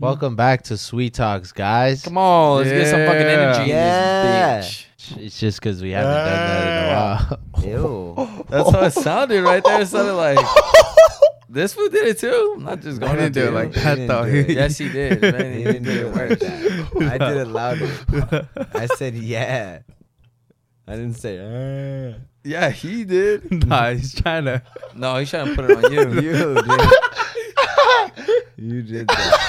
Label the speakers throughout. Speaker 1: Welcome back to Sweet Talks, guys.
Speaker 2: Come on, let's get some fucking energy. in this
Speaker 3: Yeah.
Speaker 2: bitch.
Speaker 1: It's just because we haven't done that in a while.
Speaker 3: Ew.
Speaker 2: That's how it sounded right there. It sounded like this fool did it too. I'm not just
Speaker 3: I
Speaker 2: going
Speaker 3: didn't
Speaker 2: up
Speaker 3: do
Speaker 2: to
Speaker 3: it
Speaker 2: you.
Speaker 3: like that, though.
Speaker 2: Yes, he did. Man,
Speaker 3: He
Speaker 2: he
Speaker 3: didn't
Speaker 2: did it
Speaker 3: do it like
Speaker 2: worse.
Speaker 3: that. I did it louder. I said yeah. I didn't say uh.
Speaker 2: Yeah, he did.
Speaker 4: nah, he's trying to.
Speaker 2: No, he's trying to put it on you.
Speaker 3: you, dude. You did that.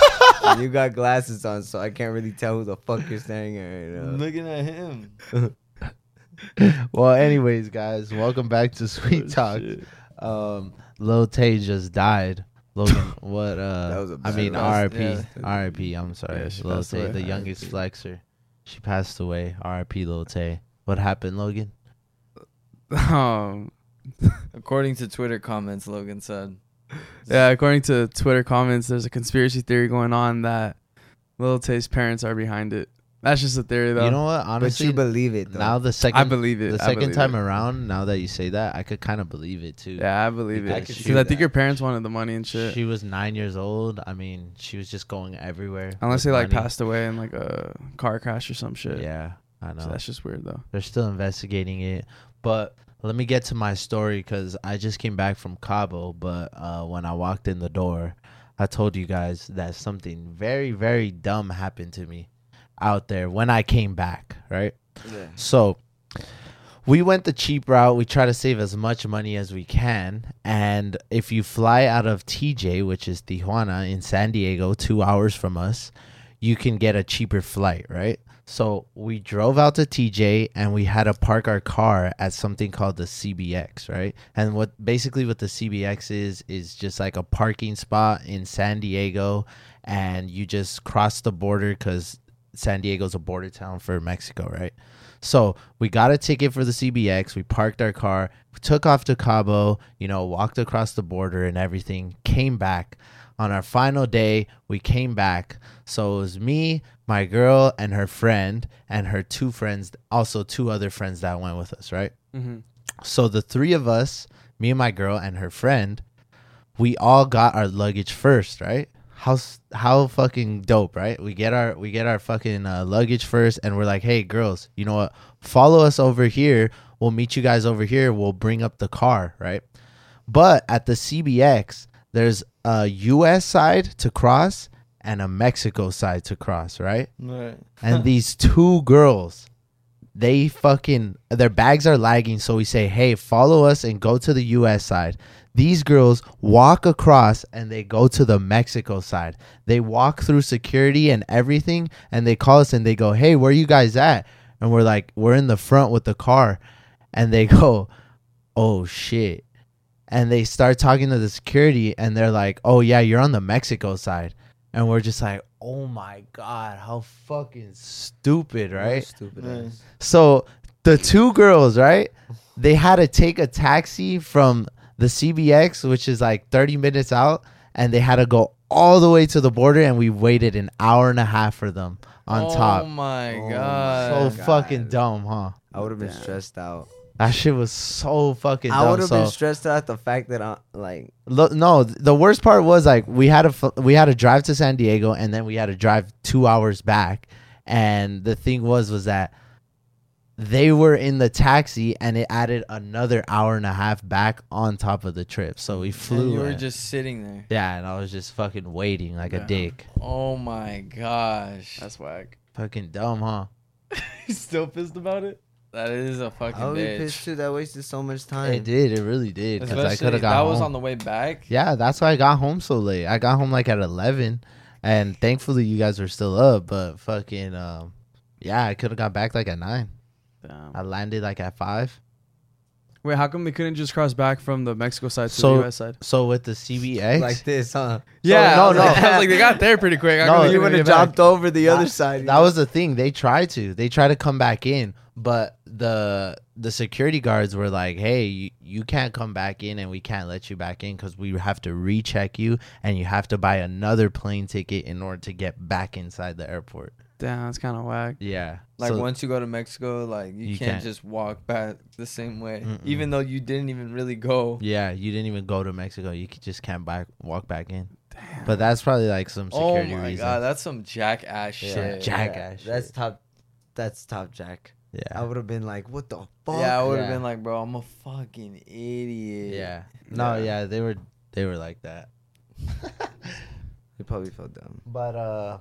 Speaker 3: And "Uh." you got glasses on, so I can't really tell who the fuck you're staring at right now.
Speaker 2: Looking at him.
Speaker 1: well, anyways, guys, welcome back to
Speaker 4: Oh,
Speaker 1: Sweet Talks. Um, Lil Tay just died. Logan, what? Uh,
Speaker 3: That was a
Speaker 1: I mean,
Speaker 3: bad-
Speaker 1: RIP,
Speaker 2: yeah.
Speaker 1: RIP. I'm sorry,
Speaker 4: Yeah, she
Speaker 1: Lil
Speaker 4: passed
Speaker 1: Tay,
Speaker 4: away.
Speaker 1: the youngest flexer. She passed away. RIP, Lil Tay. What happened, Logan?
Speaker 4: Um,
Speaker 2: According to Twitter comments, Logan said.
Speaker 4: yeah, according to Twitter comments, there's a conspiracy theory going on that Lil Tay's parents are behind it. That's just a theory, though.
Speaker 1: You know what?
Speaker 3: But
Speaker 1: Honestly,
Speaker 3: you believe it though.
Speaker 1: now the second,
Speaker 4: I believe it.
Speaker 1: the
Speaker 4: I
Speaker 1: second
Speaker 4: believe
Speaker 1: time
Speaker 4: it.
Speaker 1: around, now that you say that, I could kind of believe it too.
Speaker 4: Yeah, I believe
Speaker 1: I
Speaker 4: it.
Speaker 1: can see
Speaker 4: Because I
Speaker 1: that.
Speaker 4: think your parents wanted the money and shit.
Speaker 1: She was nine years old. I mean, she was just going everywhere.
Speaker 4: Unless they
Speaker 1: with
Speaker 4: like
Speaker 1: money.
Speaker 4: passed away in like a car crash or some shit.
Speaker 1: Yeah, I know.
Speaker 4: So that's just weird though.
Speaker 1: They're still investigating it. But let me get to my story because I just came back from Cabo. But uh, when I walked in the door, I told you guys that something very, very dumb happened to me out there when I came back, right? So we went the cheap route. We try to save as much money as we can. And if you fly out of TJ, which is Tijuana in San Diego, two hours from us, you can get a cheaper flight, right? So we drove out to TJ and we had to park our car at something called the CBX, right? And what basically what the CBX is is just like a parking spot in San Diego and you just cross the border cuz San Diego's a border town for Mexico, right? So we got a ticket for the CBX. We parked our car, took off to Cabo, you know, walked across the border and everything, came back. On our final day, we came back. So it was me, my girl, and her friend, and her two friends, also two other friends that went with us, right?
Speaker 2: Mm-hmm.
Speaker 1: So the three of us, me and my girl and her friend, we all got our luggage first, right? How s- how fucking dope, right? We get our we get our fucking uh, luggage first, and we're like, hey girls, you know what? Follow us over here. We'll meet you guys over here. We'll bring up the car, right? But at the CBX, there's a U.S. side to cross and a Mexico side to cross, right?
Speaker 2: Right.
Speaker 1: and these two girls they fucking their bags are lagging so we say hey follow us and go to the us side these girls walk across and they go to the mexico side they walk through security and everything and they call us and they go hey where you guys at and we're like we're in the front with the car and they go oh shit and they start talking to the security and they're like oh yeah you're on the mexico side and we're just like oh my god how fucking stupid right
Speaker 3: Stupid
Speaker 2: Yeah.
Speaker 3: ass.
Speaker 1: so the two girls, right? They had to take a taxi from the CBX, which is like 30 minutes out, and they had to go all the way to the border, and we waited an hour and a half for them on
Speaker 2: oh
Speaker 1: top.
Speaker 2: my
Speaker 1: So
Speaker 3: Oh,
Speaker 2: god.
Speaker 3: God.
Speaker 1: fucking dumb, huh?
Speaker 3: I would have been
Speaker 4: Damn.
Speaker 3: stressed out.
Speaker 1: That shit was so fucking
Speaker 3: I would
Speaker 1: dumb.
Speaker 3: have
Speaker 1: So
Speaker 3: been stressed out the fact that I like
Speaker 1: lo- no, th- the worst part was like we had to f- we had to drive to San Diego, and then we had to drive two hours back. And the thing was was that they were in the taxi and it added another hour and a half back on top of the trip. So we flew.
Speaker 2: And you were
Speaker 1: and-
Speaker 2: just sitting there.
Speaker 1: yeah, and I was just fucking waiting like a
Speaker 4: Yeah.
Speaker 1: dick.
Speaker 2: Oh my gosh.
Speaker 4: That's whack.
Speaker 1: Fucking dumb, huh?
Speaker 4: He's still pissed about it.
Speaker 2: That is a fucking
Speaker 3: I would be
Speaker 2: bitch.
Speaker 3: pissed too. That wasted so much time.
Speaker 1: It did. It really did. Because I could
Speaker 2: Especially
Speaker 1: have
Speaker 2: if
Speaker 1: got
Speaker 2: that
Speaker 1: home.
Speaker 2: was on the way back.
Speaker 1: yeah, that's why I got home so late. I got home like at eleven, and thankfully you guys were still up. But fucking, um, yeah, I could have got back like at nine. I landed like at five.
Speaker 4: Wait, how come they couldn't just cross back from the Mexico side to
Speaker 1: So-
Speaker 4: the US side?
Speaker 1: So with the CBX,
Speaker 3: Like this, huh?
Speaker 4: Yeah,
Speaker 1: no,
Speaker 4: I was
Speaker 1: no.
Speaker 4: like- I was like, they got there pretty quick. How
Speaker 1: No,
Speaker 4: come they
Speaker 1: you
Speaker 3: you
Speaker 4: couldn't
Speaker 3: would have
Speaker 4: get back?
Speaker 3: jumped over the other
Speaker 1: That-
Speaker 3: side. you
Speaker 1: that
Speaker 3: know?
Speaker 1: was the thing. They tried to. They tried to come back in, but the the security guards were like, "Hey, you, you can't come back in, and we can't let you back in because we have to recheck you, and you have to buy another plane ticket in order to get back inside the airport."
Speaker 4: Damn, that's kind of whack.
Speaker 1: Yeah,
Speaker 2: Like
Speaker 1: So-
Speaker 2: once you go to Mexico, like you,
Speaker 1: You
Speaker 2: can't,
Speaker 1: can't.
Speaker 2: just walk back the same way,
Speaker 1: Mm-mm.
Speaker 2: even though you didn't even really go.
Speaker 1: Yeah, you didn't even go to Mexico. You c- just can't back walk back in.
Speaker 4: Damn.
Speaker 1: But that's probably like some
Speaker 2: Oh
Speaker 1: security
Speaker 2: my
Speaker 1: reason.
Speaker 2: god, that's some jackass
Speaker 3: Yeah.
Speaker 2: shit.
Speaker 1: Jack- jackass
Speaker 3: That's
Speaker 1: shit.
Speaker 3: top. That's top jack. I
Speaker 1: yeah.
Speaker 3: would have been like, what the fuck?
Speaker 2: yeah, I would have
Speaker 1: yeah.
Speaker 2: been like, bro, I'm a fucking idiot.
Speaker 1: Yeah. No,
Speaker 2: Yeah.
Speaker 1: yeah, they were they were like that.
Speaker 3: You probably felt dumb.
Speaker 1: But uh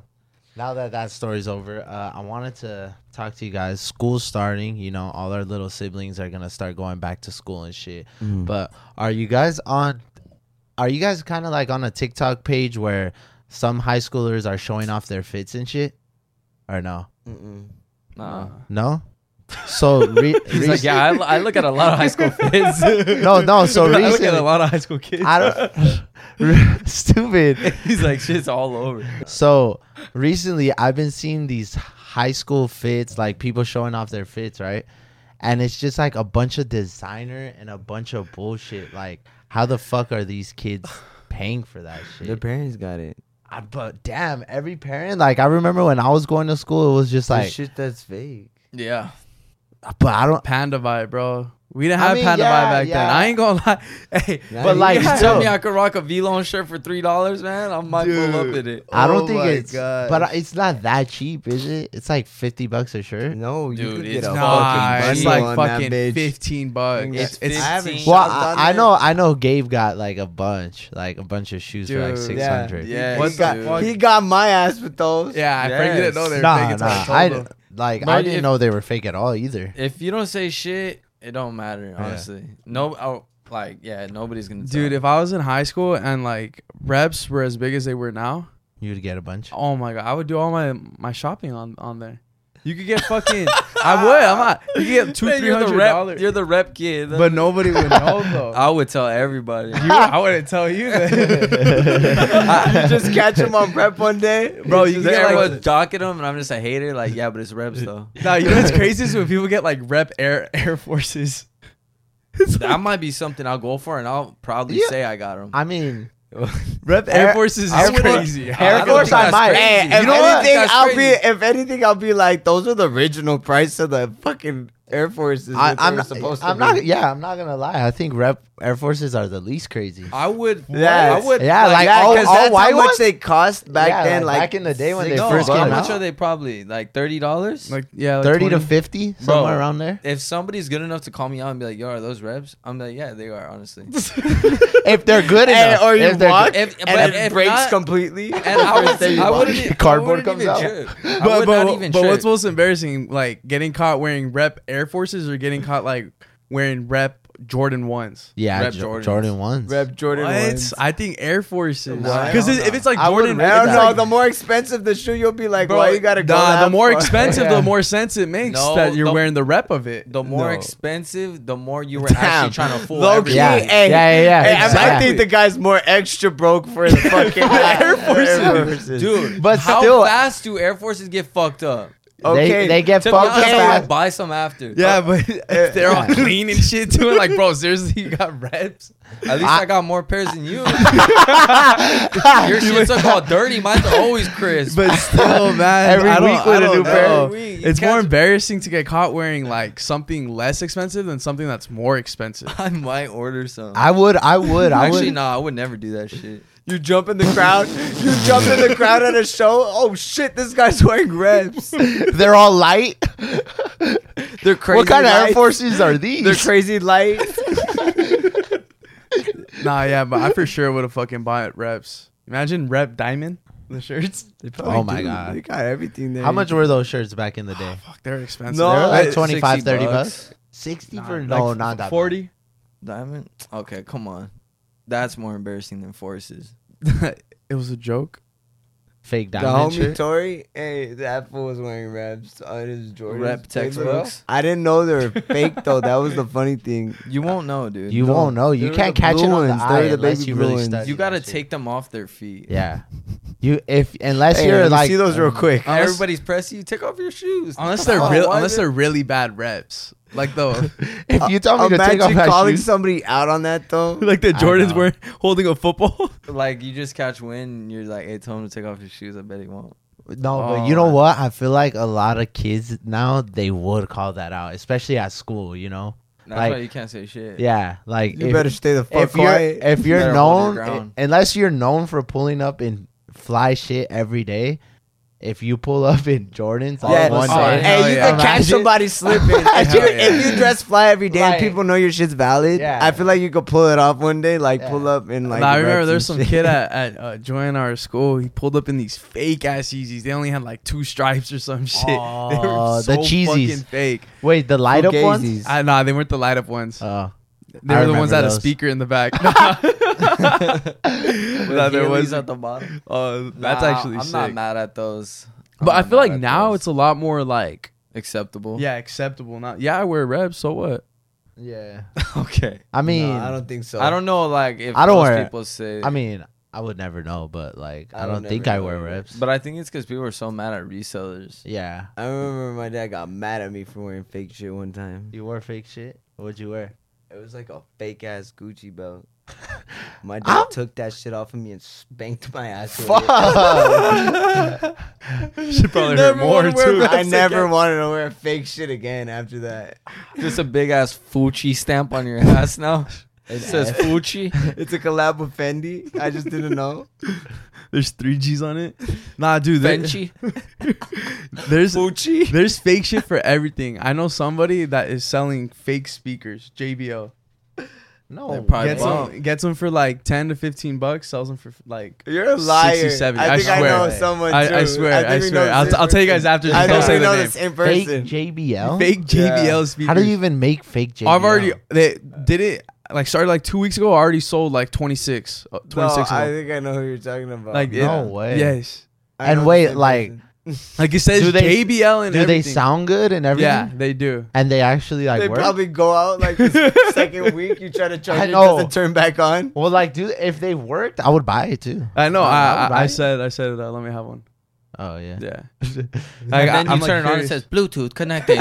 Speaker 1: now that that story's over, uh, I wanted to talk to you guys. School's starting, you know, all our little siblings are gonna start going back to school and shit. But are you guys on? Are you guys kind of like on a TikTok page where some high schoolers are showing off their fits and shit, or no?
Speaker 3: Mm-mm.
Speaker 2: Nah.
Speaker 1: No. So re-
Speaker 2: He's like, yeah, I, l- I look at a lot of high school kids.
Speaker 1: No, no, so
Speaker 2: I look at
Speaker 1: recently-
Speaker 2: a lot of high school kids.
Speaker 1: I don't. re- stupid.
Speaker 2: He's like, shit's all over.
Speaker 1: So recently, I've been seeing these high school fits, like people showing off their fits, right? And it's just like a bunch of designer and a bunch of bullshit. Like, how the fuck are these kids paying for that shit?
Speaker 3: Their parents got it.
Speaker 1: I, but damn, every parent, like I remember when I was going to school, it was just
Speaker 3: There's
Speaker 1: like,
Speaker 3: shit that's fake.
Speaker 2: Yeah.
Speaker 1: but I don't.
Speaker 4: Panda vibe, bro. We didn't
Speaker 1: I
Speaker 4: have
Speaker 1: mean,
Speaker 4: Panda
Speaker 1: yeah,
Speaker 4: vibe back then.
Speaker 1: yeah.
Speaker 4: I ain't gonna lie. Hey,
Speaker 3: Now
Speaker 1: But
Speaker 3: you
Speaker 1: like,
Speaker 2: You
Speaker 3: got-
Speaker 1: so-
Speaker 2: tell me I could rock a V-Lone shirt for three dollars, man. I might pull up
Speaker 4: Dude.
Speaker 2: in it.
Speaker 1: I don't
Speaker 3: Oh
Speaker 1: think
Speaker 3: my
Speaker 1: it's,
Speaker 3: gosh.
Speaker 1: but it's not that cheap, is it? It's like fifty bucks a shirt.
Speaker 3: no, you
Speaker 2: Dude,
Speaker 3: could
Speaker 2: it's
Speaker 3: get a
Speaker 4: nah,
Speaker 3: fucking
Speaker 4: it's
Speaker 3: bundle
Speaker 4: like
Speaker 3: on that
Speaker 4: fucking
Speaker 3: bitch.
Speaker 4: fifteen bucks.
Speaker 3: It's
Speaker 4: It's, it's
Speaker 3: I haven't
Speaker 2: 15.
Speaker 1: Well,
Speaker 3: shopped
Speaker 1: I,
Speaker 3: on
Speaker 1: I
Speaker 3: that.
Speaker 1: know, I know. Gabe got like a bunch, like a bunch of shoes for like
Speaker 4: Dude.
Speaker 1: six
Speaker 3: Yeah,
Speaker 1: hundred.
Speaker 2: Yeah,
Speaker 3: he,
Speaker 4: What
Speaker 3: got,
Speaker 4: the fuck?
Speaker 3: he got my ass with those.
Speaker 4: yeah, I Frank didn't
Speaker 2: Yes.
Speaker 4: know they were
Speaker 1: Nah,
Speaker 4: taking
Speaker 1: nah.
Speaker 4: till I told
Speaker 1: I
Speaker 4: him.
Speaker 1: like I
Speaker 2: But
Speaker 1: didn't
Speaker 2: if-
Speaker 1: know they were fake at all either.
Speaker 2: If you don't say shit, it don't matter. Honestly, no, I, like yeah, nobody's gonna.
Speaker 4: Dude,
Speaker 2: tell.
Speaker 4: if I was in high school and like reps were as big as they were now,
Speaker 1: You'd get a bunch.
Speaker 4: oh my god, I would do all my my shopping on on there. You could get fucking. I would. I'm not. You could get two,
Speaker 2: Man,
Speaker 4: three
Speaker 2: you're the
Speaker 4: hundred
Speaker 2: rep-
Speaker 4: dollars.
Speaker 2: You're the rep kid.
Speaker 4: But nobody would know though.
Speaker 2: I would tell everybody.
Speaker 4: You- I wouldn't tell you that.
Speaker 3: you just catch him on prep one day,
Speaker 4: Bro, you
Speaker 2: Just
Speaker 4: get, like,
Speaker 2: everyone's docking him, and I'm just a hater. Like, yeah, but it's reps though.
Speaker 4: No, you know what's crazy is when people get like rep air air forces. It's
Speaker 2: that
Speaker 4: like,
Speaker 2: might be something I'll go for, and I'll probably
Speaker 1: Yeah.
Speaker 2: say I got him.
Speaker 1: I mean,
Speaker 4: rep air,
Speaker 1: Air-
Speaker 4: forces
Speaker 1: Air
Speaker 4: is
Speaker 1: Force-
Speaker 4: crazy.
Speaker 1: Air
Speaker 4: I don't
Speaker 1: Force
Speaker 4: think
Speaker 1: I
Speaker 4: that's
Speaker 1: might.
Speaker 4: crazy.
Speaker 1: Hey,
Speaker 3: If
Speaker 2: You know what?
Speaker 3: anything,
Speaker 2: That's
Speaker 3: I'll
Speaker 2: crazy.
Speaker 3: be if anything, I'll be like, those are the original price of the fucking Air Forces.
Speaker 1: I,
Speaker 3: which
Speaker 1: I'm
Speaker 3: were
Speaker 1: not.
Speaker 3: supposed
Speaker 1: I'm
Speaker 3: to
Speaker 1: not.
Speaker 3: be.
Speaker 1: Yeah, I'm not gonna lie. I think rep Air Forces are the least crazy.
Speaker 3: Uh,
Speaker 2: I would.
Speaker 3: Yeah,
Speaker 2: I would.
Speaker 1: yeah, like,
Speaker 3: Yeah,
Speaker 1: all,
Speaker 3: because
Speaker 1: all
Speaker 3: that's
Speaker 1: white
Speaker 3: how much
Speaker 1: ones?
Speaker 3: they cost back
Speaker 1: Yeah,
Speaker 3: then. Like
Speaker 1: back in the day when they
Speaker 3: six
Speaker 2: No,
Speaker 1: first
Speaker 2: how
Speaker 1: came
Speaker 2: much
Speaker 1: out.
Speaker 2: are they probably like thirty dollars?
Speaker 4: Like yeah, like
Speaker 1: Thirty to
Speaker 4: 20.
Speaker 1: fifty, somewhere around there.
Speaker 2: if somebody's good enough to call me out and be like, "Yo, are those reps?" I'm like, "Yeah, they are." Honestly,
Speaker 1: If they're good
Speaker 3: Hey,
Speaker 1: enough,
Speaker 3: or you
Speaker 1: if they're
Speaker 3: walk
Speaker 2: If- but
Speaker 3: and it
Speaker 2: if
Speaker 3: breaks
Speaker 2: not-
Speaker 3: completely.
Speaker 2: and I, would,
Speaker 1: day you
Speaker 2: I
Speaker 1: bought
Speaker 2: wouldn't.
Speaker 1: it.
Speaker 2: even- I
Speaker 1: Cardboard
Speaker 2: wouldn't
Speaker 1: comes
Speaker 2: even
Speaker 1: out.
Speaker 2: trip. I
Speaker 4: But,
Speaker 2: would
Speaker 4: but,
Speaker 2: not even
Speaker 4: but
Speaker 2: trip.
Speaker 4: what's most embarrassing, like getting caught wearing rep Air Forces or getting caught like wearing rep Jordan ones?
Speaker 1: yeah,
Speaker 2: Rep
Speaker 1: Jo-
Speaker 2: Jordans.
Speaker 1: Jordan ones.
Speaker 3: Rep Jordan ones.
Speaker 4: I think Air Forces.
Speaker 1: Nah,
Speaker 4: Because
Speaker 1: hell
Speaker 4: if it's like
Speaker 1: I
Speaker 4: Jordan,
Speaker 1: wouldn't
Speaker 3: I
Speaker 1: rep
Speaker 4: it's
Speaker 3: don't
Speaker 1: that.
Speaker 4: like-
Speaker 3: know. The more expensive the shoe, you'll be like,
Speaker 2: Bro,
Speaker 3: why you gotta go?
Speaker 4: Nah, the
Speaker 3: that
Speaker 4: more
Speaker 3: far?
Speaker 4: expensive,
Speaker 1: Yeah.
Speaker 4: the more sense it makes
Speaker 2: No,
Speaker 4: that you're
Speaker 2: the-
Speaker 4: wearing the rep of it.
Speaker 2: the more
Speaker 3: No.
Speaker 2: expensive, the more you were
Speaker 3: Damn.
Speaker 2: actually trying to fool
Speaker 3: Low
Speaker 2: everybody.
Speaker 3: key,
Speaker 1: Yeah.
Speaker 3: hey,
Speaker 1: Yeah, yeah, yeah,
Speaker 3: hey, I- I
Speaker 1: exactly.
Speaker 3: think the guy's more extra broke for the fucking Air Forces,
Speaker 2: dude.
Speaker 1: But
Speaker 2: But how
Speaker 1: still-
Speaker 2: fast do Air Forces get fucked up?
Speaker 1: They, they get
Speaker 2: To be
Speaker 1: fucked
Speaker 2: honest, I
Speaker 1: up.
Speaker 2: would buy some after.
Speaker 4: yeah, but if they're all
Speaker 1: yeah.
Speaker 4: clean and shit too, like bro, seriously, you got reps.
Speaker 2: at least
Speaker 1: I-
Speaker 2: I, got more pairs than you. Your shit's like all dirty. Mine's are always crisp.
Speaker 4: But still, man,
Speaker 1: Every
Speaker 4: I don't,
Speaker 1: week with
Speaker 4: I
Speaker 1: a
Speaker 4: don't
Speaker 1: new pair.
Speaker 4: know.
Speaker 2: Every week, you
Speaker 4: It's more
Speaker 2: catch-
Speaker 4: embarrassing to get caught wearing like something less expensive than something that's more expensive.
Speaker 2: I might order some.
Speaker 1: I would. I would. I
Speaker 2: Actually,
Speaker 1: would.
Speaker 2: no, nah, I would never do that shit.
Speaker 3: You jump in the crowd. You jump in the crowd at a show. Oh shit! This guy's wearing reps.
Speaker 1: They're all light.
Speaker 3: They're crazy.
Speaker 1: what kind of Air
Speaker 3: lights.
Speaker 1: Forces are
Speaker 3: They're
Speaker 1: these?
Speaker 3: crazy lights.
Speaker 4: nah, yeah, but I for sure would have fucking bought reps. Imagine rep diamond the shirts.
Speaker 3: They
Speaker 1: Oh my
Speaker 3: do.
Speaker 1: God.
Speaker 3: They got everything there.
Speaker 1: How much were those shirts back in the day?
Speaker 4: Fuck, they're expensive.
Speaker 1: They're
Speaker 3: No,
Speaker 1: like
Speaker 3: like
Speaker 1: 25,
Speaker 2: 60
Speaker 1: 30
Speaker 2: bucks.
Speaker 1: bucks. 60
Speaker 4: Nah,
Speaker 1: for
Speaker 4: like
Speaker 1: no, not that. Much.
Speaker 4: forty.
Speaker 2: Diamond? Okay, come on. That's more embarrassing than forces.
Speaker 4: it was a joke.
Speaker 1: Fake
Speaker 3: The
Speaker 1: diamond
Speaker 3: homie
Speaker 1: shirt.
Speaker 3: Tory, hey, that fool was wearing reps on his Jordans.
Speaker 2: Rep
Speaker 3: They look-
Speaker 2: textbooks?
Speaker 3: I didn't know they were fake though. That was the funny thing.
Speaker 2: You won't know, dude.
Speaker 1: you
Speaker 2: You,
Speaker 3: No,
Speaker 1: won't know. You
Speaker 3: they're
Speaker 1: can't
Speaker 3: the
Speaker 1: catch it
Speaker 3: blue
Speaker 1: on the
Speaker 3: ones.
Speaker 1: eye
Speaker 3: They're the
Speaker 1: unless
Speaker 3: baby
Speaker 1: you
Speaker 3: blue
Speaker 1: really
Speaker 3: ones.
Speaker 1: study. that
Speaker 2: gotta
Speaker 1: shit.
Speaker 2: take them off their feet.
Speaker 1: Yeah. You if unless
Speaker 3: Hey,
Speaker 1: you're
Speaker 3: let me
Speaker 1: like um,
Speaker 3: see those real quick.
Speaker 4: Unless-
Speaker 2: Everybody's pressing you. Take off your shoes.
Speaker 4: Unless they're
Speaker 2: Oh,
Speaker 4: real,
Speaker 2: why
Speaker 4: unless
Speaker 2: did-
Speaker 4: they're really bad reps, like the
Speaker 1: if you tell me to
Speaker 3: Imagine
Speaker 1: take off my
Speaker 3: calling
Speaker 1: shoes.
Speaker 3: somebody out on that though.
Speaker 4: like the
Speaker 1: I
Speaker 4: Jordans
Speaker 1: know.
Speaker 4: were holding a football.
Speaker 2: like you just catch wind and you're like, hey, tell him to take off his shoes. I bet he won't.
Speaker 1: No, but you
Speaker 4: Oh,
Speaker 1: know
Speaker 4: man.
Speaker 1: what? I feel like a lot of kids now they would call that out, especially at school. You know,
Speaker 2: That's
Speaker 1: like
Speaker 2: why you can't say shit.
Speaker 1: yeah, like
Speaker 3: You
Speaker 1: if-
Speaker 3: better stay the fuck
Speaker 1: if you're
Speaker 3: quiet.
Speaker 1: if
Speaker 2: You
Speaker 1: you're
Speaker 2: better hold your
Speaker 1: known
Speaker 2: ground.
Speaker 1: i- unless you're known for pulling up in fly shit every day, if you pull up in Jordans all
Speaker 3: Yeah,
Speaker 1: one
Speaker 4: oh,
Speaker 1: day,
Speaker 4: hell
Speaker 3: hey, you
Speaker 4: yeah.
Speaker 3: can catch somebody slipping. if,
Speaker 1: Hell
Speaker 3: you,
Speaker 1: yeah.
Speaker 3: if you dress fly every day
Speaker 1: Like-
Speaker 3: and people know your shit's valid,
Speaker 1: Yeah.
Speaker 3: I feel like you could pull it off one day. Like
Speaker 1: Yeah.
Speaker 3: pull up in like.
Speaker 4: Nah, I
Speaker 3: Rex
Speaker 4: remember
Speaker 3: and
Speaker 4: there's some
Speaker 3: shit.
Speaker 4: kid at, at uh, joining our school. He pulled up in these fake ass Yeezys. They only had like two stripes or some shit. they
Speaker 1: Oh, the
Speaker 4: were so
Speaker 1: Cheezys.
Speaker 4: fucking fake.
Speaker 1: Wait, the light up ones.
Speaker 3: Fugazies.
Speaker 4: I, nah, they weren't the light up ones.
Speaker 1: Oh.
Speaker 4: they
Speaker 1: I
Speaker 4: were the
Speaker 1: remember
Speaker 4: ones that had a
Speaker 1: those.
Speaker 4: speaker in the back.
Speaker 2: With
Speaker 4: Nah, there
Speaker 2: Heelys
Speaker 4: was.
Speaker 2: at the bottom.
Speaker 4: Oh, that's
Speaker 2: Nah,
Speaker 4: actually
Speaker 2: I'm
Speaker 4: sick.
Speaker 2: not mad at those. I'm
Speaker 4: But I
Speaker 2: not
Speaker 4: feel like
Speaker 2: mad at
Speaker 4: now
Speaker 2: those.
Speaker 4: it's a lot more like
Speaker 2: acceptable.
Speaker 4: yeah acceptable. Not yeah, I wear rebs. So what?
Speaker 1: Yeah.
Speaker 2: okay.
Speaker 1: I mean,
Speaker 3: No, I don't think so.
Speaker 2: I don't know, like if
Speaker 1: I don't
Speaker 2: most
Speaker 1: wear it.
Speaker 2: people say.
Speaker 1: I mean, I would never know, but like, I,
Speaker 3: I would
Speaker 1: don't
Speaker 3: never
Speaker 1: think I
Speaker 3: know
Speaker 1: wear
Speaker 3: either.
Speaker 1: rips.
Speaker 2: but I think it's because people are so mad at resellers.
Speaker 1: yeah,
Speaker 3: I remember my dad got mad at me for wearing fake shit one time.
Speaker 1: you wore fake shit. What'd you wear?
Speaker 3: It was like a fake ass Gucci belt. My dad
Speaker 1: I'm-
Speaker 3: took that shit off of me and spanked my ass. with
Speaker 1: Fuck.
Speaker 3: it.
Speaker 4: Should probably hurt more too.
Speaker 3: I never wanted to wear fake shit again after that.
Speaker 2: Just a big ass Fucci stamp on your ass now. It says
Speaker 3: Yeah.
Speaker 2: Fucci.
Speaker 3: It's a collab with Fendi. I just didn't know.
Speaker 4: There's three G's on it. Nah, dude. there-
Speaker 2: Benchi.
Speaker 4: there's
Speaker 2: Fucci.
Speaker 4: there's fake shit for everything. I know somebody that is selling fake speakers. JBL
Speaker 1: no,
Speaker 2: probably
Speaker 4: Oh, gets
Speaker 2: won't.
Speaker 4: them gets them for like ten to fifteen bucks. Sells them for like.
Speaker 3: You're a liar.
Speaker 4: 67.
Speaker 3: I
Speaker 4: I
Speaker 3: think I,
Speaker 4: swear.
Speaker 3: know someone.
Speaker 4: I-
Speaker 3: too.
Speaker 4: I swear,
Speaker 3: think
Speaker 4: I
Speaker 3: we know
Speaker 4: swear.
Speaker 3: the
Speaker 4: I'll-
Speaker 3: same
Speaker 4: I'll tell you guys
Speaker 3: person.
Speaker 4: after, just
Speaker 3: I
Speaker 1: don't
Speaker 3: think
Speaker 1: say
Speaker 3: we
Speaker 1: the
Speaker 3: know
Speaker 4: name.
Speaker 3: the same
Speaker 1: fake
Speaker 3: person.
Speaker 1: JBL.
Speaker 4: Fake JBL speakers.
Speaker 1: How do you even make fake JBL?
Speaker 4: I've already they did it like started like two weeks ago. I already sold like 26, uh, 26
Speaker 3: No,
Speaker 4: of
Speaker 3: I
Speaker 4: them.
Speaker 3: think I know who you're talking about.
Speaker 4: Like it-
Speaker 1: No way.
Speaker 4: Yes,
Speaker 3: I know
Speaker 1: and
Speaker 3: the
Speaker 1: wait,
Speaker 3: same
Speaker 1: like,
Speaker 3: person.
Speaker 4: like it says
Speaker 1: Do they-
Speaker 4: JBL and
Speaker 1: Do they
Speaker 4: everything.
Speaker 1: sound good and everything?
Speaker 4: Yeah, they do.
Speaker 1: And they actually like
Speaker 3: they
Speaker 1: work.
Speaker 3: probably go out like the second week. You try to charge
Speaker 1: I
Speaker 3: it, it
Speaker 1: know.
Speaker 3: doesn't turn back on.
Speaker 1: well, like, do if they worked, I would buy it too.
Speaker 4: I know.
Speaker 1: Uh,
Speaker 4: I,
Speaker 1: that would
Speaker 4: I, I
Speaker 1: buy it.
Speaker 4: said I said uh, let me have one.
Speaker 1: Oh yeah.
Speaker 4: Yeah.
Speaker 2: And
Speaker 4: Like, I-
Speaker 2: then you
Speaker 4: I'm, like,
Speaker 2: turn it on. It
Speaker 4: curious.
Speaker 2: says Bluetooth connected.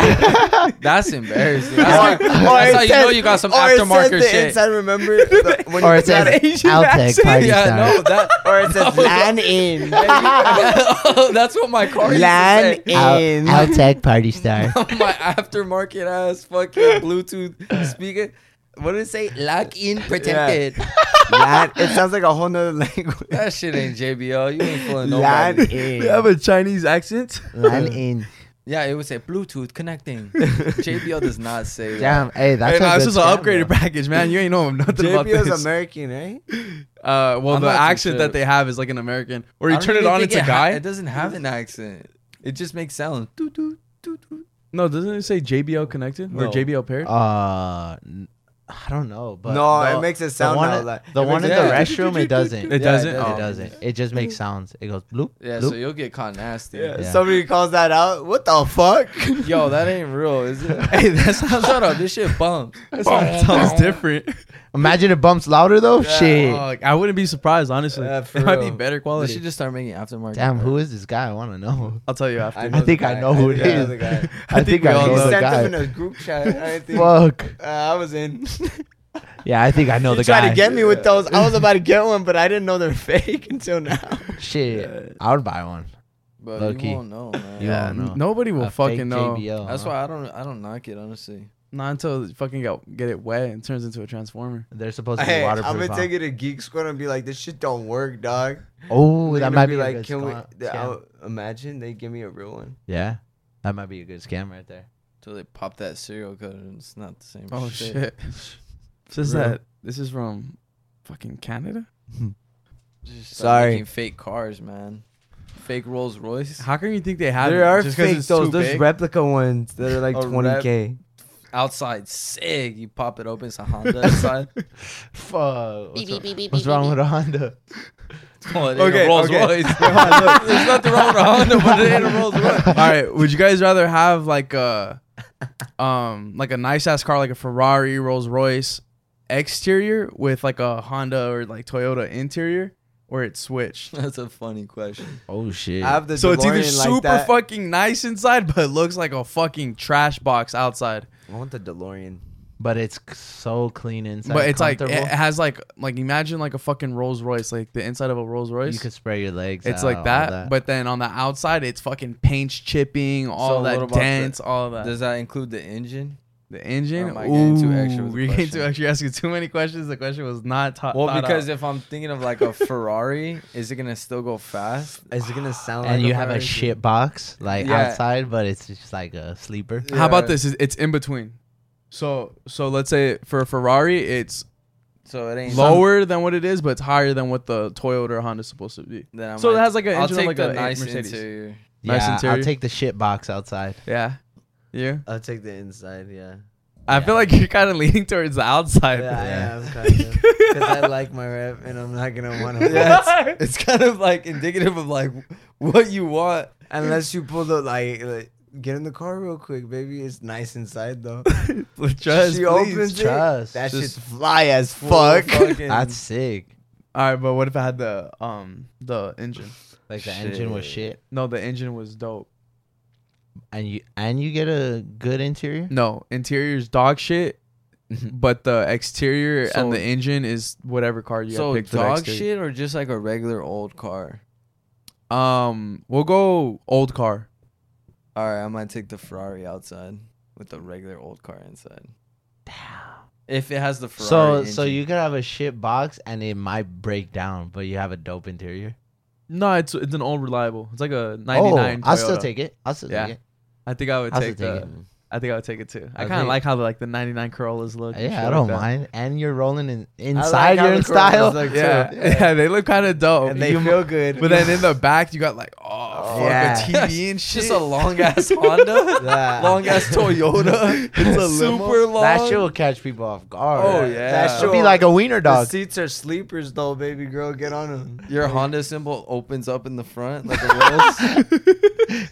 Speaker 2: That's embarrassing. That's,
Speaker 3: Or-
Speaker 2: like,
Speaker 3: or
Speaker 2: that's how you
Speaker 3: it
Speaker 2: know
Speaker 3: says-
Speaker 2: you got some
Speaker 3: or it says
Speaker 2: aftermarket
Speaker 3: the
Speaker 2: shit.
Speaker 3: Inside, remember the, when
Speaker 1: Or
Speaker 3: you
Speaker 1: it says
Speaker 3: got
Speaker 1: Altec party
Speaker 2: yeah,
Speaker 1: sound.
Speaker 2: no, that
Speaker 3: or it says LAN in.
Speaker 2: that's what my car used
Speaker 3: LAN
Speaker 2: to say.
Speaker 1: Al-
Speaker 3: in.
Speaker 1: Altec party star.
Speaker 2: my aftermarket ass fucking Bluetooth speaker. What did it say? Lock in protected.
Speaker 3: LAN. It sounds like a whole nother language.
Speaker 2: That shit ain't JBL. You ain't fooling
Speaker 3: LAN
Speaker 2: nobody.
Speaker 3: in.
Speaker 4: You have a Chinese accent.
Speaker 1: Lan in.
Speaker 2: Yeah, it would say Bluetooth connecting. JBL does not say that.
Speaker 1: Damn. Hey, that's
Speaker 4: Hey,
Speaker 1: a
Speaker 4: nah,
Speaker 1: good
Speaker 4: this is an
Speaker 1: scam,
Speaker 4: upgraded
Speaker 1: though.
Speaker 4: package, man. You ain't know nothing about
Speaker 3: JBL is
Speaker 4: this.
Speaker 3: American, eh? right?
Speaker 4: uh, well,
Speaker 2: I'm
Speaker 4: the
Speaker 2: not too
Speaker 4: accent
Speaker 2: sure.
Speaker 4: that they have is like an American. Or
Speaker 2: I
Speaker 4: you
Speaker 2: don't
Speaker 4: turn it
Speaker 2: even
Speaker 4: on,
Speaker 2: think
Speaker 4: it's a
Speaker 2: it ha-
Speaker 4: guy.
Speaker 2: it doesn't have an accent. It just makes sounds. Doo, doo, doo, doo.
Speaker 4: no, doesn't it say JBL connected or
Speaker 2: No.
Speaker 4: JBL paired?
Speaker 1: Uh, n- I don't know, but
Speaker 3: no,
Speaker 1: the-
Speaker 3: it makes it
Speaker 1: the
Speaker 3: sound
Speaker 1: one,
Speaker 3: out loud.
Speaker 1: the
Speaker 3: It
Speaker 1: one in
Speaker 2: makes
Speaker 1: the
Speaker 2: it sound-
Speaker 1: restroom, it doesn't.
Speaker 4: It
Speaker 1: It,
Speaker 4: doesn't?
Speaker 2: Yeah,
Speaker 4: Oh.
Speaker 1: doesn't. It just makes sounds. It goes bloop,
Speaker 2: Yeah,
Speaker 1: bloop.
Speaker 2: so you'll get caught nasty.
Speaker 3: Yeah,
Speaker 1: Yeah.
Speaker 3: Somebody calls that out. What the fuck?
Speaker 2: Yo, that ain't real, is it? hey, that's not. Shut up. This shit bumps.
Speaker 4: That sounds- sounds different.
Speaker 1: Imagine it bumps louder though. Shit.
Speaker 4: Oh, like, I wouldn't be surprised, honestly.
Speaker 3: Yeah, for
Speaker 4: it might be
Speaker 3: real.
Speaker 4: better
Speaker 2: They
Speaker 4: quality.
Speaker 2: should just start making aftermarket.
Speaker 1: Damn, who is this guy? I want to know.
Speaker 4: I'll tell you after.
Speaker 1: know think I know who it is. I think I
Speaker 4: we all
Speaker 1: know
Speaker 3: You
Speaker 1: Oh, the
Speaker 3: sent
Speaker 1: guy.
Speaker 3: them in a group chat. I think.
Speaker 1: Fuck.
Speaker 3: Uh, I was in.
Speaker 1: Yeah, I think I know
Speaker 3: they
Speaker 1: the
Speaker 3: tried
Speaker 1: guy.
Speaker 3: to get me with those. I was about to get one, but I didn't know they're fake until now.
Speaker 1: Shit, I would buy one.
Speaker 2: But
Speaker 1: Low-key.
Speaker 2: you won't know, man.
Speaker 1: You
Speaker 4: yeah,
Speaker 1: don't know.
Speaker 4: n- nobody will
Speaker 1: A fake
Speaker 4: fucking know.
Speaker 1: JBL,
Speaker 2: That's
Speaker 1: huh?
Speaker 2: why I don't. I don't knock it honestly.
Speaker 4: Not until it fucking get, get it wet and turns into a transformer.
Speaker 1: they're supposed to be
Speaker 3: Hey, I'm
Speaker 1: waterproof.
Speaker 3: gonna
Speaker 1: huh?
Speaker 3: take it to Geek Squad and be like, this shit don't work, dog.
Speaker 1: Oh,
Speaker 3: They're
Speaker 1: that
Speaker 3: gonna
Speaker 1: might be, like, a good
Speaker 3: can
Speaker 1: scam-
Speaker 3: we?
Speaker 1: scam.
Speaker 3: I'll- imagine they give me a real one.
Speaker 1: Yeah, that might be a good scam right there.
Speaker 2: Till they pop that serial code and it's not the same.
Speaker 4: Oh
Speaker 2: shit.
Speaker 4: shit! this is
Speaker 3: Real.
Speaker 4: that. This is from fucking Canada.
Speaker 2: Just start
Speaker 3: Sorry.
Speaker 2: making fake cars, man. Fake Rolls Royce
Speaker 4: How can you think they have?
Speaker 3: there
Speaker 4: it?
Speaker 3: are
Speaker 4: Just 'cause
Speaker 3: fake
Speaker 4: it's
Speaker 3: those.
Speaker 4: too
Speaker 3: There's
Speaker 4: big?
Speaker 3: replica ones that are like
Speaker 2: A
Speaker 3: 20k.
Speaker 2: outside, sick. You pop it open, it's a Honda outside.
Speaker 1: Fuck. What's, wrong- what's wrong with a Honda?
Speaker 2: Oh, it ain't
Speaker 3: Okay,
Speaker 2: a Rolls
Speaker 3: okay.
Speaker 2: Royce. There's nothing wrong with a Honda, but it ain't a Rolls Royce.
Speaker 4: All right. Would you guys rather have like a, um, like a nice ass car, like a Ferrari, Rolls Royce, exterior with like a Honda or like Toyota interior, or it's switched?
Speaker 2: That's a funny question.
Speaker 1: Oh shit.
Speaker 3: I have the
Speaker 4: So it's either
Speaker 3: DeLorean like
Speaker 4: super
Speaker 3: that.
Speaker 4: fucking nice inside, but it looks like a fucking trash box outside.
Speaker 3: I want the DeLorean.
Speaker 1: but it's c- so clean inside.
Speaker 4: but it's like eh, it
Speaker 1: comfortable.
Speaker 4: has like like imagine like a fucking Rolls Royce, like the inside of a Rolls Royce.
Speaker 1: you could spray your legs.
Speaker 4: eh, it's
Speaker 1: out,
Speaker 4: like
Speaker 1: all
Speaker 4: that, but then on the outside, it's fucking paint chipping, all
Speaker 2: what
Speaker 4: that
Speaker 2: about the-
Speaker 4: dents, all that.
Speaker 2: Does that include the engine?
Speaker 4: The engine.
Speaker 2: am I getting
Speaker 4: Ooh,
Speaker 2: too extra with the
Speaker 4: you're getting
Speaker 2: question?
Speaker 4: too extra. You're asking too many questions. The question was not taught.
Speaker 2: Well,
Speaker 4: uh,
Speaker 2: because if I'm thinking of like a Ferrari, is it gonna still go fast?
Speaker 3: Is it gonna sound like
Speaker 1: and you have a
Speaker 3: Ferrari?
Speaker 1: shit box like
Speaker 2: Yeah.
Speaker 1: outside, but it's just like a sleeper.
Speaker 4: How about
Speaker 2: Yeah.
Speaker 4: this? Is It's in between. So so let's say for a Ferrari, it's
Speaker 2: So it ain't
Speaker 4: lower than what it is, but it's higher than what the Toyota or Honda is supposed to be.
Speaker 2: Then I'm
Speaker 4: So it
Speaker 2: like,
Speaker 4: has like an
Speaker 2: I'll
Speaker 4: engine
Speaker 2: take
Speaker 4: of like
Speaker 2: the
Speaker 4: a
Speaker 2: nice
Speaker 4: Mercedes.
Speaker 2: interior.
Speaker 1: Yeah,
Speaker 4: Nice
Speaker 1: I'll
Speaker 4: interior.
Speaker 1: take the shit box outside.
Speaker 4: Yeah. Yeah.
Speaker 3: I'll take the inside. Yeah.
Speaker 4: I feel like you're kind of leaning towards the outside.
Speaker 3: Yeah, I
Speaker 1: Yeah.
Speaker 3: am kind of. Because I like my rep, and I'm not gonna want to.
Speaker 2: Yeah, it's, it's kind of like indicative of like what you want.
Speaker 3: Unless you pull the like, like, get in the car real quick, baby. It's nice inside though.
Speaker 4: Trust,
Speaker 3: she
Speaker 4: please.
Speaker 3: opens
Speaker 1: trust.
Speaker 3: it. That
Speaker 1: Just
Speaker 3: shit's fly as
Speaker 2: full
Speaker 3: fuck.
Speaker 2: fucking-
Speaker 1: That's sick.
Speaker 4: All right, but what if I had the um the engine?
Speaker 1: Like the engine was
Speaker 3: Shit.
Speaker 1: shit,
Speaker 4: No, the engine was dope.
Speaker 1: and you and you get a good interior.
Speaker 4: No, interior's dog shit, but the exterior
Speaker 2: So-
Speaker 4: and the engine is whatever car you
Speaker 2: so
Speaker 4: have picked for the
Speaker 2: dog
Speaker 4: exterior.
Speaker 2: shit or just like a regular old car?
Speaker 4: Um, we'll go old car.
Speaker 2: All right, I might take the Ferrari outside with the regular old car inside. Damn. If it has the Ferrari.
Speaker 1: So so
Speaker 2: engine.
Speaker 1: you could have a shit box and it might break down, but you have a dope interior.
Speaker 4: No, it's it's an old reliable. It's like a '99.
Speaker 1: oh, I'll still
Speaker 4: Toyota.
Speaker 1: take it. I'll still
Speaker 4: Yeah.
Speaker 1: take it.
Speaker 4: I think I would
Speaker 1: I'll
Speaker 4: take
Speaker 1: still take
Speaker 4: the. I think I would take it too. I
Speaker 1: I'll
Speaker 4: kind of
Speaker 1: take-
Speaker 4: like how the, like the '99 Corollas look. and shit
Speaker 1: Yeah, I
Speaker 4: like
Speaker 1: don't
Speaker 4: that.
Speaker 1: mind. And you're rolling in,
Speaker 3: I
Speaker 1: inside.
Speaker 3: how
Speaker 1: you're
Speaker 3: the
Speaker 1: in
Speaker 3: Corollas
Speaker 1: style.
Speaker 3: look, too.
Speaker 4: Yeah, yeah, they look kind of dope.
Speaker 3: And they
Speaker 4: You-
Speaker 3: feel good.
Speaker 4: but then in the back, you got like oh,
Speaker 3: Yeah.
Speaker 4: fuck, a TV and shit.
Speaker 2: just a long ass Honda,
Speaker 3: Yeah.
Speaker 2: long ass Toyota.
Speaker 4: It's a
Speaker 2: super long.
Speaker 1: That shit will catch people off guard.
Speaker 2: Oh, yeah.
Speaker 1: that
Speaker 2: That
Speaker 1: should
Speaker 3: shit
Speaker 1: be
Speaker 3: will-
Speaker 1: like a wiener
Speaker 3: the
Speaker 1: dog.
Speaker 3: seats are sleepers though, baby girl. Get on them.
Speaker 2: Your Honda symbol opens up in the front like a Will's.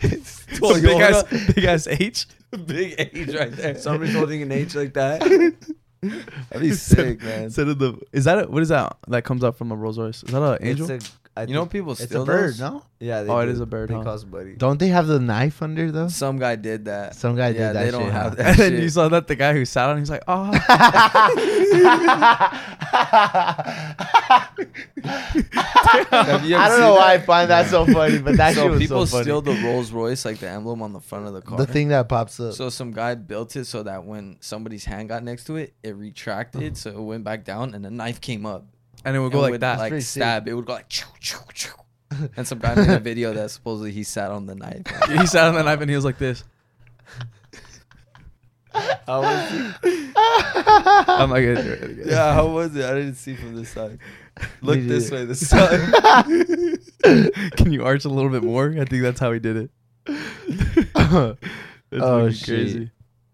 Speaker 4: It's a big ass, big ass H.
Speaker 2: Big age right there.
Speaker 3: Somebody's holding an H like that.
Speaker 2: That'd be sick, man.
Speaker 4: Instead of the, is that a, what is that that comes up from a Rolls Royce? Is that an angel?
Speaker 3: It's a, I
Speaker 2: You know
Speaker 3: think-
Speaker 2: people
Speaker 1: It's a
Speaker 2: steal
Speaker 1: bird,
Speaker 2: those?
Speaker 1: no?
Speaker 3: yeah. They
Speaker 4: Oh, it
Speaker 3: do.
Speaker 4: is a bird,
Speaker 3: They
Speaker 4: huh?
Speaker 3: call somebody.
Speaker 1: Don't they have the knife under though?
Speaker 2: Some guy did that.
Speaker 1: Some guy did
Speaker 2: Yeah,
Speaker 1: that
Speaker 2: they don't
Speaker 1: shit,
Speaker 2: have
Speaker 1: huh?
Speaker 2: that
Speaker 4: and then
Speaker 2: shit.
Speaker 4: you saw that the guy who sat on, he's like, oh,
Speaker 2: Have you
Speaker 1: I
Speaker 2: ever
Speaker 1: don't
Speaker 2: seen
Speaker 1: know why I
Speaker 2: that?
Speaker 1: find that so funny, but that shit
Speaker 2: so
Speaker 1: was
Speaker 2: people
Speaker 1: so funny.
Speaker 2: steal the Rolls Royce like the emblem on the front of the car.
Speaker 1: the thing that pops up.
Speaker 2: So some guy built it so that when somebody's hand got next to it, it retracted, so it went back down, and the knife came up.
Speaker 4: and it would
Speaker 2: It
Speaker 4: go like
Speaker 2: would,
Speaker 4: that.
Speaker 2: like
Speaker 4: Pretty sick.
Speaker 2: stab. It would go like choo choo choo. And some guy made a video that supposedly he sat on the knife.
Speaker 4: he sat on the knife and he was like this.
Speaker 3: How was it?
Speaker 4: I'm like, "Yeah, do it again."
Speaker 2: yeah, how was it? I didn't see from this side. Look
Speaker 1: Me
Speaker 2: this
Speaker 1: neither.
Speaker 2: way, this side.
Speaker 4: Can you arch a little bit more? I think that's how he did it. That's
Speaker 1: Oh,
Speaker 4: fucking
Speaker 1: shit.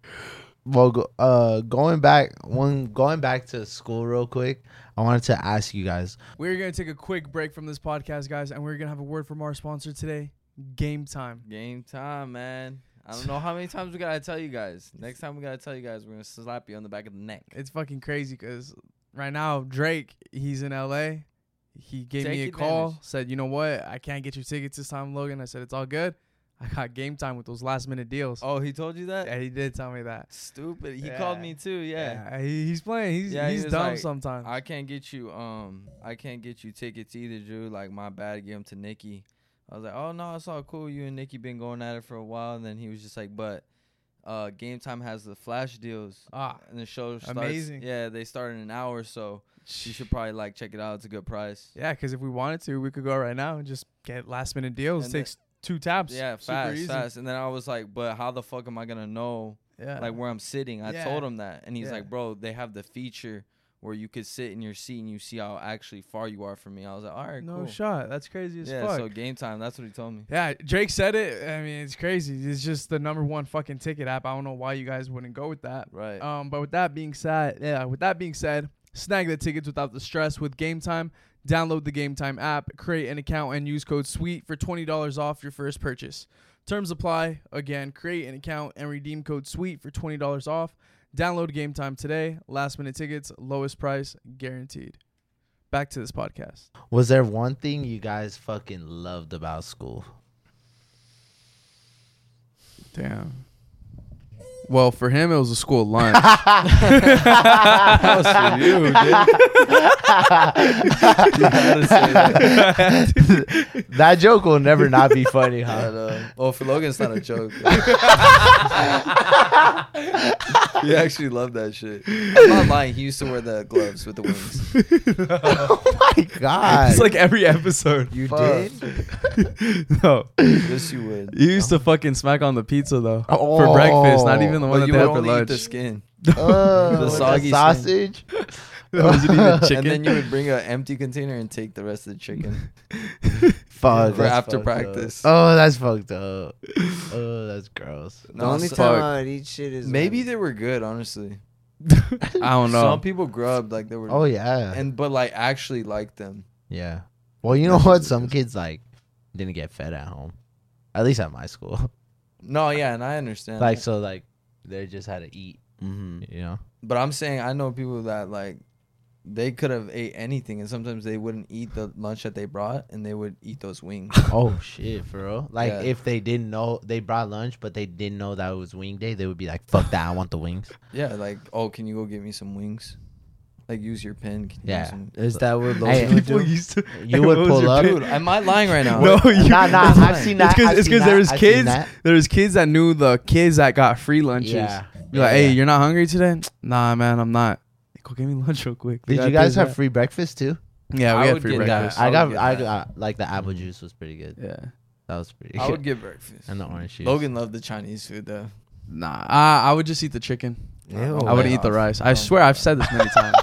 Speaker 1: well, go, uh, going back one, going back to school real quick. I wanted to ask you guys.
Speaker 4: We're gonna take a quick break from this podcast, guys, and we're gonna have a word from our sponsor today, Game Time.
Speaker 2: Game time, man. I don't know how many times we gotta tell you guys. Next time we gotta tell you guys, we're gonna slap you on the back of the neck.
Speaker 4: It's fucking crazy because right now Drake, he's in LA. He gave me a
Speaker 2: Take
Speaker 4: call,
Speaker 2: advantage.
Speaker 4: said, "You know what? I can't get you tickets this time, Logan." I said, "It's all good. I got Game Time with those last minute deals."
Speaker 2: Oh, he told you that?
Speaker 4: Yeah, he did tell me that.
Speaker 2: Stupid. He
Speaker 4: Yeah.
Speaker 2: called me too. Yeah.
Speaker 4: he, he's playing. He's
Speaker 2: Yeah, he
Speaker 4: he's
Speaker 2: was
Speaker 4: dumb
Speaker 2: like,
Speaker 4: sometimes.
Speaker 2: I can't get you. Um, I can't get you tickets either, Drew. Like my bad. Give them to Nikki. I was like, oh no, it's all cool. You and Nikki been going at it for a while, and then he was just like, but, uh, game time has the flash deals.
Speaker 4: ah,
Speaker 2: And the show starts.
Speaker 4: Amazing.
Speaker 2: Yeah, they start in an hour, so you should probably like check it out. It's a good price.
Speaker 4: Yeah, because if we wanted to, we could go right now and just get last minute deals.
Speaker 2: And the-
Speaker 4: takes two taps.
Speaker 2: Yeah, fast, fast. And then I was like, but how the fuck am I gonna know
Speaker 4: Yeah.
Speaker 2: like where I'm sitting? I
Speaker 4: Yeah.
Speaker 2: told him that, and he's
Speaker 4: Yeah.
Speaker 2: like, bro, they have the feature where you could sit in your seat and you see how actually far you are from me. I was like, all right,
Speaker 4: no
Speaker 2: cool.
Speaker 4: shot. That's crazy as
Speaker 2: yeah,
Speaker 4: fuck.
Speaker 2: so game time. That's what he told me.
Speaker 4: yeah, Drake said it. I mean, it's crazy. It's just the number one fucking ticket app. I don't know why you guys wouldn't go with that.
Speaker 2: Right.
Speaker 4: Um, but with that being said, yeah, with that being said, snag the tickets without the stress with Game Time. Download the Game Time app, create an account, and use code SWEET for twenty dollars off your first purchase. Terms apply. Again, create an account and redeem code SWEET for twenty dollars off. Download Game Time today. Last minute tickets, lowest price guaranteed. Back to this podcast.
Speaker 1: Was there one thing you guys fucking loved about school?
Speaker 4: Damn. Well, for him, it was a school lunch.
Speaker 2: That was for you, dude. You gotta say that.
Speaker 1: that joke will never not be funny, huh?
Speaker 2: Oh, for Logan, it's not a joke. you actually love that shit. I'm not lying. He used to wear the gloves with the wings.
Speaker 1: oh my god!
Speaker 4: it's like every episode.
Speaker 3: You
Speaker 1: Fuck.
Speaker 3: did?
Speaker 4: no,
Speaker 2: Yes, you would.
Speaker 4: you used to fucking smack on the pizza though
Speaker 1: Oh.
Speaker 4: for breakfast. Not even the one
Speaker 2: But
Speaker 4: that
Speaker 2: you
Speaker 4: they
Speaker 2: would
Speaker 4: had for
Speaker 2: only eat
Speaker 4: lunch.
Speaker 2: the skin.
Speaker 1: Uh,
Speaker 2: The
Speaker 1: with the
Speaker 2: soggy skin.
Speaker 1: sausage.
Speaker 4: Was it even chicken?
Speaker 2: And then you would bring an empty container and take the rest of the chicken.
Speaker 1: Fuck.
Speaker 2: For
Speaker 1: Oh, that's
Speaker 2: after
Speaker 1: fucked up.
Speaker 2: practice.
Speaker 1: Oh, that's fucked up. Oh, that's gross.
Speaker 3: The only
Speaker 2: so-
Speaker 3: time I would eat shit is
Speaker 2: Maybe
Speaker 3: when-
Speaker 2: they were good, honestly.
Speaker 4: I don't know.
Speaker 2: Some people grubbed like they were,
Speaker 1: Oh yeah.
Speaker 2: and but like actually liked them.
Speaker 1: yeah. Well, you know what? Some kids like didn't get fed at home. At least at my school.
Speaker 2: No, yeah, and I understand.
Speaker 1: like so, like they just had to eat.
Speaker 2: mm-hmm.
Speaker 1: You know.
Speaker 2: But I'm saying I know people that like they could have ate anything, and sometimes they wouldn't eat the lunch that they brought, and they would eat those wings.
Speaker 1: Oh shit, for real. Like
Speaker 2: Yeah.
Speaker 1: if they didn't know they brought lunch, but they didn't know that it was wing day, they would be like, "Fuck that! I want the wings."
Speaker 2: yeah, like oh, can you go get me some wings? Like use your pen. Can you get
Speaker 1: Yeah.
Speaker 2: some-"
Speaker 3: Is that what Logan
Speaker 1: Hey,
Speaker 3: would do?
Speaker 4: people used to.
Speaker 1: You would
Speaker 4: What was
Speaker 1: pull
Speaker 4: your
Speaker 1: up.
Speaker 4: pick?
Speaker 2: Dude, am I lying right now?
Speaker 4: No, you,
Speaker 1: nah, nah,
Speaker 2: that's
Speaker 1: I've
Speaker 2: fine.
Speaker 1: seen
Speaker 4: It's
Speaker 1: that.
Speaker 4: because
Speaker 1: I've
Speaker 4: it's
Speaker 1: seen
Speaker 4: because there
Speaker 1: that,
Speaker 4: was
Speaker 1: I've seen
Speaker 4: kids.
Speaker 1: that.
Speaker 4: There was kids that knew the kids that got free lunches.
Speaker 1: Yeah.
Speaker 4: Be like, hey, you're not hungry today? Nah, man, I'm not. Go get me lunch real quick. We
Speaker 1: Did
Speaker 4: gotta
Speaker 1: you guys
Speaker 4: pay
Speaker 1: have
Speaker 4: that.
Speaker 1: free breakfast too?
Speaker 4: Yeah, we
Speaker 2: I
Speaker 4: had
Speaker 2: would
Speaker 4: free
Speaker 2: get that.
Speaker 4: breakfast.
Speaker 2: I
Speaker 1: I
Speaker 2: would
Speaker 1: got,
Speaker 2: get
Speaker 1: I
Speaker 2: that.
Speaker 1: got like the apple juice was pretty good.
Speaker 4: Yeah.
Speaker 1: That was pretty
Speaker 2: I
Speaker 1: good.
Speaker 2: would get breakfast.
Speaker 1: And the orange juice.
Speaker 2: Logan loved the Chinese food though.
Speaker 4: Nah, I, I would just eat the chicken.
Speaker 3: Ew.
Speaker 4: I would
Speaker 2: yeah.
Speaker 4: eat the rice. I
Speaker 2: Oh.
Speaker 4: swear, I've said this many times.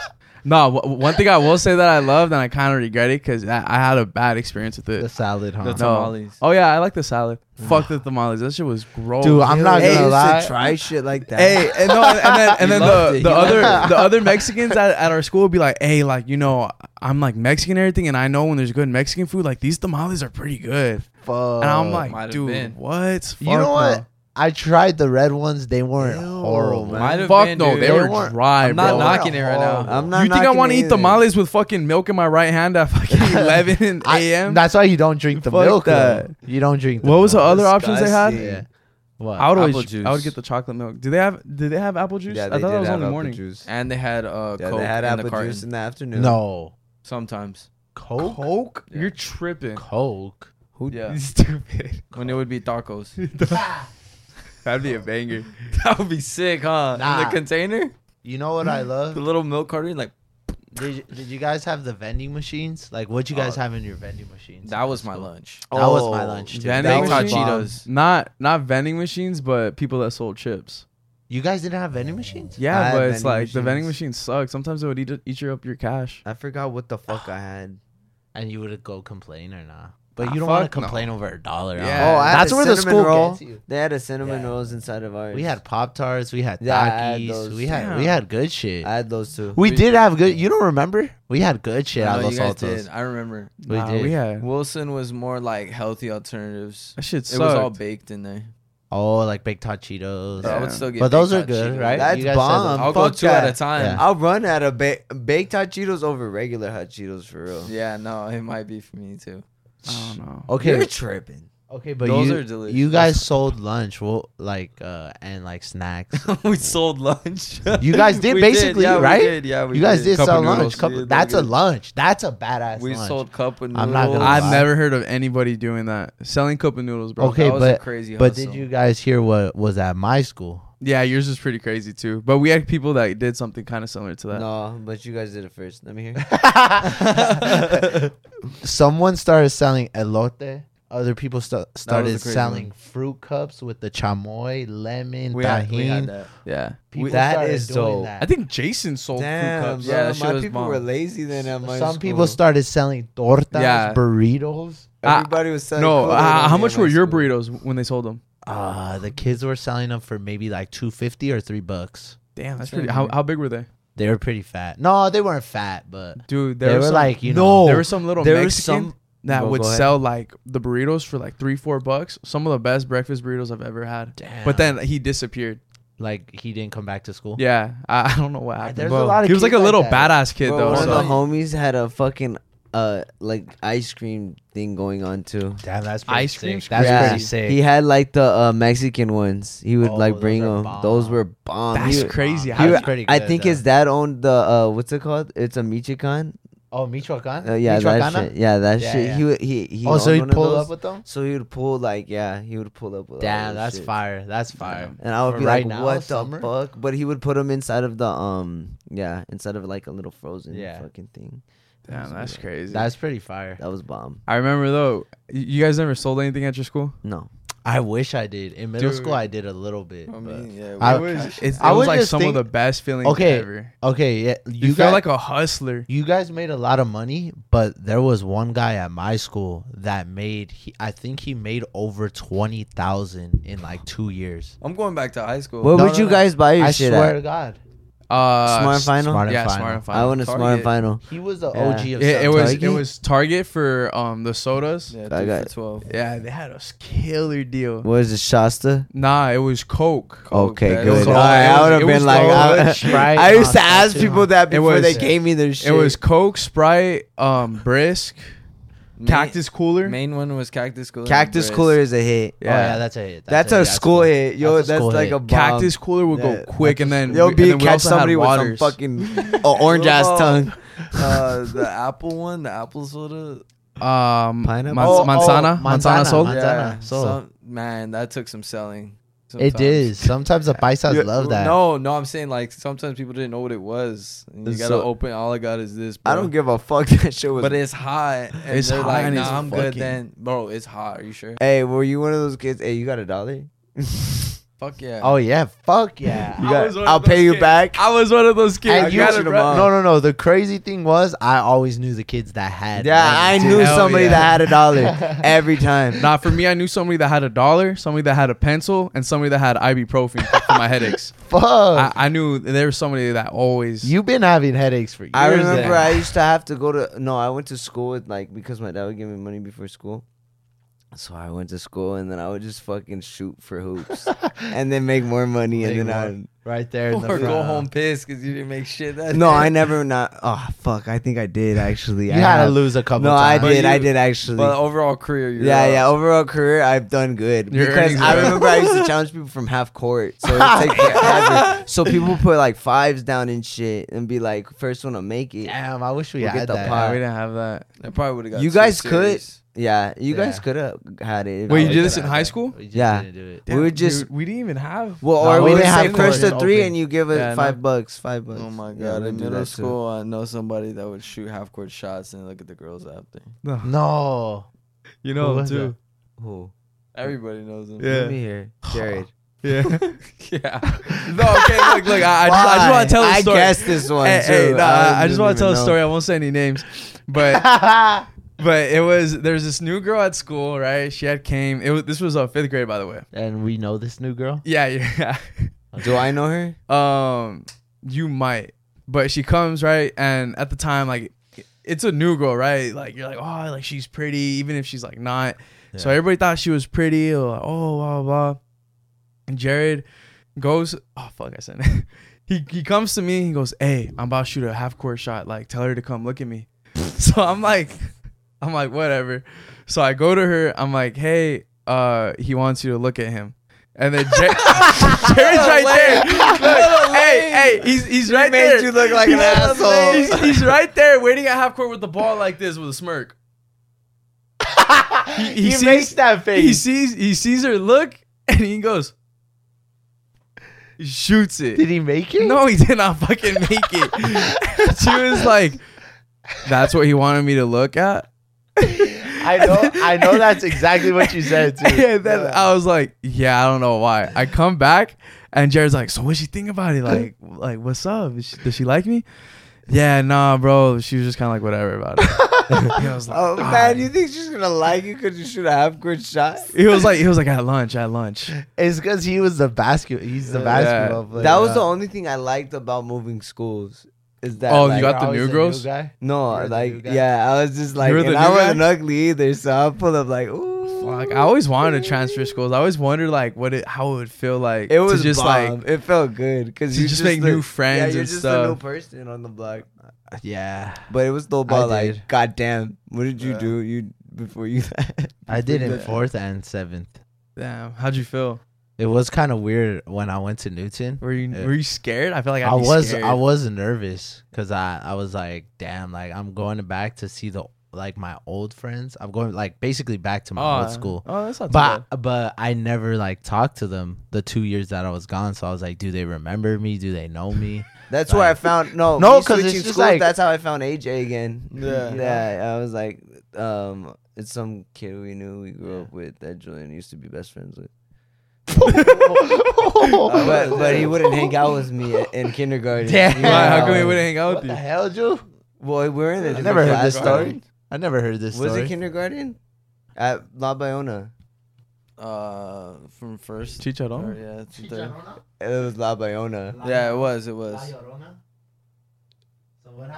Speaker 4: no, w- one thing I will say that I loved and I kind of regret it because I, I had a bad experience with
Speaker 1: the
Speaker 4: it.
Speaker 1: salad, huh?
Speaker 2: The tamales.
Speaker 4: Oh yeah, I like the salad. Fuck the tamales. That shit was gross.
Speaker 1: Dude, I'm not
Speaker 3: hey, you
Speaker 1: gonna
Speaker 3: used
Speaker 1: lie.
Speaker 3: to try shit like that.
Speaker 4: Hey, and, no, and then and
Speaker 2: He
Speaker 4: then
Speaker 2: loved
Speaker 4: the,
Speaker 2: it.
Speaker 4: the
Speaker 2: He
Speaker 4: other
Speaker 2: loved
Speaker 4: the other Mexicans at, at our school would be like, hey, like you know, I'm like Mexican and everything, and I know when there's good Mexican food, like these tamales are pretty good.
Speaker 1: Fuck.
Speaker 4: And I'm
Speaker 2: Oh, might
Speaker 4: like,
Speaker 2: have
Speaker 4: dude,
Speaker 2: been.
Speaker 4: what? Fuck
Speaker 1: you know what? I tried the red ones. They weren't
Speaker 3: Ew,
Speaker 1: horrible.
Speaker 3: man.
Speaker 2: Might
Speaker 4: no.
Speaker 2: have
Speaker 4: Fuck
Speaker 2: been,
Speaker 4: no,
Speaker 2: dude.
Speaker 4: they,
Speaker 1: They
Speaker 4: were
Speaker 1: weren't-
Speaker 4: dry.
Speaker 2: I'm not
Speaker 4: bro.
Speaker 1: They weren't
Speaker 2: knocking it right
Speaker 1: horrible.
Speaker 2: now.
Speaker 3: I'm not
Speaker 4: you think I
Speaker 3: knocking
Speaker 4: want to eat
Speaker 3: either.
Speaker 4: tamales with fucking milk in my right hand at fucking 11
Speaker 1: I-
Speaker 4: a.m.?
Speaker 1: That's why you don't drink the
Speaker 4: Fuck
Speaker 1: milk. though.
Speaker 4: that.
Speaker 1: You don't drink. The
Speaker 4: What was the
Speaker 1: milk.
Speaker 4: other options they had?
Speaker 3: Disgusting.
Speaker 1: Yeah. What?
Speaker 4: I would always,
Speaker 2: Apple juice.
Speaker 4: I would get the chocolate milk. Do they have? Did they have apple juice?
Speaker 3: Yeah,
Speaker 4: I
Speaker 3: they
Speaker 4: thought
Speaker 3: did
Speaker 4: that was
Speaker 3: have
Speaker 4: only
Speaker 3: apple
Speaker 4: morning.
Speaker 3: juice.
Speaker 2: And they had uh,
Speaker 3: Yeah,
Speaker 2: Coke
Speaker 3: they had
Speaker 2: in
Speaker 3: apple
Speaker 2: the carton.
Speaker 3: juice in the afternoon.
Speaker 1: no.
Speaker 2: Sometimes
Speaker 1: Coke.
Speaker 4: Coke?
Speaker 2: Yeah.
Speaker 4: You're tripping.
Speaker 1: Coke.
Speaker 3: Who
Speaker 2: Yeah.
Speaker 4: Stupid.
Speaker 2: when it would be tacos.
Speaker 4: That'd be a banger.
Speaker 2: that would be sick, huh? In
Speaker 1: Nah.
Speaker 2: the container,
Speaker 1: You know what I
Speaker 2: the
Speaker 1: love?
Speaker 2: little milk carton, like
Speaker 1: Did, you- did you guys have the vending machines? Like, what you guys have in your vending machines?
Speaker 2: that was my lunch.
Speaker 1: That was my
Speaker 3: Oh,
Speaker 1: lunch. Too.
Speaker 4: vending
Speaker 1: That was
Speaker 4: machines?
Speaker 1: bomb.
Speaker 2: Cheetos.
Speaker 4: Not not vending machines, but people that sold chips.
Speaker 1: You guys didn't have vending machines?
Speaker 4: Yeah,
Speaker 3: I had
Speaker 4: but it's
Speaker 3: vending
Speaker 4: like the vending
Speaker 3: machines.
Speaker 4: machines suck. Sometimes it would eat eat you up your cash.
Speaker 3: I forgot what the fuck I had.
Speaker 1: And you would go complain or not? But
Speaker 4: Ah,
Speaker 1: you don't want to
Speaker 4: fuck no.
Speaker 1: complain over a dollar.
Speaker 4: Yeah.
Speaker 1: huh?
Speaker 3: Oh, I had
Speaker 1: that's
Speaker 3: a
Speaker 1: where the
Speaker 3: cinnamon
Speaker 1: school
Speaker 3: roll.
Speaker 1: gets you.
Speaker 3: They had a cinnamon
Speaker 1: Yeah.
Speaker 3: rolls inside of ours.
Speaker 1: We had pop tarts. We had
Speaker 3: Yeah, I had
Speaker 1: Takis.
Speaker 3: those.
Speaker 1: we had we
Speaker 4: Yeah.
Speaker 1: had good shit.
Speaker 3: I had those too.
Speaker 1: we
Speaker 2: We-
Speaker 1: did have good. You don't remember? We had good shit
Speaker 2: I
Speaker 1: at
Speaker 2: know
Speaker 1: Los
Speaker 2: you guys did.
Speaker 1: Altos.
Speaker 2: I remember.
Speaker 1: We did.
Speaker 4: We had
Speaker 2: Wilson was more like healthy alternatives.
Speaker 4: that shit.
Speaker 2: It was all
Speaker 4: sucked.
Speaker 2: baked in there.
Speaker 1: Oh, like baked hot Cheetos.
Speaker 2: So I
Speaker 4: Yeah.
Speaker 2: would still get.
Speaker 1: But those
Speaker 2: baked
Speaker 1: are
Speaker 2: hot
Speaker 1: good,
Speaker 2: Cheetos.
Speaker 1: right?
Speaker 3: That's
Speaker 1: You guys said
Speaker 3: bomb.
Speaker 1: those-
Speaker 2: I'll go
Speaker 3: Fuck
Speaker 2: two
Speaker 3: that.
Speaker 2: at a time.
Speaker 1: Yeah.
Speaker 3: I'll run out of ba- baked hot Cheetos over regular hot Cheetos for real.
Speaker 2: Yeah. no, it might be for me too.
Speaker 4: I don't know.
Speaker 1: Okay.
Speaker 3: You're tripping.
Speaker 1: Okay, but
Speaker 2: Those
Speaker 1: you,
Speaker 2: are delicious.
Speaker 1: you guys sold lunch, well, like uh, and like snacks.
Speaker 2: we sold lunch.
Speaker 1: You guys did
Speaker 2: We
Speaker 1: basically,
Speaker 2: yeah, we
Speaker 1: right?
Speaker 2: did, Yeah, we
Speaker 1: you guys did
Speaker 4: Cup
Speaker 1: sell
Speaker 4: of
Speaker 1: lunch.
Speaker 4: noodles.
Speaker 1: Cup,
Speaker 2: Yeah,
Speaker 1: that's a
Speaker 2: nugget.
Speaker 1: lunch. That's a badass
Speaker 2: We
Speaker 1: lunch.
Speaker 2: sold cup and
Speaker 1: I'm
Speaker 2: noodles.
Speaker 1: not gonna lie.
Speaker 4: I've never heard of anybody doing that. Selling cup and noodles, bro.
Speaker 1: Okay,
Speaker 2: that was a
Speaker 1: but
Speaker 2: crazy
Speaker 1: but
Speaker 2: hustle.
Speaker 1: did you guys hear what was at my school?
Speaker 4: Yeah, yours is pretty crazy too. But we had people that did something kind of similar to that.
Speaker 3: No, but you guys did it first. Let me hear.
Speaker 1: Someone started selling elote. Other people sta- started
Speaker 2: a crazy
Speaker 1: selling fruit cups with the chamoy, lemon,
Speaker 2: We had,
Speaker 1: tahini.
Speaker 2: we had that.
Speaker 4: Yeah.
Speaker 1: People
Speaker 3: That
Speaker 1: started
Speaker 3: is
Speaker 1: doing
Speaker 3: dope.
Speaker 1: that.
Speaker 4: I think Jason sold fruit
Speaker 3: Damn,
Speaker 4: cups.
Speaker 3: bro,
Speaker 2: Yeah, that shit
Speaker 3: my
Speaker 2: was
Speaker 3: people
Speaker 2: bomb.
Speaker 3: were lazy then at my
Speaker 1: Some
Speaker 3: school.
Speaker 1: people started selling tortas,
Speaker 4: Yeah.
Speaker 1: burritos.
Speaker 4: Ah,
Speaker 3: Everybody was selling.
Speaker 4: No,
Speaker 3: Kool-Aid
Speaker 4: uh,
Speaker 3: at
Speaker 4: how
Speaker 3: me
Speaker 4: much
Speaker 3: at my
Speaker 4: were your
Speaker 3: school.
Speaker 4: burritos when they sold them?
Speaker 1: Uh, the kids were selling them for maybe like two fifty or three bucks.
Speaker 4: Damn, that's
Speaker 2: Same
Speaker 4: pretty. How,
Speaker 2: here.
Speaker 4: how big were they,
Speaker 1: They were pretty fat. No, they weren't fat, but
Speaker 4: dude?
Speaker 1: they
Speaker 4: was
Speaker 1: were
Speaker 4: some-
Speaker 1: like you
Speaker 3: No.
Speaker 1: know.
Speaker 4: there was some little
Speaker 3: There was
Speaker 4: Mexican
Speaker 3: some.
Speaker 4: that
Speaker 3: Go-
Speaker 4: would
Speaker 3: go ahead.
Speaker 4: sell like the burritos for like three, four bucks. Some of the best breakfast burritos I've ever had.
Speaker 1: Damn.
Speaker 4: But then he disappeared.
Speaker 1: like he didn't come back to school.
Speaker 4: Yeah, I, I don't know what
Speaker 1: Yeah,
Speaker 4: happened.
Speaker 1: there's a
Speaker 4: bro.
Speaker 1: lot of
Speaker 4: he was like
Speaker 1: kids
Speaker 4: a
Speaker 1: like
Speaker 4: little
Speaker 1: that.
Speaker 4: badass kid
Speaker 3: Bro,
Speaker 4: though.
Speaker 3: one of
Speaker 4: so-
Speaker 3: the homies had a fucking uh like ice cream thing going on too.
Speaker 1: Damn, that's pretty
Speaker 4: Ice cream
Speaker 1: sick. That's
Speaker 3: Yeah.
Speaker 1: pretty sick.
Speaker 3: He had like the uh, Mexican ones. He would
Speaker 1: Oh,
Speaker 3: like bring
Speaker 1: those are
Speaker 3: them. Those
Speaker 1: bomb.
Speaker 3: were bomb.
Speaker 4: That's
Speaker 3: He-
Speaker 4: crazy.
Speaker 1: Wow.
Speaker 4: How
Speaker 1: He-
Speaker 4: you-
Speaker 1: That's pretty
Speaker 3: I
Speaker 1: good,
Speaker 3: think
Speaker 1: though.
Speaker 3: his dad owned the uh, what's it called? It's a Michoacan.
Speaker 1: oh, Michoacan.
Speaker 3: Uh, yeah, that shit. Yeah, that
Speaker 1: Yeah,
Speaker 3: shit.
Speaker 1: yeah.
Speaker 3: He would he he.
Speaker 1: Oh, so
Speaker 3: owned
Speaker 1: he
Speaker 3: one of
Speaker 1: pulled
Speaker 3: those.
Speaker 1: up with them.
Speaker 3: So he would pull like yeah, he would pull up. With all
Speaker 1: Damn,
Speaker 3: those
Speaker 1: that's
Speaker 3: shit.
Speaker 1: fire. That's fire.
Speaker 3: And I would
Speaker 1: For
Speaker 3: be
Speaker 1: right
Speaker 3: like,
Speaker 1: now,
Speaker 3: what
Speaker 1: summer?
Speaker 3: the fuck? But he would put them inside of the um yeah, inside of like a little frozen
Speaker 1: Yeah.
Speaker 3: fucking thing.
Speaker 4: Damn, that's crazy.
Speaker 1: That's pretty fire.
Speaker 3: That was bomb.
Speaker 4: I remember though. y- You guys never sold anything at your school?
Speaker 3: No,
Speaker 1: I wish I did. In middle
Speaker 4: Dude.
Speaker 1: school, I did a little bit.
Speaker 2: I
Speaker 1: but-
Speaker 2: mean, yeah,
Speaker 1: I-
Speaker 4: it was, it's- it
Speaker 1: I
Speaker 4: was
Speaker 1: would
Speaker 4: like
Speaker 1: just
Speaker 4: some of
Speaker 1: think-
Speaker 4: the best feelings
Speaker 1: Okay.
Speaker 4: ever.
Speaker 1: okay, yeah,
Speaker 4: You,
Speaker 1: you
Speaker 4: feel
Speaker 1: got
Speaker 4: like a hustler.
Speaker 1: you guys made a lot of money, but there was one guy at my school that made. He, I think he made over twenty thousand in like two years.
Speaker 2: I'm going back to high school.
Speaker 3: where
Speaker 1: No,
Speaker 3: would
Speaker 1: no,
Speaker 3: you
Speaker 1: no.
Speaker 3: guys buy your
Speaker 1: I
Speaker 3: shit
Speaker 1: swear
Speaker 3: at?
Speaker 1: to God,
Speaker 4: Uh,
Speaker 3: Smart
Speaker 4: s-
Speaker 3: Final.
Speaker 1: Smart and
Speaker 4: Yeah,
Speaker 1: Final.
Speaker 4: smart and final.
Speaker 3: I want a smart
Speaker 2: Target.
Speaker 3: final.
Speaker 1: he was the
Speaker 3: Yeah.
Speaker 1: OG of.
Speaker 4: It, it
Speaker 1: South
Speaker 4: was
Speaker 1: Target.
Speaker 4: it was Target for um the sodas. Yeah,
Speaker 2: Yeah,
Speaker 3: I
Speaker 2: I
Speaker 3: got-
Speaker 2: for 12.
Speaker 4: they had a s- killer deal.
Speaker 3: What is it, Shasta?
Speaker 4: Nah, it was Coke.
Speaker 2: Coke,
Speaker 3: okay,
Speaker 2: man. It
Speaker 3: good.
Speaker 2: was
Speaker 3: All
Speaker 4: Coke.
Speaker 3: right,
Speaker 4: It
Speaker 3: I
Speaker 4: was-
Speaker 3: would
Speaker 4: it
Speaker 3: have been
Speaker 4: was
Speaker 3: like, I,
Speaker 1: Coke, Sprite,
Speaker 3: I used to ask
Speaker 1: Monster,
Speaker 3: people that
Speaker 4: It
Speaker 3: before
Speaker 4: was-
Speaker 3: they gave me their shit.
Speaker 4: It was Coke, Sprite, um, Brisk,
Speaker 2: Main-
Speaker 4: Cactus Cooler.
Speaker 2: Main one was Cactus Cooler. and
Speaker 3: Cactus
Speaker 2: Brisk.
Speaker 3: Cooler is a hit.
Speaker 1: Oh yeah, that's a hit.
Speaker 3: That's, a school hit. Yo, that's,
Speaker 1: school
Speaker 3: like
Speaker 1: hit.
Speaker 3: a bomb.
Speaker 4: Cactus Cooler would
Speaker 3: Yeah,
Speaker 4: go quick, and then
Speaker 3: Yo,
Speaker 4: we- and
Speaker 3: B
Speaker 4: then we
Speaker 3: catch
Speaker 4: also had
Speaker 3: somebody with some
Speaker 4: waters.
Speaker 3: fucking orange ass
Speaker 2: Oh.
Speaker 3: tongue.
Speaker 2: Uh, the apple one, the apple soda.
Speaker 4: um
Speaker 3: Pineapple?
Speaker 4: man-
Speaker 1: Oh, oh,
Speaker 4: manzana, manzana,
Speaker 1: manzana.
Speaker 4: sold.
Speaker 1: Manzana.
Speaker 2: Yeah,
Speaker 1: so-
Speaker 2: some- man, that took some selling.
Speaker 1: It
Speaker 2: sometimes.
Speaker 1: did. Sometimes the paisas
Speaker 3: Yeah,
Speaker 1: love that.
Speaker 2: No, no, I'm saying like sometimes people didn't know what it was. And you
Speaker 3: It's
Speaker 2: gotta
Speaker 3: so-
Speaker 2: open. All I got is this. Bro.
Speaker 3: I don't give a fuck. That shit was.
Speaker 2: But it's hot. And
Speaker 4: It's
Speaker 2: they're
Speaker 4: hot
Speaker 2: Like,
Speaker 4: and
Speaker 2: nah,
Speaker 4: it's
Speaker 2: I'm good.
Speaker 3: fucking-
Speaker 2: Then, bro, it's hot. Are you sure?
Speaker 3: hey, were you one of those kids? Hey, you got a dollar?
Speaker 2: Fuck yeah.
Speaker 1: Oh yeah, fuck yeah.
Speaker 3: You
Speaker 4: I
Speaker 3: got,
Speaker 4: was one of
Speaker 3: I'll
Speaker 4: those
Speaker 3: pay you
Speaker 4: kids.
Speaker 3: back.
Speaker 4: I was one of those kids.
Speaker 1: And
Speaker 3: you
Speaker 1: had
Speaker 3: should
Speaker 1: a
Speaker 3: have
Speaker 1: bro-
Speaker 3: won.
Speaker 1: No, no, no. The crazy thing was, I always knew the kids that had.
Speaker 3: yeah, I
Speaker 1: money,
Speaker 3: knew
Speaker 1: dude.
Speaker 4: Hell
Speaker 3: somebody
Speaker 4: yeah.
Speaker 3: that had a dollar every time.
Speaker 4: Nah, for me, I knew somebody that had a dollar, somebody that had a pencil, and somebody that had ibuprofen for my headaches.
Speaker 1: Fuck.
Speaker 3: Oh.
Speaker 4: I, I knew there was somebody that always.
Speaker 1: You've been having headaches for years.
Speaker 3: I remember
Speaker 1: then.
Speaker 3: I used to have to go to no, I went to school with like because my dad would give me money before school. So I went to school and then I would just fucking shoot for hoops and then make more money
Speaker 1: Make
Speaker 3: and
Speaker 1: more.
Speaker 3: then
Speaker 1: right there in the
Speaker 2: or
Speaker 1: front.
Speaker 2: go home pissed because you didn't make shit.
Speaker 3: I
Speaker 2: That
Speaker 3: No,
Speaker 2: day.
Speaker 3: I never not oh fuck, I think I did actually.
Speaker 1: You
Speaker 3: I
Speaker 1: had to
Speaker 3: have-
Speaker 1: lose a couple.
Speaker 3: No, I
Speaker 1: times.
Speaker 3: did, I
Speaker 2: you-
Speaker 3: did actually.
Speaker 2: But overall career, you're
Speaker 3: oh, yeah,
Speaker 2: up.
Speaker 3: yeah. Overall career, I've done good
Speaker 4: Your
Speaker 3: because
Speaker 4: earnings
Speaker 3: I
Speaker 4: are up.
Speaker 3: remember I used to challenge people from half court, so it would take forever. So people put like fives down and shit, and be like, first one to make it.
Speaker 1: Damn, I wish we
Speaker 3: We'll get
Speaker 1: had
Speaker 3: the
Speaker 1: that.
Speaker 3: pot.
Speaker 4: Nah, we didn't have that.
Speaker 2: I probably would have got.
Speaker 3: You
Speaker 2: two
Speaker 3: guys
Speaker 2: series.
Speaker 3: Yeah, you guys
Speaker 1: Yeah.
Speaker 3: could have had it. if
Speaker 4: Wait,
Speaker 3: I
Speaker 4: you did
Speaker 3: was good
Speaker 4: this
Speaker 3: at
Speaker 4: in
Speaker 3: it.
Speaker 4: high school?
Speaker 1: We just
Speaker 3: Yeah.
Speaker 1: didn't do it.
Speaker 3: We would just
Speaker 4: Dude, we didn't even have.
Speaker 3: well,
Speaker 1: No,
Speaker 3: or
Speaker 1: we
Speaker 3: we would
Speaker 1: didn't
Speaker 3: say
Speaker 1: have
Speaker 3: first
Speaker 1: court
Speaker 3: to three,
Speaker 1: open.
Speaker 3: and you give it
Speaker 4: Yeah,
Speaker 3: five
Speaker 4: no.
Speaker 3: bucks. Five bucks.
Speaker 2: Oh my
Speaker 3: Yeah,
Speaker 2: god!
Speaker 3: we
Speaker 2: in
Speaker 3: do
Speaker 2: middle
Speaker 3: that too.
Speaker 2: school, I know somebody that would shoot half court shots and look at the girls after.
Speaker 1: No.
Speaker 4: You
Speaker 1: Who
Speaker 4: know him
Speaker 1: was
Speaker 4: too.
Speaker 3: Who?
Speaker 2: Everybody knows them.
Speaker 4: Yeah.
Speaker 3: Let me hear. Jared.
Speaker 4: Yeah. yeah. No, okay, look, look. I, I just, I just
Speaker 3: Why?
Speaker 4: want to tell the
Speaker 3: I
Speaker 4: story.
Speaker 3: guessed this one
Speaker 4: Hey,
Speaker 3: too.
Speaker 4: hey, nah, I, just
Speaker 3: didn't
Speaker 4: want to tell
Speaker 3: even
Speaker 4: a
Speaker 3: know.
Speaker 4: story. I won't say any names, but but it was there's this new girl at school, right? She had came. It was this was uh, fifth grade, by the way.
Speaker 1: And we know this new girl.
Speaker 4: Yeah, yeah.
Speaker 3: Do I know her?
Speaker 4: um you might but she comes right and at the time like it's a new girl right like you're like oh like she's pretty even if she's like not so
Speaker 1: Yeah.
Speaker 4: everybody thought she was pretty or like, oh blah blah blah. and jared goes oh fuck i said it. he, he comes to me he goes hey i'm about to shoot a half court shot like tell her to come look at me so i'm like i'm like whatever so i go to her i'm like hey uh he wants you to look at him and then Jer- Jared's right there. Look, hey, hey, he's he's right
Speaker 3: made
Speaker 4: there.
Speaker 3: you look like
Speaker 4: He's-
Speaker 3: an asshole.
Speaker 4: He's, he's right there, waiting at half court with the ball like this with a smirk. He, he sees
Speaker 1: that
Speaker 4: he sees he sees her look, and he goes, he shoots it.
Speaker 1: Did he make it?
Speaker 4: No, he did not fucking make it. she was like, "That's what he wanted me to look at."
Speaker 1: I know. I know that's exactly what you said too.
Speaker 4: And then I was like, yeah, I don't know why. I come back and Jared's like, so what she think about it? Like, like what's up? Is she, does she like me? Yeah, nah, bro. She was just kind of like whatever about it. And I was like,
Speaker 3: Oh
Speaker 4: "Ah."
Speaker 3: man, you think she's gonna like you because you shoot a half court shot?
Speaker 4: He was like, he was like at lunch, at lunch.
Speaker 1: It's because he was the basket. He's the
Speaker 4: Yeah.
Speaker 1: basketball player.
Speaker 3: That was
Speaker 1: Yeah.
Speaker 3: the only thing I liked about moving schools. Is that
Speaker 4: Oh, you
Speaker 3: like,
Speaker 4: got the
Speaker 1: always
Speaker 4: new
Speaker 1: a
Speaker 4: girls?
Speaker 1: guy.
Speaker 3: no
Speaker 1: you're the new
Speaker 3: like
Speaker 1: guy.
Speaker 3: yeah I was just like
Speaker 4: were
Speaker 3: and
Speaker 4: the
Speaker 3: I
Speaker 4: new
Speaker 3: wasn't
Speaker 4: guy?
Speaker 3: ugly either so I pulled up like ooh
Speaker 4: Fuck, I always wanted to transfer schools. I always wondered like what it how it would feel like.
Speaker 3: It
Speaker 4: to
Speaker 3: was
Speaker 4: just like
Speaker 3: it felt good because
Speaker 4: to
Speaker 3: you
Speaker 4: just make
Speaker 3: the-
Speaker 4: new
Speaker 3: Yeah,
Speaker 4: friends
Speaker 3: you're
Speaker 4: and
Speaker 3: just
Speaker 4: stuff.
Speaker 3: a new person on the block.
Speaker 1: Yeah,
Speaker 3: But it was still about
Speaker 1: did.
Speaker 3: like, goddamn, what did you
Speaker 4: Yeah.
Speaker 3: do? You before you that?
Speaker 1: I did in
Speaker 4: Yeah.
Speaker 1: fourth and seventh.
Speaker 4: Damn, how'd you feel?
Speaker 1: It was kind of weird when I went to Newton.
Speaker 4: Were you
Speaker 1: Yeah.
Speaker 4: were you scared? I feel like I'd
Speaker 1: I
Speaker 4: be
Speaker 1: was
Speaker 4: scared.
Speaker 1: I was nervous because I I was like, damn, like I'm going back to see the like my old friends. I'm going like basically back to my old
Speaker 4: Oh,
Speaker 1: school.
Speaker 4: Oh, that's not too bad.
Speaker 1: But but I never like talked to them the two years that I was gone. So I was like, do they remember me? Do they know me?
Speaker 3: That's where I
Speaker 1: Like-
Speaker 3: found no,
Speaker 1: No,
Speaker 3: me
Speaker 1: 'cause it's
Speaker 3: switching
Speaker 1: just
Speaker 3: schools,
Speaker 1: like-
Speaker 3: that's how I found AJ again.
Speaker 2: Yeah.
Speaker 3: yeah. I was like, um, it's some kid we knew we grew up with that Julian used to be best friends with. Uh, but but he wouldn't hang out with me i- in kindergarten.
Speaker 1: Damn.
Speaker 3: He
Speaker 4: Why?
Speaker 3: would hang
Speaker 4: How
Speaker 3: out
Speaker 4: come we
Speaker 3: with-
Speaker 4: wouldn't hang out
Speaker 1: what
Speaker 4: with
Speaker 1: the
Speaker 4: you?
Speaker 1: hell, Joe?
Speaker 3: Well, we're in a
Speaker 1: I
Speaker 3: different
Speaker 1: never heard this
Speaker 3: class.
Speaker 1: story. I never heard this
Speaker 3: Was
Speaker 1: story.
Speaker 3: it kindergarten? At La Bayona.
Speaker 2: Uh, from first. or,
Speaker 4: Chicharron.
Speaker 2: yeah, to third.
Speaker 3: It was La Bayona.
Speaker 2: yeah, it was. It was.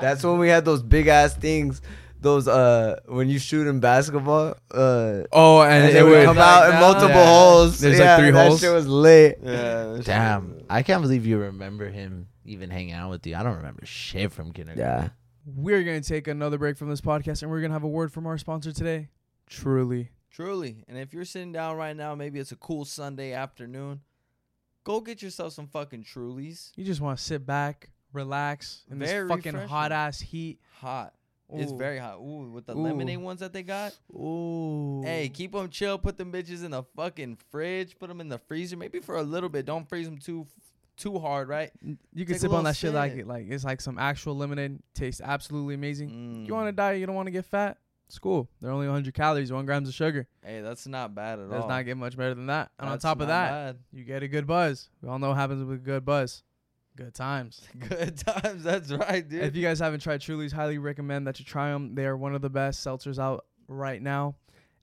Speaker 3: That's when we had those big ass things. Those uh, when you shoot in basketball, uh,
Speaker 4: Oh, and,
Speaker 3: and,
Speaker 4: it, would
Speaker 3: come out in multiple
Speaker 4: Yeah.
Speaker 3: holes.
Speaker 4: There's like
Speaker 3: yeah,
Speaker 4: three
Speaker 3: that
Speaker 4: holes.
Speaker 3: Shit was lit.
Speaker 2: Yeah. it's-
Speaker 1: Damn, I can't believe you remember him even hanging out with you. I don't remember shit from kindergarten.
Speaker 3: Yeah.
Speaker 4: We're gonna take another break from this podcast, and we're gonna have a word from our sponsor today. Truly,
Speaker 2: Truly. And if you're sitting down right now, maybe it's a cool Sunday afternoon. Go get yourself some fucking Trulies.
Speaker 4: you just want to sit back, relax in this
Speaker 2: Very
Speaker 4: fucking
Speaker 2: refreshing.
Speaker 4: hot ass heat.
Speaker 2: Hot. It's
Speaker 4: Ooh.
Speaker 2: very hot. Ooh, with the
Speaker 4: Ooh.
Speaker 2: lemonade ones that they got.
Speaker 4: Ooh.
Speaker 2: Hey, keep them chill. Put them bitches in the fucking fridge. Put them in the freezer. Maybe for a little bit. Don't freeze them too too hard, right?
Speaker 4: you can
Speaker 2: take a
Speaker 4: sip
Speaker 2: little
Speaker 4: on that shit like
Speaker 2: sip.
Speaker 4: it, like it's like some actual lemonade. Tastes absolutely amazing.
Speaker 2: Mm.
Speaker 4: You want to diet, you don't want to get fat. It's cool. They're only 100 calories, one grams of sugar.
Speaker 2: Hey, that's not bad at
Speaker 4: Does
Speaker 2: all.
Speaker 4: not get much better than that. And
Speaker 2: That's
Speaker 4: on top of
Speaker 2: not
Speaker 4: that,
Speaker 2: bad.
Speaker 4: you get a good buzz. We all know what happens with a good buzz. Good times.
Speaker 2: Good times. That's right, dude.
Speaker 4: If you guys haven't tried Truly's, highly recommend that you try them. They are one of the best seltzers out right now.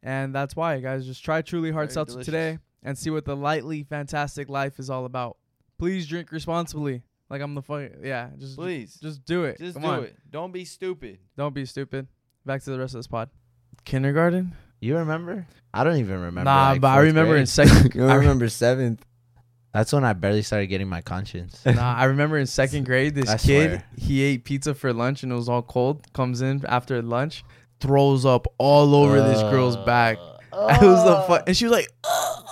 Speaker 4: And that's why, guys, just try Truly Hard
Speaker 2: Very
Speaker 4: Seltzer
Speaker 2: delicious.
Speaker 4: today and see what the lightly fantastic life is all about. Please drink responsibly. Like I'm the fuck. Yeah, just
Speaker 2: Please.
Speaker 4: just do it.
Speaker 2: Just
Speaker 4: Come
Speaker 2: do
Speaker 4: on.
Speaker 2: it. Don't be stupid.
Speaker 4: Don't be stupid. Back to the rest of this pod. Kindergarten?
Speaker 1: You remember? I don't even remember.
Speaker 4: nah,
Speaker 1: like,
Speaker 4: but I
Speaker 1: fourth
Speaker 4: remember in
Speaker 1: grade.
Speaker 4: second.
Speaker 3: You remember seventh?
Speaker 1: That's when I barely started getting my conscience.
Speaker 4: Nah, I remember in second grade, this
Speaker 1: I
Speaker 4: kid
Speaker 1: swear.
Speaker 4: he ate pizza for lunch and it was all cold. Comes in after lunch, throws up all over this girl's
Speaker 3: Uh,
Speaker 4: back. I was the fu- and she was like,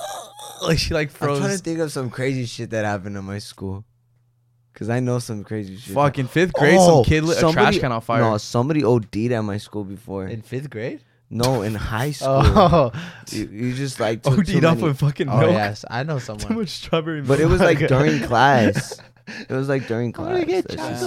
Speaker 4: like she like
Speaker 3: I'm trying to
Speaker 4: froze.
Speaker 3: think of some crazy shit that happened in my school. Cause I know some crazy shit.
Speaker 4: Fucking fifth grade,
Speaker 3: Oh,
Speaker 4: some kid lit a
Speaker 3: somebody-
Speaker 4: trash can on fire.
Speaker 3: No, somebody OD'd at my school before.
Speaker 1: in fifth grade.
Speaker 3: no, in high school.
Speaker 1: Oh,
Speaker 3: You, you just like took too
Speaker 4: OD'd off
Speaker 3: many-
Speaker 4: with fucking
Speaker 1: oh
Speaker 4: milk.
Speaker 1: yes, I know
Speaker 4: Too
Speaker 1: someone.
Speaker 4: much strawberry.
Speaker 3: But it
Speaker 4: milk.
Speaker 3: was like during class. It was like during
Speaker 1: I'm
Speaker 3: class.
Speaker 1: gonna get
Speaker 3: That's
Speaker 2: chocolate
Speaker 3: just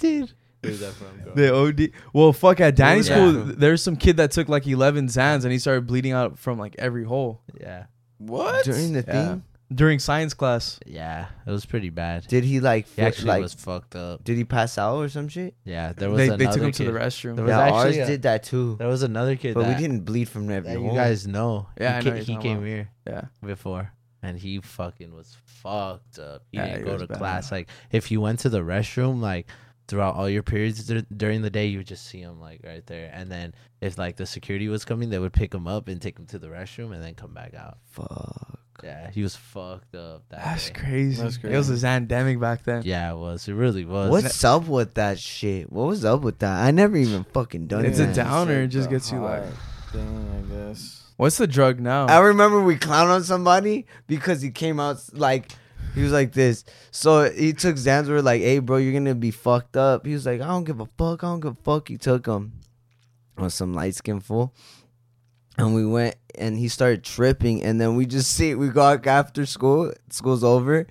Speaker 1: chocolate
Speaker 3: scary.
Speaker 1: wasted.
Speaker 4: The OD. Well, fuck at Danny's
Speaker 2: Yeah.
Speaker 4: school, there's some kid that took like 11 Zans and he started bleeding out from like every hole
Speaker 1: Yeah,
Speaker 2: What?
Speaker 3: During the
Speaker 1: Yeah.
Speaker 3: thing,
Speaker 4: during science class.
Speaker 1: yeah, it was pretty bad.
Speaker 3: did he like?
Speaker 1: He
Speaker 3: fl-
Speaker 1: actually
Speaker 3: like,
Speaker 1: was fucked up.
Speaker 3: did he pass out or some shit?
Speaker 1: Yeah, there was
Speaker 4: they,
Speaker 1: another
Speaker 4: they took him
Speaker 1: kid.
Speaker 4: to the restroom.
Speaker 1: There was
Speaker 3: Yeah, ours
Speaker 1: actually a-
Speaker 3: did that too.
Speaker 1: There was another kid
Speaker 3: But
Speaker 1: that,
Speaker 3: we didn't bleed from every
Speaker 1: that you
Speaker 3: hole.
Speaker 1: guys know.
Speaker 4: Yeah, I
Speaker 1: he,
Speaker 4: know
Speaker 1: ca-
Speaker 4: you're
Speaker 1: he
Speaker 4: talking
Speaker 1: came
Speaker 4: about.
Speaker 1: here
Speaker 4: Yeah.
Speaker 1: before, and he fucking was fucked up. He
Speaker 4: Yeah,
Speaker 1: didn't
Speaker 4: he
Speaker 1: go
Speaker 4: was
Speaker 1: to
Speaker 4: bad.
Speaker 1: class. Like if you went to the restroom, like throughout all your periods dur- during the day, you would just see him like right there. And then if like the security was coming, they would pick him up and take him to the restroom and then come back out.
Speaker 3: Fuck.
Speaker 1: Yeah, he was fucked up that
Speaker 4: That's
Speaker 1: day.
Speaker 4: crazy.
Speaker 2: That's
Speaker 4: It was a Zandemic back then.
Speaker 1: Yeah, it was. It really was.
Speaker 3: What's up with that shit? What was up with that? I never even fucking done
Speaker 4: It's a
Speaker 3: that.
Speaker 4: down- downer, it just gets you, like-
Speaker 2: Thing, I guess.
Speaker 4: What's the drug now?
Speaker 3: I remember we clowned on somebody because he came out s- like he was like this. So he took Zans. We were like, "Hey, bro, you're gonna be fucked up." He was like, "I don't give a fuck. I don't give a fuck." He took him was some light skinned fool, and we went and he started tripping. And then we just see we go out after school. School's over,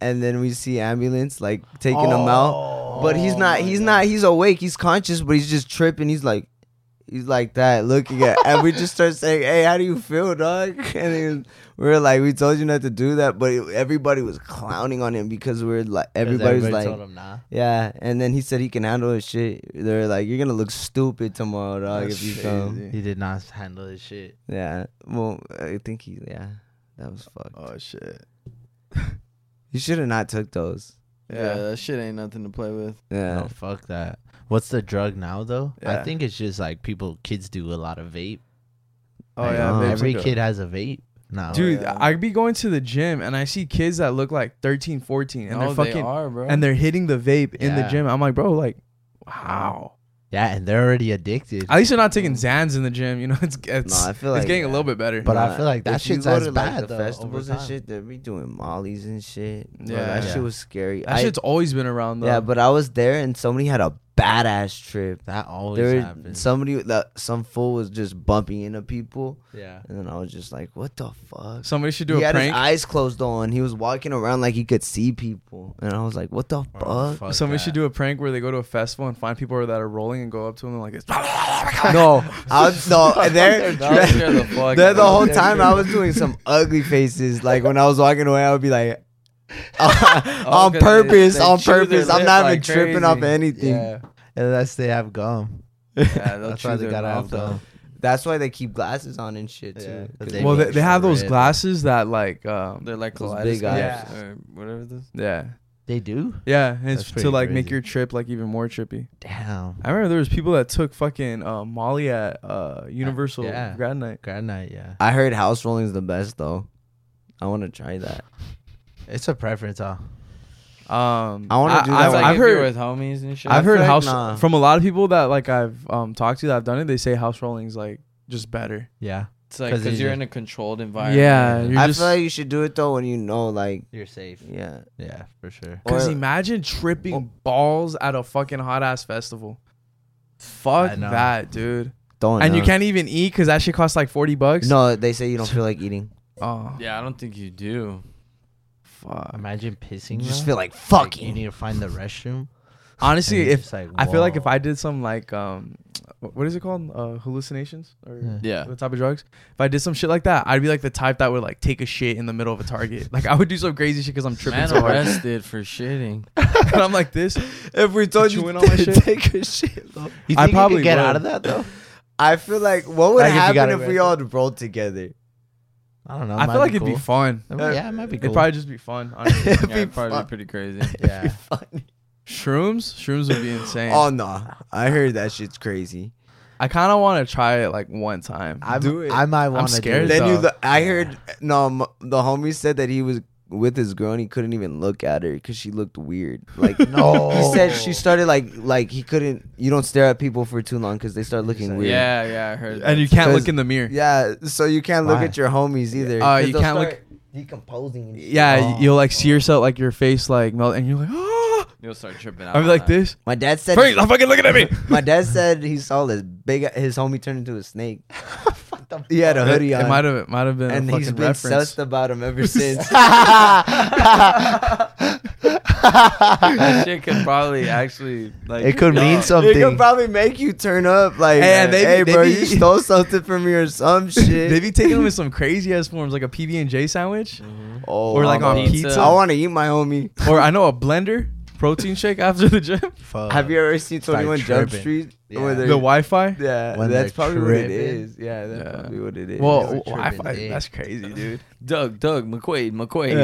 Speaker 3: and then we see ambulance like taking
Speaker 2: Oh,
Speaker 3: him out. But he's not. He's not. He's awake. He's conscious, but he's just tripping. He's like. He's like that, looking at, and we just start saying, "Hey, how do you feel, dog?" And he was, we were like, "We told you not to do that," but everybody was clowning on him because we are like,
Speaker 1: 'Cause
Speaker 3: everybody's
Speaker 1: everybody
Speaker 3: like,
Speaker 1: told him nah.
Speaker 3: yeah, and then he said he can handle his shit. They're like, you're gonna look stupid tomorrow, dog,
Speaker 4: That's
Speaker 3: if you
Speaker 4: crazy.
Speaker 3: come.
Speaker 1: He did not handle his shit.
Speaker 3: Yeah. Well, I think he. Yeah, that was fucked.
Speaker 4: Oh shit.
Speaker 3: You should have not took those.
Speaker 2: Yeah.
Speaker 4: Yeah.
Speaker 2: that shit ain't nothing to play with.
Speaker 3: Yeah.
Speaker 1: No, fuck that. What's the drug now though? I
Speaker 4: Yeah.
Speaker 1: think it's just like people, kids do a lot of vape.
Speaker 4: Oh
Speaker 1: Like,
Speaker 4: yeah,
Speaker 3: um,
Speaker 4: babe,
Speaker 1: every
Speaker 4: like a-
Speaker 1: kid has a vape now.
Speaker 4: Dude,
Speaker 2: yeah.
Speaker 4: I'd be going to the gym and I see kids that look like 13, 14 and
Speaker 2: oh,
Speaker 4: they're fucking
Speaker 2: they are, bro.
Speaker 4: and they're hitting the vape in the
Speaker 1: Yeah.
Speaker 4: gym. I'm like, bro, like, wow.
Speaker 1: yeah, and they're already addicted.
Speaker 4: At least they're not taking Zans in the gym. You know, it's it's,
Speaker 3: Mm. No, I feel
Speaker 4: it's
Speaker 3: like
Speaker 4: getting a little bit better.
Speaker 1: But I
Speaker 3: Nah,
Speaker 1: feel like that
Speaker 3: if you
Speaker 1: shit's
Speaker 3: go
Speaker 1: as
Speaker 3: to,
Speaker 1: bad,
Speaker 3: Like, the
Speaker 1: though,
Speaker 3: festivals
Speaker 1: over
Speaker 3: and
Speaker 1: time.
Speaker 3: shit, they be doing mollies and shit. Bro,
Speaker 4: Yeah.
Speaker 3: that
Speaker 1: Yeah.
Speaker 3: shit was scary.
Speaker 4: that
Speaker 3: I-
Speaker 4: shit's always been around though.
Speaker 3: yeah, but I was there and somebody had a badass trip.
Speaker 1: that always
Speaker 3: There,
Speaker 1: happens.
Speaker 3: somebody that some fool was just bumping into people,
Speaker 1: yeah.
Speaker 3: and then I was just like, "What the fuck?"
Speaker 4: somebody should do
Speaker 3: he
Speaker 4: a
Speaker 3: had
Speaker 4: prank.
Speaker 3: his eyes closed on. He was walking around like he could see people, and I was like, "What the
Speaker 1: Oh,
Speaker 3: fuck?"
Speaker 1: fuck
Speaker 4: somebody should
Speaker 1: that.
Speaker 4: do a prank where they go to a festival and find people that are rolling and go up to them and like this.
Speaker 3: no, I was, no, there.
Speaker 2: That'll scare the fuck
Speaker 3: There
Speaker 2: out
Speaker 3: the
Speaker 2: of
Speaker 3: whole
Speaker 2: me.
Speaker 3: time I was doing some ugly faces. Like when I was walking away, I would be like, on
Speaker 2: Oh, 'cause they-
Speaker 3: purpose,
Speaker 2: they
Speaker 3: on
Speaker 2: chew their
Speaker 3: purpose. I'm
Speaker 2: lip
Speaker 3: not even
Speaker 2: like
Speaker 3: tripping off
Speaker 2: crazy.
Speaker 3: anything.
Speaker 4: Yeah.
Speaker 1: Unless they have gum.
Speaker 2: Yeah, they'll
Speaker 1: That's
Speaker 2: chew
Speaker 1: why they
Speaker 2: their
Speaker 1: gotta have
Speaker 2: mouth up.
Speaker 1: gum.
Speaker 3: That's why they keep glasses on and shit
Speaker 1: Yeah,
Speaker 3: too.
Speaker 1: 'cause
Speaker 3: 'Cause
Speaker 1: they
Speaker 4: Well,
Speaker 1: look
Speaker 4: they, they have those
Speaker 1: red.
Speaker 4: glasses that like um
Speaker 2: They're like
Speaker 3: Those
Speaker 2: kaleidoscopes
Speaker 3: big
Speaker 4: eyes.
Speaker 2: or whatever this.
Speaker 4: yeah.
Speaker 1: They do?
Speaker 4: Yeah, and it's
Speaker 1: That's
Speaker 4: to
Speaker 1: pretty
Speaker 4: like make
Speaker 1: crazy.
Speaker 4: your trip like even more trippy.
Speaker 1: Damn.
Speaker 4: I remember there was people that took fucking uh, Molly at uh, Universal
Speaker 1: yeah.
Speaker 4: Grad Night.
Speaker 1: Granite, yeah.
Speaker 3: I heard house rolling is the best though. I want to try that.
Speaker 1: It's a preference, huh?
Speaker 4: Um,
Speaker 3: I wanna do that
Speaker 4: I've,
Speaker 3: one.
Speaker 2: Like
Speaker 4: I've
Speaker 2: if you're
Speaker 4: heard.
Speaker 2: with homies and shit.
Speaker 4: I've heard
Speaker 3: like,
Speaker 4: house
Speaker 3: nah.
Speaker 4: from a lot of people that like I've um, talked to that have done it. They say house rolling's like just better.
Speaker 1: Yeah.
Speaker 2: It's like
Speaker 1: 'Cause
Speaker 2: because
Speaker 1: you
Speaker 2: you're
Speaker 1: just-
Speaker 2: in a controlled environment.
Speaker 4: Yeah,
Speaker 2: and
Speaker 4: you're
Speaker 3: I
Speaker 4: just
Speaker 3: feel like you should do it though when you know, like,
Speaker 1: You're safe.
Speaker 3: yeah.
Speaker 1: Yeah, for sure.
Speaker 4: because
Speaker 3: or-
Speaker 4: imagine tripping balls at a fucking hot ass festival.
Speaker 1: I
Speaker 4: Fuck
Speaker 1: know.
Speaker 4: that, dude.
Speaker 3: Don't.
Speaker 4: and you
Speaker 3: know.
Speaker 4: can't even eat because that shit costs like forty bucks.
Speaker 3: No, they say you don't feel like eating.
Speaker 4: oh
Speaker 2: Yeah, I don't think you do.
Speaker 4: fuck.
Speaker 1: Imagine pissing.
Speaker 3: You just
Speaker 1: though.
Speaker 3: feel like
Speaker 1: Like, you
Speaker 3: fucking.
Speaker 1: need to find the restroom.
Speaker 4: Honestly,
Speaker 1: and you're
Speaker 4: if
Speaker 1: just like,
Speaker 4: I feel like if
Speaker 1: whoa.
Speaker 4: I did some like um, wh- what is it called? Uh, hallucinations or
Speaker 1: Yeah.
Speaker 2: Yeah.
Speaker 4: the type of drugs. If I did some shit like that, I'd be like the type that would like take a shit in the middle of a target. like I would do some crazy shit because I'm tripping
Speaker 2: Man
Speaker 4: so hard.
Speaker 2: arrested for shitting.
Speaker 4: and I'm like this.
Speaker 3: If we told
Speaker 4: you
Speaker 3: you,
Speaker 4: win
Speaker 3: to
Speaker 4: all my shit?
Speaker 3: take a shit, though.
Speaker 1: You think you
Speaker 4: I
Speaker 1: could
Speaker 4: probably
Speaker 1: get
Speaker 4: would.
Speaker 1: out of that though.
Speaker 3: I feel like what would
Speaker 1: Like, if you got
Speaker 3: happen if, we
Speaker 1: arrested?
Speaker 3: all rolled together?
Speaker 1: I don't know.
Speaker 4: I feel like it'd be fun.
Speaker 1: It might- yeah, it might be cool.
Speaker 4: It'd probably just be fun. honestly.
Speaker 3: It'd
Speaker 2: Yeah, it'd
Speaker 3: be
Speaker 2: probably
Speaker 3: fun.
Speaker 2: be pretty crazy.
Speaker 1: yeah.
Speaker 3: Funny.
Speaker 4: shrooms, shrooms would be insane.
Speaker 3: Oh no, I heard that shit's crazy.
Speaker 4: I kind of want to try it like one time.
Speaker 1: I'm,
Speaker 3: Do it.
Speaker 1: I might want to do
Speaker 4: scared.
Speaker 1: it.
Speaker 3: Then you,
Speaker 4: though.
Speaker 3: the, I heard no. m- The homie said that he was with his girl and he couldn't even look at her because she looked weird. Like
Speaker 1: No.
Speaker 3: he said she started like like he couldn't. You don't stare at people for too long because they start looking
Speaker 1: like-
Speaker 3: weird.
Speaker 2: Yeah, yeah, I heard.
Speaker 4: and
Speaker 2: that.
Speaker 4: you can't
Speaker 3: Because-
Speaker 4: look in the mirror.
Speaker 3: yeah. So you can't look
Speaker 1: Why?
Speaker 3: at your homies either.
Speaker 4: Uh,
Speaker 3: 'cause
Speaker 4: you
Speaker 3: they'll
Speaker 4: can't look-
Speaker 3: start decomposing. and shit.
Speaker 4: Yeah, y-
Speaker 1: Oh.
Speaker 4: you'll like see yourself like your face like melt, and you're like, oh.
Speaker 2: you'll start tripping out.
Speaker 4: I'd be
Speaker 2: on
Speaker 4: like
Speaker 3: Ah.
Speaker 2: that.
Speaker 4: this.
Speaker 3: My dad said.
Speaker 4: Freeze! I'm fucking looking at me.
Speaker 3: My dad said he saw this big his homie turn into a snake. he had a hoodie
Speaker 4: It-
Speaker 3: on.
Speaker 4: It might have it might have been
Speaker 3: and
Speaker 4: a
Speaker 3: he's
Speaker 4: fucking
Speaker 3: been
Speaker 4: reference.
Speaker 3: sussed about him ever since.
Speaker 2: That shit could probably actually like.
Speaker 1: It could mean
Speaker 2: Yeah.
Speaker 3: It could
Speaker 1: something.
Speaker 3: probably make you turn up like,
Speaker 4: Hey, and they
Speaker 3: hey,
Speaker 4: be- they
Speaker 3: bro,
Speaker 4: be-
Speaker 3: you stole something from me or some shit.
Speaker 4: they be taking them in some crazy ass forms, like a PB and J sandwich,
Speaker 3: oh,
Speaker 4: or like
Speaker 3: I'm
Speaker 4: on
Speaker 3: a-
Speaker 4: pizza,
Speaker 2: Pizza.
Speaker 3: I want to eat my homie.
Speaker 4: or I know a blender protein shake after the gym.
Speaker 1: Fuck.
Speaker 3: Have you ever seen
Speaker 1: Start
Speaker 3: Twenty One Jump
Speaker 1: tripping.
Speaker 3: Street?
Speaker 1: Yeah.
Speaker 3: Where
Speaker 4: The
Speaker 3: they're-
Speaker 4: Wi-Fi.
Speaker 3: yeah,
Speaker 1: When
Speaker 3: that's
Speaker 1: they're
Speaker 3: probably what it
Speaker 1: tripping?
Speaker 3: is. Yeah, that's
Speaker 4: Yeah.
Speaker 3: probably what it is.
Speaker 4: Well,
Speaker 1: Those are tripping
Speaker 4: Wi-Fi.
Speaker 1: dick.
Speaker 4: That's crazy, dude.
Speaker 2: Doug, Doug, McQuaid, McQuaid.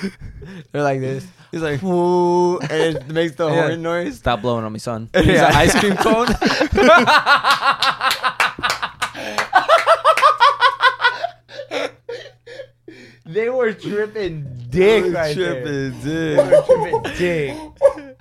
Speaker 3: they're like this,
Speaker 2: He's like,
Speaker 3: Ooh, and it makes the
Speaker 2: Yeah.
Speaker 3: horn noise.
Speaker 2: stop blowing on me, son.
Speaker 3: Yeah.
Speaker 2: He's an ice cream cone.
Speaker 3: They were tripping dick right there.
Speaker 4: Tripping,
Speaker 3: They were
Speaker 4: dude.
Speaker 3: tripping dick.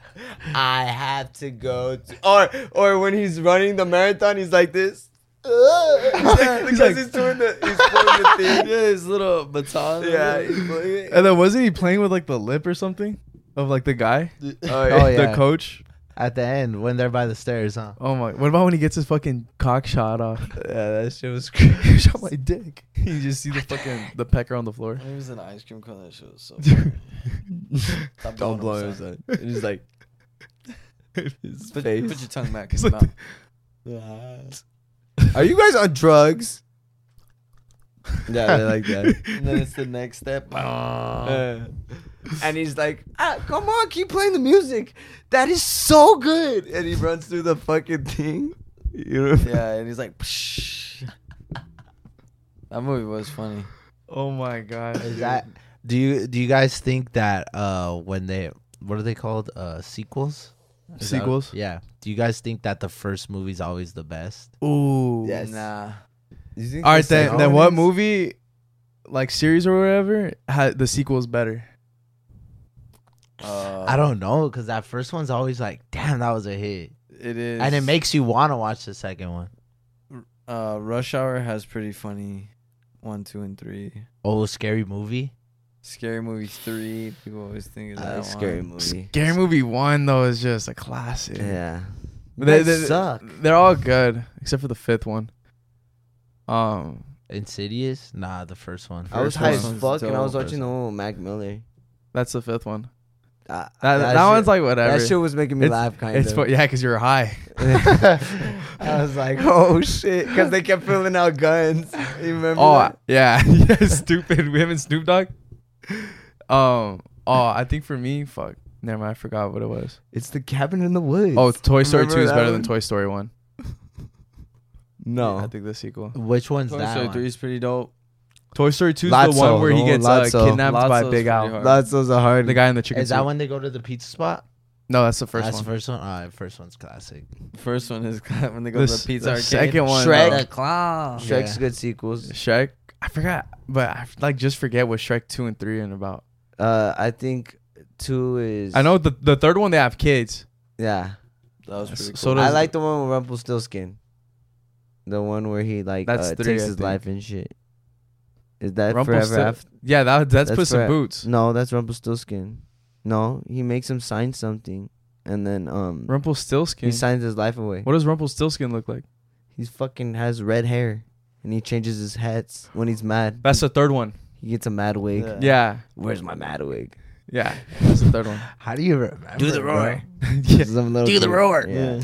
Speaker 3: I have to go. To, or or when he's running the marathon, he's like this. because
Speaker 4: like-
Speaker 3: he's doing the he's pulling the thing.
Speaker 2: yeah, his little baton.
Speaker 3: Yeah, he's pulling it.
Speaker 4: And then wasn't he playing with like the lip or something of like the guy,
Speaker 3: Oh,
Speaker 1: Oh,
Speaker 3: yeah.
Speaker 4: the
Speaker 1: yeah.
Speaker 4: coach?
Speaker 1: At the end, when they're by the stairs, huh?
Speaker 4: Oh my! What about when he gets his fucking cock shot off?
Speaker 3: yeah, that shit was crazy.
Speaker 4: Shot my dick. You just see the fucking the pecker on the floor.
Speaker 2: He was an ice cream cone. That shit was so. Stop
Speaker 3: Don't blow
Speaker 2: on me,
Speaker 3: him,
Speaker 2: son.
Speaker 3: son. And He's like his
Speaker 2: Put,
Speaker 3: face.
Speaker 2: put your tongue back.
Speaker 4: He's
Speaker 2: in
Speaker 4: like-
Speaker 2: your mouth.
Speaker 3: Are you guys on drugs? yeah, they like that.
Speaker 2: and then it's the next step.
Speaker 3: Uh, and he's like, ah, "Come on, keep playing the music. That is so good." And he runs through the fucking thing. You know?
Speaker 2: Yeah, and he's like, Psh. that movie was funny.
Speaker 4: Oh my god!
Speaker 1: Is
Speaker 4: dude.
Speaker 1: that do you do you guys think that uh when they what are they called uh sequels Is that-
Speaker 4: sequels?
Speaker 1: yeah do you guys think that the first movie's always the best
Speaker 4: Ooh.
Speaker 3: Yes.
Speaker 2: Nah,
Speaker 3: You think
Speaker 4: All
Speaker 3: the
Speaker 4: right, then,
Speaker 3: second
Speaker 4: then
Speaker 3: one
Speaker 4: what
Speaker 3: is?
Speaker 4: movie, like series or whatever, had the sequel is better?
Speaker 2: Uh,
Speaker 1: I don't know because that first one's always like, damn, that was a hit,
Speaker 2: It is.
Speaker 1: and it makes you want to watch the second one.
Speaker 2: Uh, Rush Hour has pretty funny one, two, and three.
Speaker 1: Oh, scary movie.
Speaker 2: Scary Movie three. People always think of
Speaker 3: I
Speaker 2: that
Speaker 3: like Uh, scary
Speaker 2: one.
Speaker 3: movie.
Speaker 4: Scary Movie One though is just a classic.
Speaker 3: Yeah.
Speaker 4: But
Speaker 3: They, suck.
Speaker 4: They're all good except for the fifth one. Um,
Speaker 1: Insidious? Nah, the first one.
Speaker 3: I was
Speaker 4: First
Speaker 3: high as
Speaker 2: one's
Speaker 3: fuck and I was
Speaker 2: dope.
Speaker 3: watching the one with Mac Miller.
Speaker 4: that's the fifth one.
Speaker 3: Uh,
Speaker 4: That that,
Speaker 3: shit-
Speaker 4: one's like whatever.
Speaker 3: That shit was making me
Speaker 4: It's-
Speaker 3: laugh, kind
Speaker 4: it's
Speaker 3: of.
Speaker 4: fu- yeah, cause you're high.
Speaker 3: I was like, oh shit, because they kept filling out guns. You remember?
Speaker 4: Oh
Speaker 3: that?
Speaker 4: yeah, yeah, stupid. We haven't Snoop Dogg. Um. Oh, I think for me, fuck. Never mind. I forgot what it was.
Speaker 3: it's the cabin in the woods.
Speaker 4: Oh, Toy Story
Speaker 3: remember
Speaker 4: Two is
Speaker 3: that
Speaker 4: better than
Speaker 3: one?
Speaker 4: Toy Story One.
Speaker 3: no,
Speaker 4: I think the sequel.
Speaker 1: Which one's
Speaker 2: Toy
Speaker 1: that
Speaker 2: Story
Speaker 1: one?
Speaker 2: three is pretty dope.
Speaker 4: Toy Story Two is the
Speaker 3: Lotso,
Speaker 4: one where
Speaker 3: the
Speaker 4: he
Speaker 3: one
Speaker 4: gets
Speaker 3: with
Speaker 4: uh,
Speaker 3: Lotso.
Speaker 4: kidnapped by
Speaker 2: Lotso's
Speaker 4: Big
Speaker 2: pretty
Speaker 4: Al.
Speaker 2: hard.
Speaker 3: that's was a hard.
Speaker 4: The guy in the chicken
Speaker 1: Is that
Speaker 4: suit.
Speaker 1: when they go to the pizza spot?
Speaker 4: No, that's the first
Speaker 1: That's
Speaker 4: one.
Speaker 1: the first one. All right, first one's classic.
Speaker 2: First one is when they go
Speaker 4: The
Speaker 2: to
Speaker 4: s-
Speaker 2: the pizza
Speaker 4: the
Speaker 2: arcade.
Speaker 4: second one,
Speaker 3: Shrek.
Speaker 4: though.
Speaker 3: The
Speaker 2: clown.
Speaker 3: Shrek's
Speaker 1: Yeah.
Speaker 3: good sequels.
Speaker 4: Shrek. I forgot, but I like just forget what Shrek two and three and about.
Speaker 3: Uh, I think two is.
Speaker 4: I know the the third one they have kids.
Speaker 3: Yeah,
Speaker 2: That was
Speaker 4: S-
Speaker 2: pretty cool.
Speaker 4: so does-
Speaker 3: I like the one with Rumpelstiltskin. The one where he like
Speaker 4: That's
Speaker 3: uh,
Speaker 4: three,
Speaker 3: takes
Speaker 4: I
Speaker 3: his
Speaker 4: think.
Speaker 3: life and shit. Is that
Speaker 4: Rumpelstil-
Speaker 3: forever after?
Speaker 4: Yeah, that that's,
Speaker 3: That's
Speaker 4: Puss in
Speaker 3: right.
Speaker 4: Boots.
Speaker 3: No, that's Rumpelstiltskin. No, he makes him sign something, and then um,
Speaker 4: Rumpelstiltskin.
Speaker 3: he signs his life away.
Speaker 4: What does Rumpelstiltskin look like?
Speaker 3: He fucking has red hair, and he changes his hats when he's mad.
Speaker 4: That's the third one.
Speaker 3: He gets a mad wig.
Speaker 1: Yeah.
Speaker 4: Yeah,
Speaker 3: Where's my mad wig?
Speaker 4: yeah. That's the third one.
Speaker 1: How do you remember?
Speaker 3: Do the
Speaker 1: bro?
Speaker 3: roar.
Speaker 4: yeah,
Speaker 3: Some little
Speaker 1: Do the
Speaker 3: kid-
Speaker 1: roar.
Speaker 3: Yeah.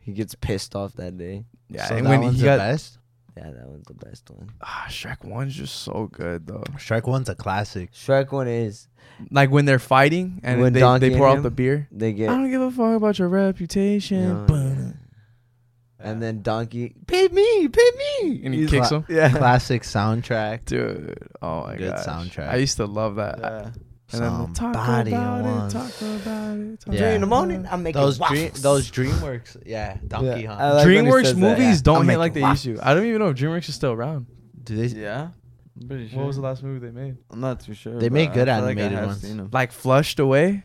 Speaker 3: He gets pissed off that day.
Speaker 4: yeah.
Speaker 1: so
Speaker 4: and
Speaker 1: that
Speaker 4: when
Speaker 1: one's
Speaker 4: he
Speaker 1: the
Speaker 4: got
Speaker 1: best.
Speaker 3: Yeah, that one's the best one.
Speaker 4: ah, Shrek one's just so good though.
Speaker 1: Shrek one's a classic.
Speaker 3: Shrek one is
Speaker 4: Like when they're fighting and
Speaker 3: When
Speaker 4: they,
Speaker 3: Donkey
Speaker 4: they pour
Speaker 3: and
Speaker 4: out the
Speaker 3: him?
Speaker 4: beer.
Speaker 3: they
Speaker 4: I
Speaker 3: get
Speaker 4: don't give a fuck about your reputation.
Speaker 3: No, yeah.
Speaker 4: Boom.
Speaker 3: and then Donkey pay me, pay me,
Speaker 4: And he kicks
Speaker 1: like-
Speaker 4: him.
Speaker 3: Yeah,
Speaker 1: Classic soundtrack.
Speaker 4: Dude, oh my
Speaker 1: Good
Speaker 4: gosh.
Speaker 1: soundtrack.
Speaker 4: I used to love that. And then the talk
Speaker 1: Somebody
Speaker 4: about it,
Speaker 1: once.
Speaker 4: talk about it. Talk
Speaker 1: Yeah.
Speaker 3: three in the
Speaker 4: about
Speaker 3: morning.
Speaker 4: it.
Speaker 3: I'm making
Speaker 1: Those dream,
Speaker 3: waffles.
Speaker 1: those DreamWorks. Yeah, Donkey
Speaker 3: Yeah,
Speaker 1: Hunt.
Speaker 3: I like when he
Speaker 4: DreamWorks
Speaker 3: says that.
Speaker 4: movies
Speaker 3: Yeah.
Speaker 4: don't
Speaker 3: I'm
Speaker 4: hit like they
Speaker 3: making
Speaker 4: used to. I don't even know if DreamWorks is still around.
Speaker 1: Do they?
Speaker 2: Yeah. I'm pretty sure.
Speaker 4: What was the last movie they made?
Speaker 2: I'm not too sure.
Speaker 1: They
Speaker 2: but
Speaker 1: make
Speaker 2: I
Speaker 1: good
Speaker 2: feel like I
Speaker 1: animated
Speaker 2: have
Speaker 1: ones.
Speaker 2: seen 'em.
Speaker 4: Like Flushed Away.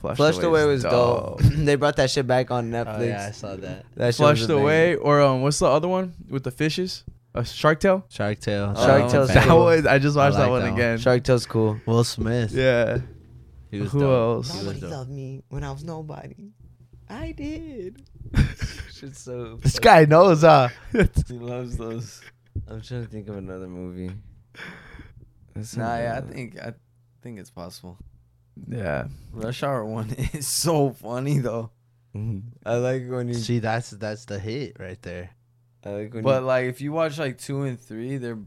Speaker 3: Flushed
Speaker 4: is
Speaker 3: Away was dope. they brought that shit back on Netflix.
Speaker 1: Oh, yeah, I saw that.
Speaker 3: That shit was
Speaker 4: Flushed
Speaker 3: amazing.
Speaker 4: Away, or um, what's the other one with the fishes? A Shark Tale. Um,
Speaker 1: Shark Tale.
Speaker 2: Oh, Shark
Speaker 1: Tail's
Speaker 2: Tale's
Speaker 1: back.
Speaker 4: That
Speaker 3: cool.
Speaker 4: was I just
Speaker 1: I
Speaker 4: watched
Speaker 1: like
Speaker 4: that one
Speaker 1: that one.
Speaker 4: again.
Speaker 3: Shark Tale's cool.
Speaker 1: Will Smith.
Speaker 4: Yeah.
Speaker 1: He was
Speaker 4: Who
Speaker 1: dope.
Speaker 4: else?
Speaker 1: He was
Speaker 3: Nobody
Speaker 1: dope.
Speaker 3: loved me when I was nobody. I did. Shit's so.
Speaker 1: This guy knows, uh, huh?
Speaker 2: He loves those.
Speaker 3: I'm trying to think of another movie. That's
Speaker 2: Nah, yeah, I
Speaker 3: another-
Speaker 2: think I think it's possible.
Speaker 4: Yeah.
Speaker 2: Rush Hour One is so funny though.
Speaker 3: Mhm.
Speaker 1: Mm-hmm.
Speaker 3: I like when you.
Speaker 1: See, that's that's the hit right there.
Speaker 3: I like when
Speaker 2: But
Speaker 3: you,
Speaker 2: like, if you watch like two and three, they're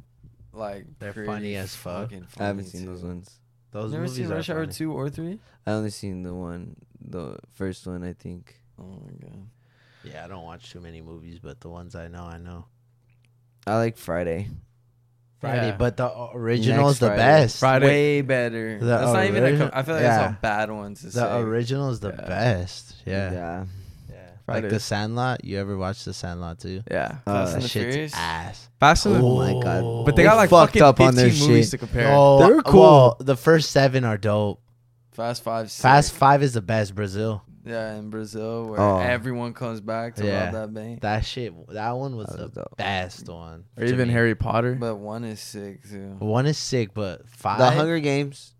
Speaker 2: like
Speaker 1: They're
Speaker 2: pretty
Speaker 1: funny as fuck.
Speaker 2: fucking
Speaker 3: I haven't
Speaker 2: funny,
Speaker 3: seen
Speaker 2: too.
Speaker 3: those ones.
Speaker 1: Those
Speaker 2: Never
Speaker 1: movies
Speaker 2: seen
Speaker 1: are
Speaker 2: Rush Hour
Speaker 1: funny.
Speaker 2: two or three.
Speaker 3: I only seen the one, the first one, I think.
Speaker 2: Oh my god.
Speaker 1: Yeah, I don't watch too many movies, but the ones I know, I know.
Speaker 3: I like Friday.
Speaker 1: Friday,
Speaker 4: Yeah.
Speaker 1: but the original's
Speaker 3: Next
Speaker 1: the
Speaker 3: Friday.
Speaker 1: best.
Speaker 4: Friday.
Speaker 2: Way better.
Speaker 1: The
Speaker 2: That's not even. A
Speaker 1: origi-
Speaker 2: com- I feel like
Speaker 1: yeah.
Speaker 2: that's a bad one to say.
Speaker 1: The original's the
Speaker 4: Yeah.
Speaker 1: best. Yeah.
Speaker 3: Yeah.
Speaker 1: yeah.
Speaker 4: Friday.
Speaker 1: Like The Sandlot. You ever watch The Sandlot too?
Speaker 4: Yeah.
Speaker 2: Fast
Speaker 3: Uh,
Speaker 2: and
Speaker 1: That
Speaker 2: the
Speaker 1: shit's
Speaker 2: Furious.
Speaker 1: ass.
Speaker 4: Fast and
Speaker 3: Oh
Speaker 4: the
Speaker 3: my god.
Speaker 4: But they
Speaker 1: They
Speaker 4: got like
Speaker 3: fucked
Speaker 4: fucking
Speaker 3: up
Speaker 4: 15
Speaker 3: on their
Speaker 4: movies
Speaker 3: shit.
Speaker 4: to compare.
Speaker 1: Oh,
Speaker 3: They're
Speaker 1: uh,
Speaker 3: cool.
Speaker 1: well, the first seven are dope.
Speaker 2: Fast Five. sick.
Speaker 1: Fast Five is the best. Brazil.
Speaker 2: Yeah, in Brazil, where
Speaker 3: Oh.
Speaker 2: everyone comes back to
Speaker 1: Yeah.
Speaker 2: rob that bank.
Speaker 1: That shit. That one was
Speaker 3: That
Speaker 1: the
Speaker 3: was dope.
Speaker 1: best one.
Speaker 4: Or
Speaker 1: to
Speaker 4: even
Speaker 1: me.
Speaker 4: Harry Potter.
Speaker 2: But one is sick
Speaker 3: Oh,
Speaker 2: too.
Speaker 1: One is sick, but five.
Speaker 3: The Hunger Games.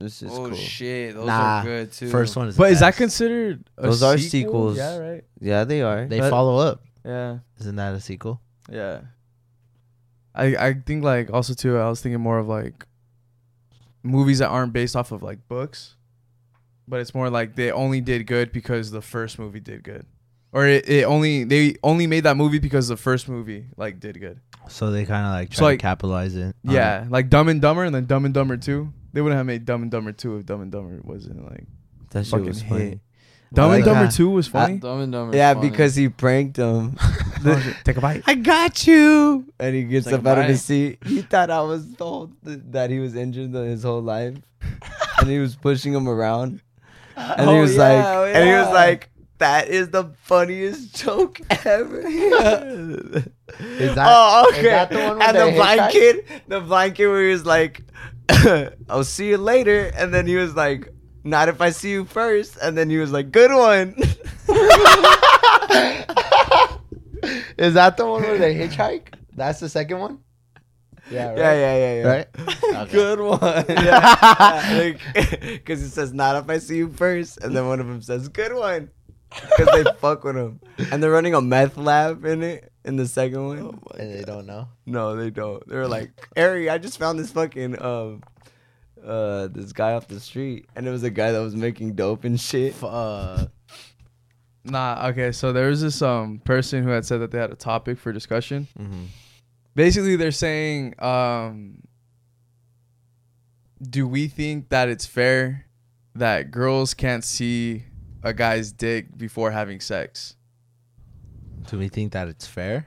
Speaker 3: This is
Speaker 2: oh
Speaker 3: cool.
Speaker 2: shit, those
Speaker 1: Nah,
Speaker 2: are good too.
Speaker 1: First one is.
Speaker 4: But
Speaker 1: the
Speaker 4: is that
Speaker 1: best.
Speaker 4: considered a
Speaker 3: Those are
Speaker 4: sequel?
Speaker 3: sequels.
Speaker 4: Yeah, right.
Speaker 3: Yeah, they are.
Speaker 1: They
Speaker 4: that-
Speaker 1: follow up.
Speaker 4: Yeah.
Speaker 1: Isn't that a sequel?
Speaker 4: Yeah. I I think like also too I was thinking more of like movies that aren't based off of like books. But it's more like they only did good because the first movie did good. Or it, it only they only made that movie because the first movie like did good.
Speaker 1: So they kind of like try
Speaker 4: So, like-
Speaker 1: to capitalize it. on it.
Speaker 4: Yeah, like Dumb and Dumber and then Dumb and Dumber 2. They wouldn't have made Dumb and Dumber 2 if Dumb and Dumber wasn't like
Speaker 3: that shit
Speaker 4: fucking
Speaker 3: was funny.
Speaker 4: hit. Dumb and
Speaker 1: like
Speaker 4: Dumber
Speaker 1: that.
Speaker 4: 2 was funny.
Speaker 2: Dumb and Dumber. is
Speaker 3: Yeah,
Speaker 2: funny.
Speaker 3: because he pranked him.
Speaker 4: Take a bite.
Speaker 3: I got you. And he gets
Speaker 2: Like,
Speaker 3: up out of
Speaker 2: bye.
Speaker 3: his seat. He thought I was told that he was injured the- his whole life. and he was pushing him around. And he
Speaker 2: Oh,
Speaker 3: was
Speaker 2: yeah,
Speaker 3: like,
Speaker 2: oh,
Speaker 3: and he was
Speaker 2: yeah.
Speaker 3: like, That is the funniest joke ever.
Speaker 1: Is that,
Speaker 3: oh,
Speaker 1: is
Speaker 3: okay.
Speaker 1: that the one with
Speaker 3: and the, blind
Speaker 1: hitchhike?
Speaker 3: kid, the blind kid, where he was like, "I'll see you later," and then he was like, "Not if I see you first. and then he was like, "Good one."
Speaker 1: Is that the one where they hitchhike? That's the second one? Yeah, right.
Speaker 3: Yeah, yeah, yeah, yeah.
Speaker 1: Right?
Speaker 2: Good one.
Speaker 3: Yeah, because he says, "Not if I see you first. and then one of them says, "Good one," because they fuck with him, and they're running a meth lab in it in the second one.
Speaker 4: Oh
Speaker 1: And they don't know.
Speaker 3: No, they don't. They were like, Ari, I just found this fucking um uh this guy off the street and it was a guy that was making dope and shit.
Speaker 1: Fuck.
Speaker 4: Nah, okay. So there was this um person who had said that they had a topic for discussion. Basically, they're saying, um, do we think that it's fair that girls can't see a guy's dick before having sex?
Speaker 1: Do we think that it's fair?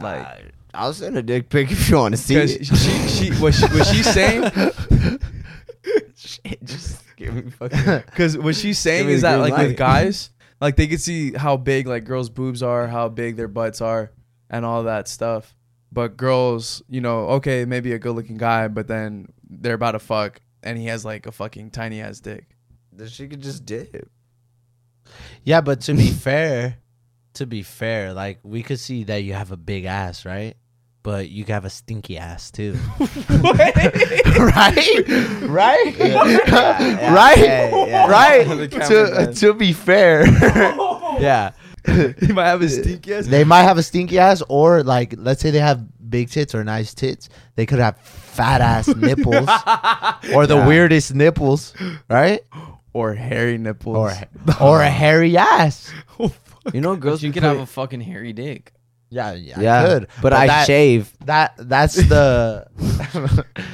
Speaker 3: Like I'll send a dick pic if you want to see
Speaker 4: Because
Speaker 3: it.
Speaker 4: she, she, what she, what she's saying,
Speaker 3: shit, just give me fucking
Speaker 4: because what she's saying
Speaker 3: me
Speaker 4: is
Speaker 3: the
Speaker 4: that
Speaker 3: green
Speaker 4: like
Speaker 3: light.
Speaker 4: with guys, like they could see how big like girls' boobs are, how big their butts are, and all that stuff. But girls, you know, okay, maybe a good-looking guy, but then they're about to fuck, and he has like a fucking tiny ass dick.
Speaker 3: Then she could just dip.
Speaker 1: Yeah, but to be fair, to be fair, like we could see that you have a big ass, right? But you could have a stinky ass too. right? Right?
Speaker 3: yeah,
Speaker 1: right?
Speaker 3: yeah, yeah.
Speaker 1: Right?
Speaker 2: The camera
Speaker 1: To,
Speaker 2: does.
Speaker 1: to be fair.
Speaker 3: Yeah.
Speaker 4: he might have a stinky ass.
Speaker 1: They might have a stinky ass, or like, let's say they have big tits or nice tits. They could have fat ass nipples, or the
Speaker 3: Yeah.
Speaker 1: weirdest nipples, right?
Speaker 4: or hairy nipples.
Speaker 1: Or or a hairy ass.
Speaker 3: You know
Speaker 2: Girls,
Speaker 3: girls
Speaker 2: you
Speaker 3: be
Speaker 2: could have
Speaker 3: put-
Speaker 2: a fucking hairy dick.
Speaker 1: Yeah, yeah,
Speaker 3: yeah,
Speaker 1: I could.
Speaker 3: but, I
Speaker 1: that,
Speaker 3: shave.
Speaker 1: that that's the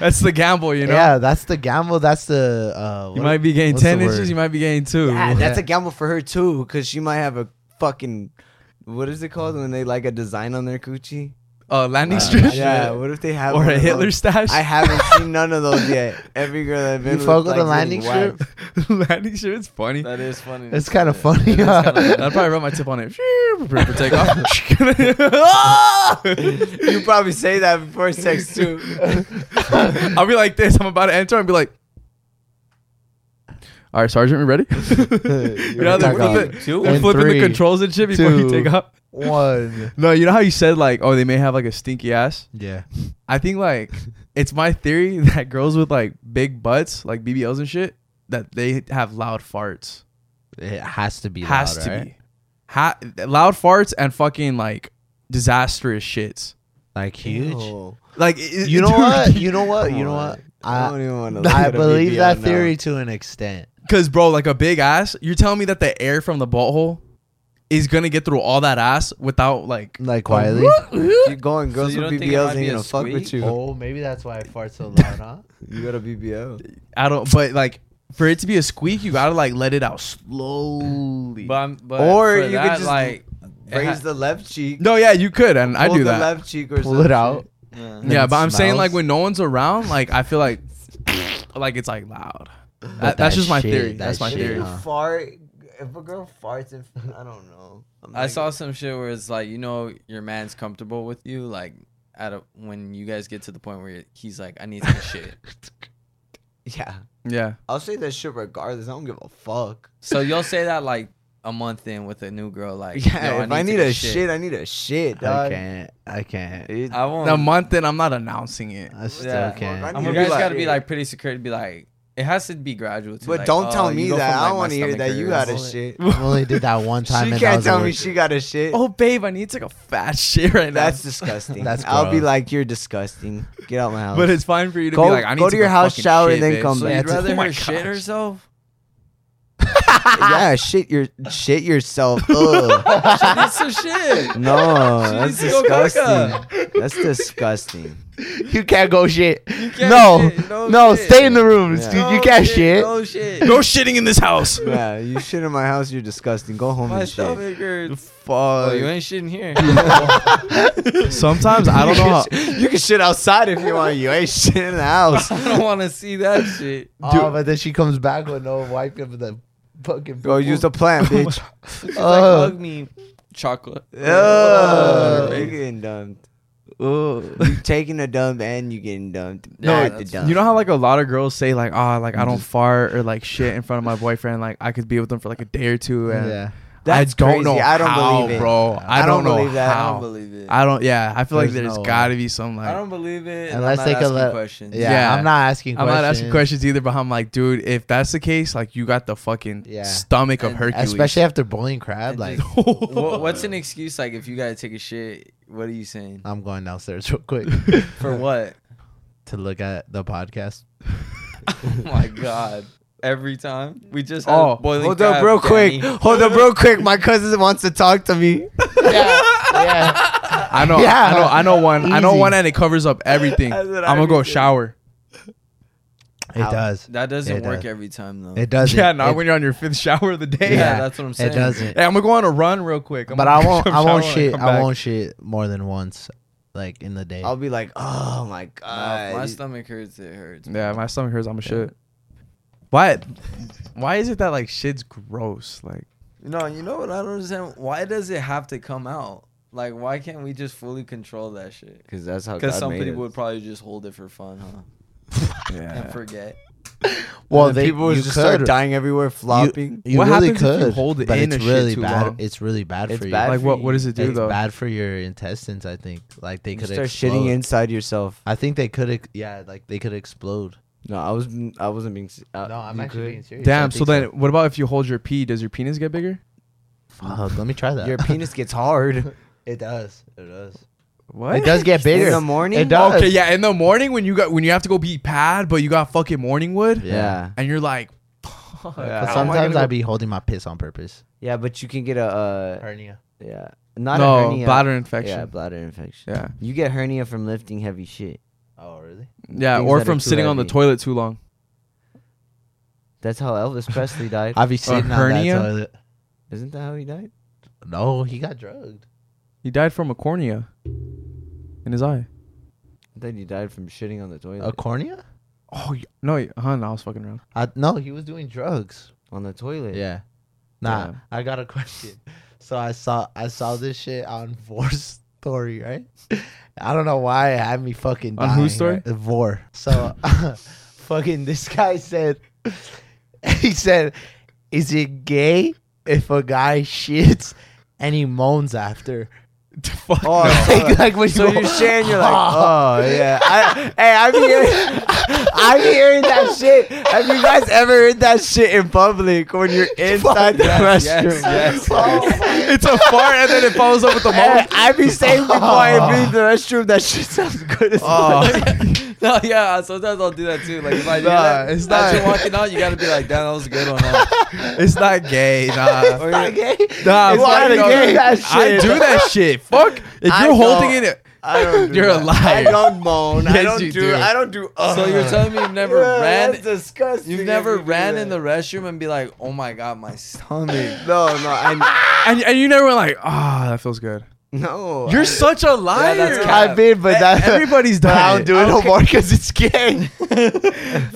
Speaker 4: That's the gamble, you know.
Speaker 1: yeah, that's the gamble. That's the uh,
Speaker 4: You
Speaker 1: what-
Speaker 4: might be gaining
Speaker 1: what's the
Speaker 4: ten inches.
Speaker 1: word?
Speaker 4: You might be gaining two.
Speaker 3: Yeah, that's a gamble for her too, because she might have a fucking what is it called when they like a design on their coochie?
Speaker 4: uh, landing
Speaker 1: Uh,
Speaker 4: strip
Speaker 3: Yeah, what if they have
Speaker 4: or
Speaker 3: one
Speaker 4: a
Speaker 3: of
Speaker 4: Hitler
Speaker 3: those?
Speaker 4: stash.
Speaker 3: I haven't seen none of those yet. Every girl I've been
Speaker 1: You
Speaker 3: with,
Speaker 1: fuck with
Speaker 3: like,
Speaker 1: a landing
Speaker 3: really whack.
Speaker 1: strip?
Speaker 4: landing strip. It's funny.
Speaker 2: That is funny.
Speaker 1: It's kind of
Speaker 2: Yeah.
Speaker 1: funny.
Speaker 2: It is
Speaker 1: huh?
Speaker 2: kinda funny.
Speaker 4: I'd probably rub my tip on it. Prepare for takeoff.
Speaker 3: you probably say that before sex too.
Speaker 4: I'll be like this. I'm about to enter and be like, "All right, sergeant, we ready?" you know, they're
Speaker 1: Take off.
Speaker 4: flipping,
Speaker 2: Two
Speaker 4: they're
Speaker 1: In
Speaker 4: flipping
Speaker 1: three,
Speaker 4: the controls and shit before you
Speaker 1: two.
Speaker 4: take off.
Speaker 1: One.
Speaker 4: No, you know how you said like, "Oh, they may have like a stinky ass."
Speaker 1: Yeah.
Speaker 4: I think like it's my theory that girls with like big butts, like BBLs and shit, that they have loud farts.
Speaker 1: It has to be.
Speaker 4: Has
Speaker 1: loud,
Speaker 4: to
Speaker 1: right?
Speaker 4: be. Ha- loud farts and fucking like disastrous shits.
Speaker 1: like huge.
Speaker 3: Ew.
Speaker 4: Like it-
Speaker 1: You know
Speaker 4: dude,
Speaker 1: what? You know what?
Speaker 3: Oh,
Speaker 1: Oh,
Speaker 3: Come
Speaker 1: You know
Speaker 3: on.
Speaker 1: what?
Speaker 3: I
Speaker 1: I
Speaker 3: don't even want to.
Speaker 1: I believe that theory to an extent.
Speaker 4: Cause bro, like a big ass, you're telling me that the air from the butthole is gonna get through all that ass without like
Speaker 1: Like quietly.
Speaker 3: Keep going. Girls
Speaker 2: you
Speaker 3: with
Speaker 2: don't think it
Speaker 3: BBLs
Speaker 2: might be
Speaker 3: ain't
Speaker 2: a
Speaker 3: gonna fuck with
Speaker 2: squeak?
Speaker 3: you.
Speaker 1: Oh, maybe that's why I fart so loud, huh?
Speaker 3: You got a BBL.
Speaker 4: I don't but like for it to be a squeak, you gotta like let it out slowly.
Speaker 2: But, I'm- but
Speaker 3: Or
Speaker 2: for
Speaker 3: you could
Speaker 2: that,
Speaker 3: just-
Speaker 2: like
Speaker 3: Raise the left cheek.
Speaker 4: no, yeah, you could, and I
Speaker 3: pull
Speaker 4: do
Speaker 3: the
Speaker 4: that.
Speaker 3: left cheek or
Speaker 1: Pull
Speaker 3: some
Speaker 1: it out.
Speaker 3: shit.
Speaker 2: yeah.
Speaker 4: yeah, but I'm saying
Speaker 1: smells.
Speaker 4: like when no one's around, like I feel like like it's like loud. That- that's
Speaker 1: that
Speaker 4: just my
Speaker 1: shit-
Speaker 4: theory.
Speaker 1: that
Speaker 4: that's my
Speaker 1: shit,
Speaker 4: theory.
Speaker 1: huh?
Speaker 3: fart. If a girl farts, in, I don't know. I'm
Speaker 2: I
Speaker 3: like-
Speaker 2: saw some shit where it's like you know your man's comfortable with you like at a, when you guys get to the point where you're- he's like I need some shit.
Speaker 3: Yeah,
Speaker 4: Yeah.
Speaker 3: I'll say that shit regardless. I don't give a fuck.
Speaker 2: So you'll say that like a month in with a new girl like
Speaker 3: Yeah,
Speaker 2: "Yo,
Speaker 3: if I
Speaker 2: to
Speaker 3: need
Speaker 2: get
Speaker 3: a shit. I need a shit.
Speaker 1: I
Speaker 3: Dog.
Speaker 1: can't. I can't.
Speaker 3: It-
Speaker 2: I won't.
Speaker 4: The month in I'm not announcing it.
Speaker 1: I still
Speaker 2: Yeah.
Speaker 1: can't.
Speaker 3: I
Speaker 2: I'm you
Speaker 3: need to be
Speaker 2: guys
Speaker 3: like-
Speaker 2: gotta be like pretty secure to be like it has to be gradual. Too.
Speaker 3: but
Speaker 2: like,
Speaker 3: don't
Speaker 2: oh,
Speaker 3: tell
Speaker 2: you
Speaker 3: me
Speaker 2: go
Speaker 3: that.
Speaker 2: from,
Speaker 3: I
Speaker 2: like,
Speaker 3: don't
Speaker 2: my
Speaker 3: want to hear
Speaker 2: stomach
Speaker 3: that you
Speaker 2: hurts.
Speaker 3: got a shit.
Speaker 1: I only did that one
Speaker 3: She
Speaker 1: time. and that
Speaker 3: can't
Speaker 1: was a
Speaker 3: tell me
Speaker 1: weird-
Speaker 3: she got a shit.
Speaker 4: Oh babe, I need to take a fat shit right now.
Speaker 3: That's disgusting.
Speaker 1: That's
Speaker 3: I'll be
Speaker 1: gross.
Speaker 3: like, you're disgusting. Get out my house.
Speaker 4: But it's fine for you to
Speaker 3: Go-
Speaker 4: be like, I need
Speaker 3: go to
Speaker 4: to
Speaker 3: your
Speaker 4: go
Speaker 3: house,
Speaker 4: fucking
Speaker 3: shower,
Speaker 4: shit,
Speaker 3: and then
Speaker 4: babe.
Speaker 3: come
Speaker 2: So
Speaker 3: Yeah,
Speaker 2: you'd
Speaker 3: it's-
Speaker 2: rather
Speaker 4: oh my
Speaker 2: her shit
Speaker 4: gosh.
Speaker 2: herself?
Speaker 3: yeah, shit your shit yourself. Ugh.
Speaker 2: She needs some shit.
Speaker 3: No,
Speaker 2: needs
Speaker 3: that's
Speaker 2: to go cook up.
Speaker 3: disgusting. That's disgusting.
Speaker 1: You can't go shit.
Speaker 2: can't
Speaker 1: no,
Speaker 2: shit.
Speaker 1: no,
Speaker 2: No shit.
Speaker 1: stay in the rooms,
Speaker 3: Yeah.
Speaker 1: dude. you can't shit.
Speaker 2: No shit.
Speaker 4: No shitting in this house.
Speaker 3: Yeah, you shit in my house. You're disgusting. Go home
Speaker 2: My
Speaker 3: and shit.
Speaker 2: stomach hurts. eh? Oh, you
Speaker 4: Fuck.
Speaker 2: ain't shitting here.
Speaker 4: Sometimes I don't know. How,
Speaker 3: You can shit outside if you want. You ain't shit in the house.
Speaker 2: I don't want to see that shit.
Speaker 1: Oh, but then she comes back with no wipe up the fucking
Speaker 3: Go use the plan, bitch.
Speaker 2: She's like,
Speaker 1: Oh,
Speaker 3: Ugh.
Speaker 2: hug me. Uh, Chocolate.
Speaker 3: Ugh.
Speaker 2: Ugh.
Speaker 3: You're getting dumped. You taking a dump and you getting dumped.
Speaker 2: No,
Speaker 3: Not
Speaker 2: that's-
Speaker 3: the
Speaker 2: you
Speaker 3: dump.
Speaker 4: You know how like a lot of girls say like ah like I don't fart or like shit in front of my boyfriend like I could be with them for like a day or two and
Speaker 1: Yeah.
Speaker 3: That's
Speaker 4: I don't
Speaker 3: crazy.
Speaker 4: know
Speaker 3: I don't
Speaker 4: how,
Speaker 3: believe it.
Speaker 4: bro I,
Speaker 3: I
Speaker 4: don't,
Speaker 3: don't
Speaker 4: know
Speaker 3: believe that. I
Speaker 2: I
Speaker 4: how
Speaker 2: don't believe it. I,
Speaker 4: I don't yeah I feel like
Speaker 1: There's
Speaker 4: there's
Speaker 1: no
Speaker 4: gotta be some like
Speaker 2: don't believe it.
Speaker 1: Unless
Speaker 2: Unless I'm
Speaker 1: they
Speaker 2: not
Speaker 1: could
Speaker 2: asking
Speaker 1: let-
Speaker 2: questions.
Speaker 1: Yeah,
Speaker 4: Yeah.
Speaker 1: I'm not asking
Speaker 4: I'm
Speaker 1: questions.
Speaker 4: not asking questions either but I'm like dude if that's the case like you got the fucking
Speaker 1: Yeah.
Speaker 4: stomach of
Speaker 2: And
Speaker 4: Hercules
Speaker 1: Especially after bullying crab,
Speaker 2: And
Speaker 1: like
Speaker 2: just- Wha- what's an excuse like if you gotta take a shit? What are you saying?
Speaker 1: I'm going downstairs real quick
Speaker 2: For what?
Speaker 1: to look at the podcast.
Speaker 2: Oh my god! Every time we just had
Speaker 4: Oh,
Speaker 2: boiling
Speaker 3: Hold
Speaker 2: crab,
Speaker 3: up real quick.
Speaker 2: Danny.
Speaker 3: Hold up real quick. My cousin wants to talk to me.
Speaker 1: yeah, yeah.
Speaker 4: I know
Speaker 1: Yeah.
Speaker 4: I know I know one I know
Speaker 1: Easy.
Speaker 4: one and it covers up everything
Speaker 3: That's
Speaker 4: I'm
Speaker 3: what I
Speaker 4: gonna go
Speaker 3: already did.
Speaker 4: shower
Speaker 1: It
Speaker 3: Ow.
Speaker 1: does.
Speaker 2: That doesn't
Speaker 1: It
Speaker 2: work
Speaker 1: does.
Speaker 2: every time though.
Speaker 1: It does.
Speaker 4: yeah not
Speaker 1: it,
Speaker 4: when you're on your fifth shower of the day
Speaker 2: yeah,
Speaker 1: yeah,
Speaker 2: that's what I'm
Speaker 1: it
Speaker 2: saying.
Speaker 1: doesn't.
Speaker 4: Hey, I'm gonna go on a run real quick I'm
Speaker 1: But
Speaker 4: gonna
Speaker 1: I
Speaker 4: go
Speaker 1: won't. I
Speaker 4: shower
Speaker 1: won't
Speaker 4: when
Speaker 1: shit.
Speaker 4: come
Speaker 1: I
Speaker 4: back.
Speaker 1: won't shit more than once, like in the day.
Speaker 3: I'll be like, oh my
Speaker 2: Nah,
Speaker 3: god.
Speaker 2: if my stomach hurts. It hurts.
Speaker 4: Yeah, my stomach hurts. I'm a shit. Why? Why is it that like shit's gross? Like
Speaker 2: No, you know what I don't understand? Why does it have to come out? Like, why can't we just fully control that shit?
Speaker 3: Because that's how.
Speaker 2: Because
Speaker 3: God
Speaker 2: some
Speaker 3: made
Speaker 2: people
Speaker 3: us.
Speaker 2: would probably just hold it for fun, huh? And forget.
Speaker 1: well,
Speaker 3: And then people would
Speaker 1: you
Speaker 3: just start
Speaker 1: could-
Speaker 3: dying everywhere, flopping.
Speaker 1: You
Speaker 4: What
Speaker 1: really
Speaker 4: happens if
Speaker 1: could
Speaker 4: you hold it
Speaker 1: but
Speaker 4: in
Speaker 1: it's
Speaker 4: and shit
Speaker 1: really
Speaker 4: too
Speaker 1: bad.
Speaker 4: long?
Speaker 1: It's really bad
Speaker 3: It's
Speaker 1: for you.
Speaker 3: bad
Speaker 4: like what? What does it do
Speaker 1: it's
Speaker 4: though?
Speaker 1: bad for your intestines. I think like they
Speaker 3: you
Speaker 1: could
Speaker 3: start
Speaker 1: explode.
Speaker 3: shitting inside yourself.
Speaker 1: I think they could. Ex- yeah, like they could explode.
Speaker 3: No, I was. I wasn't being. se- Uh, you could-
Speaker 1: serious.
Speaker 4: Damn. So then, what about if you hold your pee? Does your penis get bigger?
Speaker 1: Fuck, let me try that.
Speaker 3: Your penis gets hard
Speaker 1: it does. It does.
Speaker 4: What?
Speaker 1: It does get bigger.
Speaker 3: in the morning.
Speaker 1: It does.
Speaker 4: Okay, yeah. In the morning when you got when you have to go be pad, but you got fucking morning wood,
Speaker 1: Yeah.
Speaker 3: Yeah.
Speaker 4: and you're like, fuck,
Speaker 1: But
Speaker 3: Yeah.
Speaker 4: how am I
Speaker 1: sometimes
Speaker 4: gonna
Speaker 1: I
Speaker 4: go-
Speaker 1: be holding my piss on purpose.
Speaker 3: Yeah, but you can get a. Uh,
Speaker 1: Hernia.
Speaker 3: yeah. Not a
Speaker 4: no
Speaker 3: hernia.
Speaker 4: bladder
Speaker 3: Yeah,
Speaker 4: infection.
Speaker 3: bladder infection.
Speaker 4: Yeah,
Speaker 3: You get hernia from lifting heavy shit.
Speaker 1: Oh really?
Speaker 4: yeah,
Speaker 3: Things
Speaker 4: or
Speaker 3: that are
Speaker 4: from
Speaker 3: too
Speaker 4: sitting on the
Speaker 3: heavy.
Speaker 4: toilet too long.
Speaker 3: That's how Elvis Presley died.
Speaker 1: I be sitting on that
Speaker 4: hernia?
Speaker 1: toilet.
Speaker 3: Isn't that how he died?
Speaker 1: No, he got drugged.
Speaker 4: He died from a cornea in his eye.
Speaker 3: I thought he died from shitting on the toilet.
Speaker 1: A cornea?
Speaker 4: Oh y- no, y- huh? No, I was fucking around.
Speaker 1: I, no, he was doing drugs.
Speaker 3: On the toilet.
Speaker 1: Yeah. Nah,
Speaker 4: Damn.
Speaker 1: I got a question. So I saw I saw this shit on Vor's story, right? I don't know why it had me fucking
Speaker 4: On
Speaker 1: dying.
Speaker 4: whose story?
Speaker 1: right? Vor. So fucking this guy said he said, Is it gay if a guy shits and he moans after?
Speaker 4: Fuck
Speaker 3: Oh,
Speaker 4: no.
Speaker 3: so-
Speaker 1: like when
Speaker 3: So
Speaker 1: go,
Speaker 3: you're shitting, you're like, oh yeah. I, hey, I've been hearing, I've been hearing that shit. Have you guys ever heard that shit in public when you're inside the
Speaker 2: Yes, yes,
Speaker 3: restroom?
Speaker 2: yes.
Speaker 1: Oh
Speaker 4: it's a fart and then it follows up with a
Speaker 3: Hey,
Speaker 4: moan.
Speaker 3: I be saying before I leave the restroom, that shit sounds good as
Speaker 4: Oh,
Speaker 3: fuck.
Speaker 2: no, yeah. Sometimes I'll do that too. Like if I do
Speaker 4: Nah,
Speaker 2: that,
Speaker 4: it's
Speaker 2: it's not.
Speaker 4: not-
Speaker 2: you walking out, you gotta be like, "Damn, that was a good one." Huh?
Speaker 4: It's not gay, nah.
Speaker 2: Or
Speaker 1: Not
Speaker 2: you're-
Speaker 1: gay?
Speaker 4: Nah,
Speaker 3: It's
Speaker 4: fuck
Speaker 3: not
Speaker 4: no.
Speaker 3: gay, that
Speaker 4: I
Speaker 3: shit.
Speaker 4: do that shit. Fuck. If you're
Speaker 3: I
Speaker 4: holding
Speaker 3: don't-
Speaker 4: it,
Speaker 3: I don't do
Speaker 4: You're a
Speaker 3: that.
Speaker 4: liar.
Speaker 3: I don't moan. I
Speaker 4: Yes,
Speaker 3: don't
Speaker 4: you
Speaker 3: do,
Speaker 4: do.
Speaker 3: I don't do.
Speaker 2: so you're telling me you've never
Speaker 3: Ugh,
Speaker 2: ran?
Speaker 3: That's disgusting.
Speaker 2: You've
Speaker 3: if
Speaker 2: never
Speaker 3: you do
Speaker 2: ran in
Speaker 3: that.
Speaker 2: the restroom and be like, "Oh my god, my stomach."
Speaker 3: No, no, I
Speaker 4: and, and you never went like, ah, that feels good.
Speaker 3: no.
Speaker 4: You're
Speaker 3: I-
Speaker 4: such a liar.
Speaker 2: that's
Speaker 3: I
Speaker 2: cap.
Speaker 3: mean, but that
Speaker 4: Everybody's
Speaker 3: but
Speaker 4: done
Speaker 3: I don't
Speaker 4: it.
Speaker 3: do it no more because it's gay.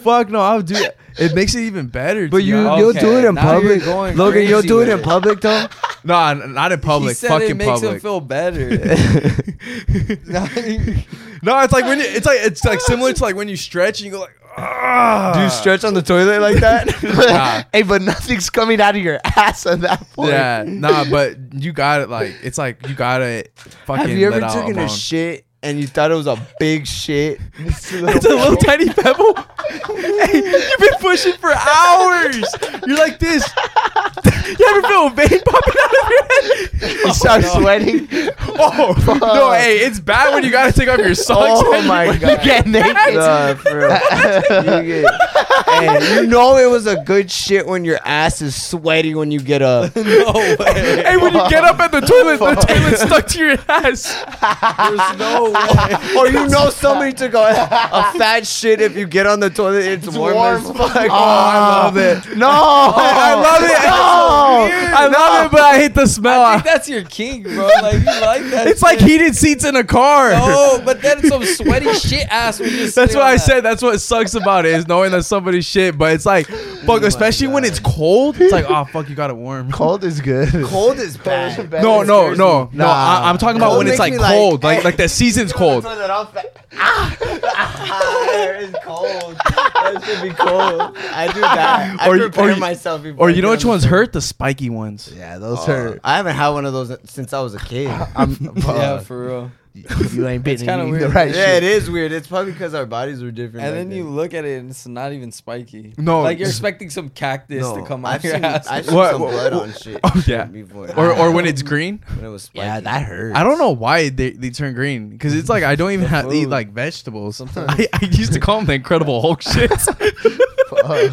Speaker 4: Fuck no, I'll do it. It makes it even better.
Speaker 3: But
Speaker 4: to be
Speaker 3: you,
Speaker 4: honest.
Speaker 3: you'll
Speaker 2: Okay,
Speaker 3: do it in
Speaker 2: now you're
Speaker 3: public,
Speaker 2: going
Speaker 3: Logan. You'll
Speaker 2: crazy
Speaker 3: do it
Speaker 2: with
Speaker 3: in
Speaker 2: it.
Speaker 3: public though.
Speaker 4: nah, n- not in
Speaker 2: He
Speaker 4: public.
Speaker 2: said
Speaker 4: Fucking
Speaker 2: it makes him
Speaker 4: public.
Speaker 2: feel better.
Speaker 4: no, it's like when you, it's like it's like similar to like when you stretch and you go like, ah.
Speaker 3: on the toilet like that?
Speaker 4: Nah.
Speaker 1: hey, but nothing's coming out of your ass at that point.
Speaker 4: Yeah, nah, but you got it. Like it's like you got to fucking.
Speaker 3: Have you ever
Speaker 4: let out
Speaker 3: taken
Speaker 4: a
Speaker 3: a
Speaker 4: moan.
Speaker 3: shit and you thought it was a big shit?
Speaker 4: It's a little tiny pebble. Hey, you've been pushing for hours. You're like this. You ever feel a vein popping out of your head?
Speaker 1: You start sweating.
Speaker 4: Oh no! Hey, it's bad when you gotta take off your socks.
Speaker 3: Oh
Speaker 4: and
Speaker 3: my
Speaker 4: you-
Speaker 3: God.
Speaker 1: You get naked.
Speaker 3: Nah, for real. you, get- Hey, you know it was a good shit when your ass is sweating when you get up.
Speaker 2: no way.
Speaker 4: Hey, when you get up at the toilet, the toilet's stuck to your ass.
Speaker 2: There's no way.
Speaker 3: or you know somebody took a, a fat shit if you get on the toilet. It's, warm, as
Speaker 1: warm.
Speaker 3: fuck.
Speaker 4: Oh,
Speaker 2: Ah.
Speaker 4: I love it.
Speaker 3: No,
Speaker 4: I love it. I love it, but I hate the smell.
Speaker 2: I think that's your king, bro. Like you like that.
Speaker 4: it's like
Speaker 2: shit.
Speaker 4: heated seats in a car.
Speaker 2: No, but then some sweaty shit ass was just.
Speaker 4: That's
Speaker 2: sit
Speaker 4: why
Speaker 2: on
Speaker 4: I
Speaker 2: that.
Speaker 4: said that's what sucks about it is knowing that somebody's shit, but it's like, fuck, especially when it's cold. It's like, oh fuck, you got it warm.
Speaker 1: Cold is good.
Speaker 3: Cold is bad.
Speaker 1: bad.
Speaker 4: No,
Speaker 1: It
Speaker 4: no,
Speaker 1: scares
Speaker 4: no,
Speaker 1: me.
Speaker 4: no.
Speaker 1: Nah.
Speaker 4: I, I'm talking about
Speaker 3: Cold
Speaker 4: when it's
Speaker 3: makes
Speaker 4: like
Speaker 3: me like,
Speaker 4: cold, like
Speaker 3: eh.
Speaker 4: like the season's cold.
Speaker 3: Throw that off. Ah, it's cold. That should be cold. I do that. I
Speaker 4: Or you- or
Speaker 3: prepare
Speaker 4: you-
Speaker 3: myself. Before
Speaker 4: Or
Speaker 3: I
Speaker 4: you know
Speaker 3: get
Speaker 4: which
Speaker 3: on the
Speaker 4: ones
Speaker 3: show.
Speaker 4: hurt? The spiky ones.
Speaker 1: Yeah, those
Speaker 3: Uh,
Speaker 1: hurt.
Speaker 3: I haven't had one of those since I was a kid.
Speaker 1: I'm,
Speaker 2: yeah,
Speaker 1: fuck.
Speaker 2: for real.
Speaker 1: you ain't been
Speaker 2: kinda
Speaker 1: eating the
Speaker 2: weird.
Speaker 1: right
Speaker 3: yeah,
Speaker 1: shit.
Speaker 3: it is weird. It's probably because our bodies were different.
Speaker 2: And
Speaker 3: back
Speaker 2: then you look at it and it's not even spiky.
Speaker 4: No,
Speaker 2: like you're
Speaker 4: it's-
Speaker 2: expecting some cactus to
Speaker 3: No,
Speaker 2: come out
Speaker 3: I've
Speaker 2: your
Speaker 3: seen,
Speaker 2: ass.
Speaker 3: I've seen
Speaker 4: What-
Speaker 3: some
Speaker 4: what-
Speaker 3: blood
Speaker 4: what-
Speaker 3: on shit.
Speaker 4: Oh, yeah.
Speaker 3: Before.
Speaker 4: Or or when it's green.
Speaker 3: when it was spiky.
Speaker 1: Yeah, that hurt.
Speaker 4: I don't know why they, they turn green because it's like I don't even have to eat
Speaker 2: food.
Speaker 4: like vegetables.
Speaker 2: Sometimes.
Speaker 4: I, I used to call them the Incredible Hulk shits.
Speaker 2: you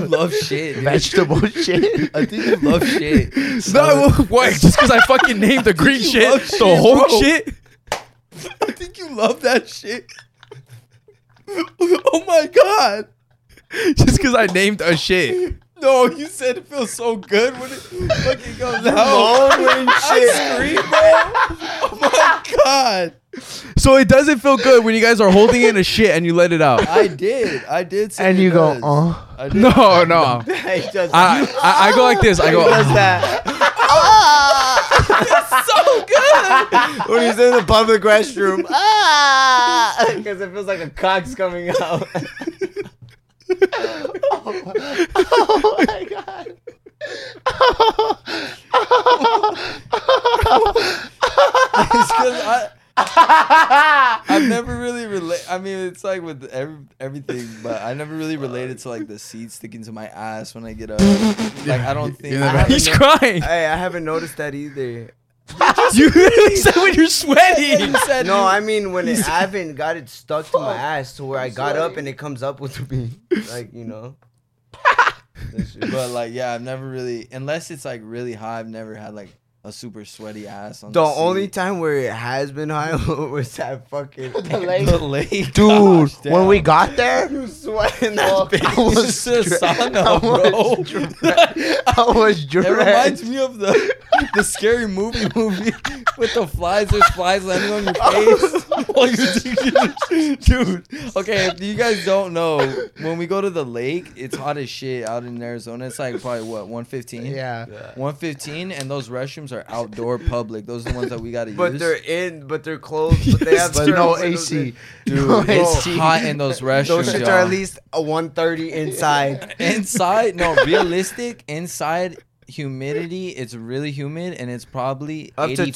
Speaker 2: love shit. dude.
Speaker 1: vegetable shit.
Speaker 2: I think you love shit.
Speaker 4: no, why? Just because I fucking named the green
Speaker 2: You
Speaker 4: shit
Speaker 2: love
Speaker 4: the
Speaker 2: shit,
Speaker 4: Hulk
Speaker 2: bro.
Speaker 4: shit.
Speaker 2: I think you love that shit.
Speaker 4: Oh my god! Just because I named a shit.
Speaker 2: No, you said it feels so good when it fucking comes out.
Speaker 3: Moaning shit.
Speaker 2: I scream, bro. Oh
Speaker 4: God. So it doesn't feel good when you guys are holding in a shit and you let it out.
Speaker 2: I did. I did. Say
Speaker 1: And
Speaker 2: it
Speaker 1: you go,
Speaker 2: does.
Speaker 4: uh-huh.
Speaker 1: oh.
Speaker 2: I did.
Speaker 4: No, no.
Speaker 3: He does
Speaker 4: I,
Speaker 3: that.
Speaker 4: I, I go like this. I
Speaker 3: He
Speaker 4: go. "Uh-huh."
Speaker 3: does that. so good. when he's in the public restroom. Ah, because it feels like a cock's coming out.
Speaker 1: Oh my god.
Speaker 2: It's 'cause I. I've never really relate. I mean, it's like with every, everything, but I never really related to like the seed sticking to my ass when I get up. Like I don't think
Speaker 4: You
Speaker 2: I
Speaker 4: know,
Speaker 2: haven't
Speaker 4: he's
Speaker 2: no-
Speaker 4: crying.
Speaker 3: hey, I haven't noticed that either.
Speaker 4: You literally said when you're sweaty.
Speaker 2: You said
Speaker 3: No,
Speaker 2: you-
Speaker 3: I mean when it, I haven't got it stuck to my
Speaker 2: Fuck.
Speaker 3: ass to where i
Speaker 2: I'm
Speaker 3: got up
Speaker 2: sweating.
Speaker 3: and it comes up with me, like you know. That shit.
Speaker 2: but like yeah, I've never really unless it's like really high. I've never had like a super sweaty ass on
Speaker 3: The
Speaker 2: the seat.
Speaker 3: only time where it has been high was that fucking
Speaker 2: The lake,
Speaker 1: Dude,
Speaker 2: Gosh,
Speaker 1: when we
Speaker 2: damn.
Speaker 1: got there,
Speaker 3: You sweating
Speaker 1: Well,
Speaker 3: that
Speaker 1: I was
Speaker 3: bitch.
Speaker 2: This is a
Speaker 1: dra-
Speaker 2: sauna,
Speaker 1: I
Speaker 2: bro.
Speaker 1: was dra- I was
Speaker 2: It
Speaker 1: drenched.
Speaker 2: reminds me of the the scary movie movie with the flies. There's flies landing on your face. While you're- Dude, okay, if you guys don't know, when we go to the lake, it's hot as shit out in Arizona. It's like probably what 115.
Speaker 1: Yeah.
Speaker 2: 115, and those restrooms are outdoor public. Those are the ones that we gotta
Speaker 3: But
Speaker 2: use.
Speaker 3: they're in, but they're closed. But they have
Speaker 1: But
Speaker 3: certain
Speaker 1: no
Speaker 3: windows
Speaker 1: AC.
Speaker 3: in.
Speaker 2: Dude,
Speaker 1: No
Speaker 2: it's
Speaker 1: AC.
Speaker 2: hot in those restrooms.
Speaker 3: Oh. Those shits are
Speaker 2: y'all.
Speaker 3: at least a 130 inside.
Speaker 2: inside no realistic inside humidity it's really humid and it's probably
Speaker 3: Up to
Speaker 2: 85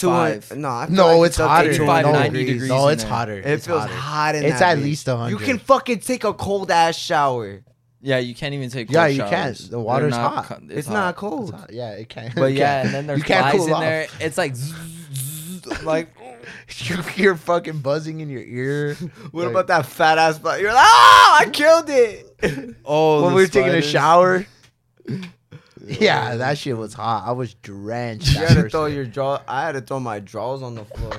Speaker 3: 200. No, I feel
Speaker 1: No,
Speaker 3: like
Speaker 1: it's
Speaker 3: up to
Speaker 1: hotter.
Speaker 2: 85,
Speaker 1: no,
Speaker 2: 90 degrees
Speaker 1: No,
Speaker 2: in
Speaker 1: it's
Speaker 2: there.
Speaker 1: hotter.
Speaker 3: It
Speaker 1: It's
Speaker 3: feels
Speaker 1: hotter.
Speaker 3: hot in
Speaker 1: It's
Speaker 3: that
Speaker 1: at
Speaker 3: bitch.
Speaker 1: least 100.
Speaker 3: You can fucking take a cold ass shower.
Speaker 2: yeah you can't even take
Speaker 1: Yeah,
Speaker 2: cold
Speaker 1: you
Speaker 2: showers.
Speaker 1: can't. The
Speaker 2: They're
Speaker 1: water's
Speaker 2: not
Speaker 1: hot.
Speaker 2: co-
Speaker 3: It's, not
Speaker 1: It's
Speaker 3: cold.
Speaker 1: hot. Yeah, it can.
Speaker 2: but
Speaker 1: it
Speaker 2: yeah
Speaker 1: can.
Speaker 2: and then there's
Speaker 1: you can't
Speaker 2: flies
Speaker 1: cool
Speaker 2: in
Speaker 1: off.
Speaker 2: there it's like zzz, zzz, zzz, like
Speaker 1: You hear fucking buzzing in your ear.
Speaker 3: What
Speaker 1: Like-
Speaker 3: about that fat ass? Fly? You're like, oh, I killed it.
Speaker 2: oh
Speaker 1: when
Speaker 2: the
Speaker 1: we were taking a
Speaker 2: spiders.
Speaker 1: shower. Yeah, that shit was hot. I was drenched.
Speaker 3: You
Speaker 1: that
Speaker 3: had to
Speaker 1: first
Speaker 3: throw
Speaker 1: day.
Speaker 3: your draw. I had to throw my drawers on the floor.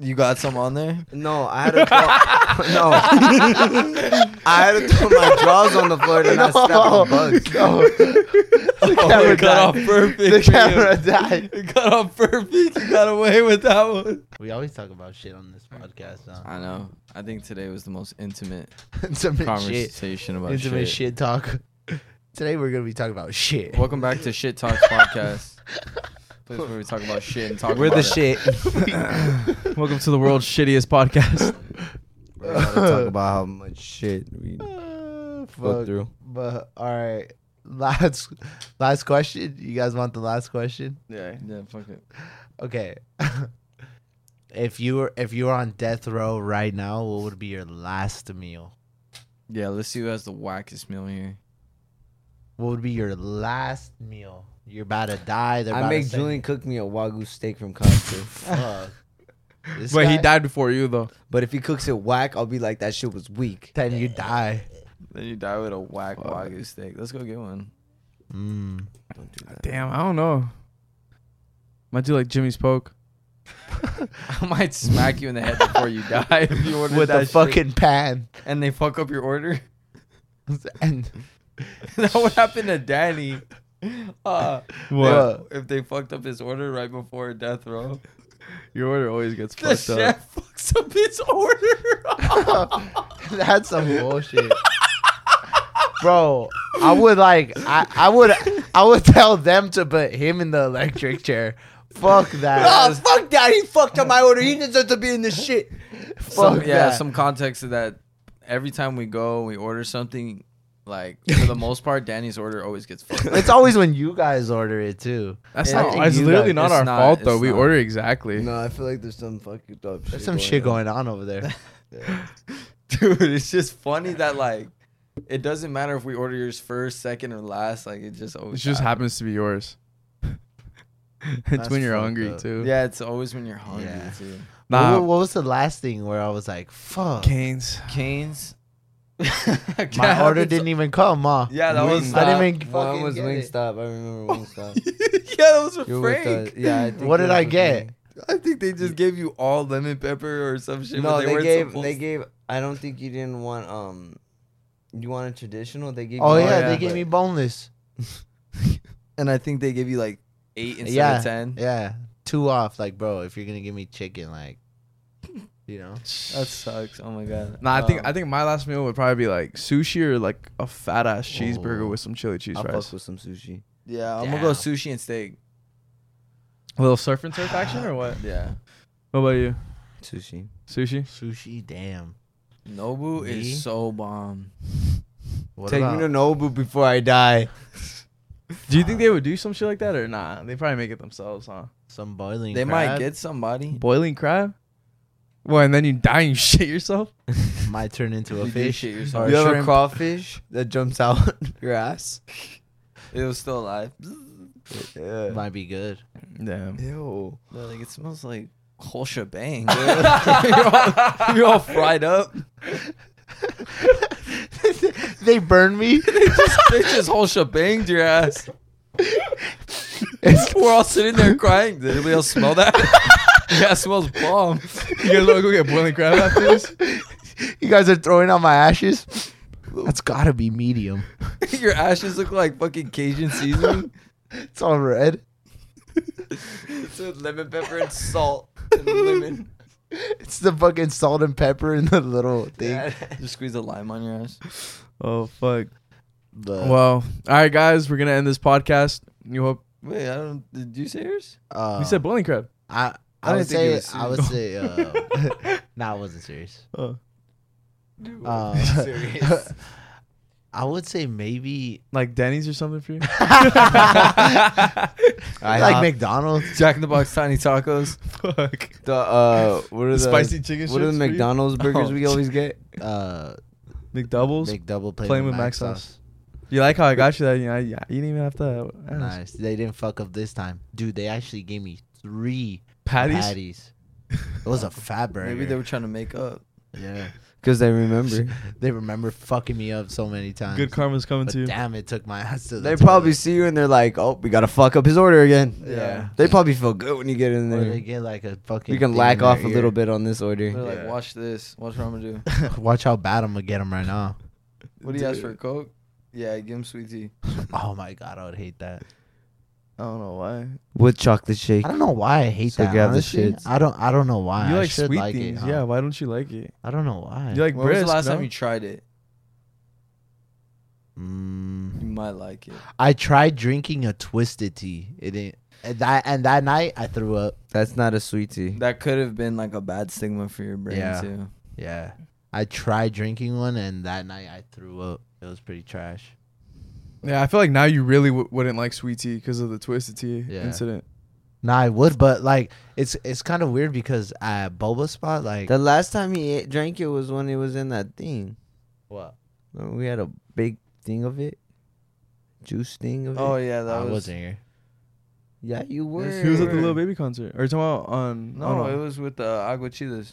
Speaker 2: you got some on there
Speaker 3: No, I had to throw. no, I had to throw my drawers on the floor and I stepped on bugs.
Speaker 1: No. the
Speaker 2: oh,
Speaker 1: camera
Speaker 2: it got off
Speaker 1: died.
Speaker 2: perfect for
Speaker 1: The
Speaker 2: you.
Speaker 1: camera died.
Speaker 2: it got off perfect you got away with that one
Speaker 1: We always talk about shit on this podcast. Huh?
Speaker 2: i know i think today was the most intimate
Speaker 1: Intimate shit.
Speaker 2: conversation about
Speaker 1: Intimate shit
Speaker 2: shit.
Speaker 1: talk. Today we're gonna be talking about shit.
Speaker 2: welcome back to shit talks podcast place where we talk about shit and talk
Speaker 3: We're
Speaker 2: about
Speaker 3: the
Speaker 2: it.
Speaker 3: shit.
Speaker 4: Welcome to the world's shittiest podcast.
Speaker 3: We're about to talk about how much shit we
Speaker 1: Uh,
Speaker 3: go
Speaker 1: fuck.
Speaker 3: through.
Speaker 1: But all right, last last question. You guys want the last question?
Speaker 2: yeah yeah fuck it
Speaker 1: Okay. if you were if you were on death row right now, what would be your last meal?
Speaker 2: Yeah, let's see who has the wackest meal here.
Speaker 1: What would be your last meal? You're about to die. They're
Speaker 3: I
Speaker 1: about
Speaker 3: make
Speaker 1: to say,
Speaker 3: Julian cook me a wagyu steak from Costco.
Speaker 1: Fuck. This
Speaker 4: But he
Speaker 1: guy-
Speaker 4: died before you though.
Speaker 3: but if he cooks it whack, I'll be like, that shit was weak.
Speaker 1: Then you die.
Speaker 2: Then you die with a whack wagyu steak. Let's go get one.
Speaker 1: Mm.
Speaker 3: Don't do that.
Speaker 4: Damn, I don't know. Might do like Jimmy's poke.
Speaker 2: I might smack you in the head before you die if you order
Speaker 1: With
Speaker 2: that
Speaker 1: a fucking pan.
Speaker 2: shit and they fuck up your order.
Speaker 1: And
Speaker 2: that would happen to Danny. Uh,
Speaker 1: What?
Speaker 2: if- If they fucked up his order right before death row,
Speaker 4: Your order always gets
Speaker 2: the
Speaker 4: fucked up.
Speaker 2: chef fucks up his order.
Speaker 1: that's some bullshit. bro. I would like I, I would I would tell them to put him in the electric chair. Fuck that.
Speaker 3: Oh, fuck that. He fucked up my order. He deserves to be in this shit.
Speaker 1: Fuck
Speaker 2: some, yeah,
Speaker 1: that.
Speaker 2: some context of that. Every time we go, we order something. Like for the most part, Danny's order always gets fucked. up.
Speaker 1: It's always when you guys order it too.
Speaker 4: That's
Speaker 1: Yeah, I
Speaker 4: not.
Speaker 1: think
Speaker 4: It's
Speaker 1: you
Speaker 4: literally
Speaker 1: guys-
Speaker 4: not
Speaker 2: it's
Speaker 4: our
Speaker 2: not-
Speaker 4: fault though.
Speaker 2: it's
Speaker 4: We
Speaker 2: not.
Speaker 4: order exactly.
Speaker 3: No, I feel like there's some fucking up shit.
Speaker 1: There's some shit
Speaker 3: on.
Speaker 1: going on over there.
Speaker 2: dude. It's just funny that like it doesn't matter if we order yours first, second, or last. Like it just
Speaker 4: It
Speaker 2: always
Speaker 4: just happens to be yours. it's
Speaker 1: That's
Speaker 4: when you're
Speaker 1: fucked
Speaker 4: hungry
Speaker 1: up.
Speaker 4: too.
Speaker 2: Yeah, it's always when you're hungry
Speaker 1: Yeah.
Speaker 2: too.
Speaker 1: What,
Speaker 4: Nah,
Speaker 1: wa- what was the last thing where I was like, fuck,
Speaker 4: Canes.
Speaker 2: Canes.
Speaker 1: my order didn't even come, ma.
Speaker 2: Yeah, that was.
Speaker 1: I didn't even
Speaker 3: Mine
Speaker 1: fucking
Speaker 3: was
Speaker 1: get it.
Speaker 3: Wingstop. I remember Wingstop.
Speaker 2: yeah, that was for
Speaker 3: You're with
Speaker 2: Frank.
Speaker 3: us. Yeah. I think
Speaker 1: What
Speaker 3: you're
Speaker 1: did I
Speaker 3: with
Speaker 1: get?
Speaker 3: me.
Speaker 2: I think they just gave you all lemon pepper or some shit.
Speaker 3: No,
Speaker 2: but
Speaker 3: they,
Speaker 2: weren't
Speaker 3: gave.
Speaker 2: supposed
Speaker 3: They
Speaker 2: to.
Speaker 3: gave. I don't think you didn't want. Um, you wanted traditional. They gave.
Speaker 1: Oh
Speaker 3: you
Speaker 1: yeah,
Speaker 3: one,
Speaker 1: they
Speaker 4: yeah.
Speaker 1: gave
Speaker 3: but-
Speaker 1: me boneless.
Speaker 2: and I think they give you like eight instead
Speaker 1: Yeah.
Speaker 2: of ten.
Speaker 1: Yeah, two off. Like, bro, if you're gonna give me chicken, like, you know,
Speaker 2: That sucks. Oh my god.
Speaker 4: Nah, I think
Speaker 2: Um,
Speaker 4: I think my last meal would probably be like sushi or like a fat ass cheeseburger
Speaker 1: Ooh.
Speaker 4: with some chili cheese
Speaker 3: I'll fuck
Speaker 4: fries.
Speaker 3: with some sushi.
Speaker 2: yeah, I'm gonna go
Speaker 1: Damn.
Speaker 2: sushi and steak.
Speaker 4: A little surf and turf action or what?
Speaker 2: Yeah.
Speaker 4: What about you?
Speaker 3: Sushi.
Speaker 4: Sushi?
Speaker 1: sushi. Damn.
Speaker 2: Nobu
Speaker 1: Me?
Speaker 2: is so bomb.
Speaker 1: What
Speaker 3: Take
Speaker 1: about?
Speaker 3: me to Nobu before I die.
Speaker 4: Do you think they would do some shit like that or nah? They probably make it themselves, huh?
Speaker 1: Some boiling.
Speaker 2: They might
Speaker 1: crab?
Speaker 2: get somebody.
Speaker 4: Boiling crab? Well, and then you die and you shit yourself?
Speaker 1: might turn into a
Speaker 2: You do
Speaker 1: fish.
Speaker 2: shit
Speaker 1: or
Speaker 2: yourself.
Speaker 1: a
Speaker 3: you have a
Speaker 1: shrimp.
Speaker 3: crawfish that jumps out your ass.
Speaker 2: It was still alive.
Speaker 3: Yeah.
Speaker 1: might be good.
Speaker 4: Damn.
Speaker 3: Ew.
Speaker 2: They're like it smells like whole shebang. dude." you're, all, you're all fried up.
Speaker 1: they burn me.
Speaker 2: They just whole shebanged your ass. We're all sitting there crying. Did anybody else smell that? yeah, it smells bomb.
Speaker 4: You guys wanna go get boiling crab after this?
Speaker 1: you guys are throwing out my ashes. That's gotta be medium.
Speaker 2: Your ashes look like fucking Cajun seasoning.
Speaker 1: It's all red.
Speaker 2: it's with lemon pepper and salt and lemon.
Speaker 1: It's the fucking salt and pepper in the little thing.
Speaker 2: Just squeeze a lime on your ass.
Speaker 4: Oh fuck.
Speaker 1: But,
Speaker 4: Well, all right, guys, we're gonna end this podcast. You hope
Speaker 2: Wait, I don't. Did you say yours?
Speaker 1: uh,
Speaker 4: you said boiling crab.
Speaker 1: I. I
Speaker 2: I
Speaker 1: would
Speaker 2: don't think it
Speaker 1: say
Speaker 2: was
Speaker 1: I would say uh, nah I wasn't serious.
Speaker 4: Oh.
Speaker 1: Uh, I would say maybe
Speaker 4: Like Denny's or something for you?
Speaker 1: like
Speaker 3: like make
Speaker 1: McDonald's.
Speaker 2: Jack in the Box tiny tacos.
Speaker 4: fuck.
Speaker 3: the uh what are the,
Speaker 4: spicy chicken
Speaker 3: what are the
Speaker 4: strips for you?
Speaker 3: McDonald's burgers
Speaker 4: Oh.
Speaker 3: we always get?
Speaker 1: Uh,
Speaker 4: McDoubles.
Speaker 1: McDouble plain,
Speaker 4: plain
Speaker 1: with
Speaker 4: with
Speaker 1: mac
Speaker 4: mac
Speaker 1: sauce.
Speaker 4: You like how I got you that? You, know, you didn't even have to. ask.
Speaker 1: Nice. They didn't fuck up this time, dude. They actually gave me three
Speaker 4: Patties.
Speaker 1: patties. It was a fat burger.
Speaker 2: Maybe they were trying to make up.
Speaker 1: yeah.
Speaker 3: Because they remember.
Speaker 1: They remember fucking me up so many times.
Speaker 4: Good karma's coming
Speaker 1: But
Speaker 4: to you.
Speaker 1: damn, it took my ass to. The
Speaker 3: they probably
Speaker 1: toilet.
Speaker 3: see you and they're like, oh, we gotta fuck up his order again.
Speaker 1: Yeah.
Speaker 3: They probably feel good when you get in
Speaker 1: Or they
Speaker 3: there.
Speaker 1: get like a fucking.
Speaker 3: You can
Speaker 1: thing
Speaker 3: lack
Speaker 1: in
Speaker 3: off a
Speaker 1: their
Speaker 3: little
Speaker 1: ear.
Speaker 3: bit on this order.
Speaker 2: They're
Speaker 4: Yeah.
Speaker 2: like, watch this. Watch what I'm gonna do.
Speaker 1: Watch how bad I'm gonna get them right now.
Speaker 2: What do you ask for?
Speaker 4: Dude.
Speaker 2: Coke? Yeah, give him sweet tea.
Speaker 1: Oh my god, I would hate that.
Speaker 4: I don't know why.
Speaker 3: With chocolate shake.
Speaker 1: I don't know why I hate
Speaker 3: So
Speaker 1: that.
Speaker 3: grab the
Speaker 1: Honestly,
Speaker 3: shits.
Speaker 1: I don't. I don't know why.
Speaker 4: you
Speaker 1: I
Speaker 4: like
Speaker 1: should
Speaker 4: sweet
Speaker 1: like
Speaker 4: things,
Speaker 1: it, huh?
Speaker 4: yeah? Why don't you like it?
Speaker 1: I don't know why.
Speaker 4: You like
Speaker 2: When
Speaker 4: brisk?
Speaker 2: was the last
Speaker 4: no?
Speaker 2: time you tried it? You
Speaker 1: Mm,
Speaker 2: might like it.
Speaker 1: I tried drinking a twisted tea. It didn't. And that and that night I threw up.
Speaker 3: That's not a sweet tea.
Speaker 2: That could have been like a bad stigma for your brain
Speaker 1: Yeah.
Speaker 2: too.
Speaker 1: Yeah, I tried drinking one, and that night I threw up. It was pretty trash.
Speaker 4: Yeah, I feel like now you really w- wouldn't like sweet tea because of the twisted tea
Speaker 1: Yeah.
Speaker 4: incident.
Speaker 1: Nah, I would, but like it's it's kind of weird because at Boba Spot, like
Speaker 3: The last time he ate, drank it was when it was in that thing.
Speaker 1: what?
Speaker 3: Remember we had a big thing of it. Juice thing of
Speaker 2: Oh
Speaker 3: it.
Speaker 2: yeah, that
Speaker 1: I
Speaker 2: was.
Speaker 1: wasn't here.
Speaker 3: Yeah, you were.
Speaker 4: He was at the little baby concert. Or you talking about on?
Speaker 2: No,
Speaker 4: oh,
Speaker 2: it was with the uh, Aguachilas.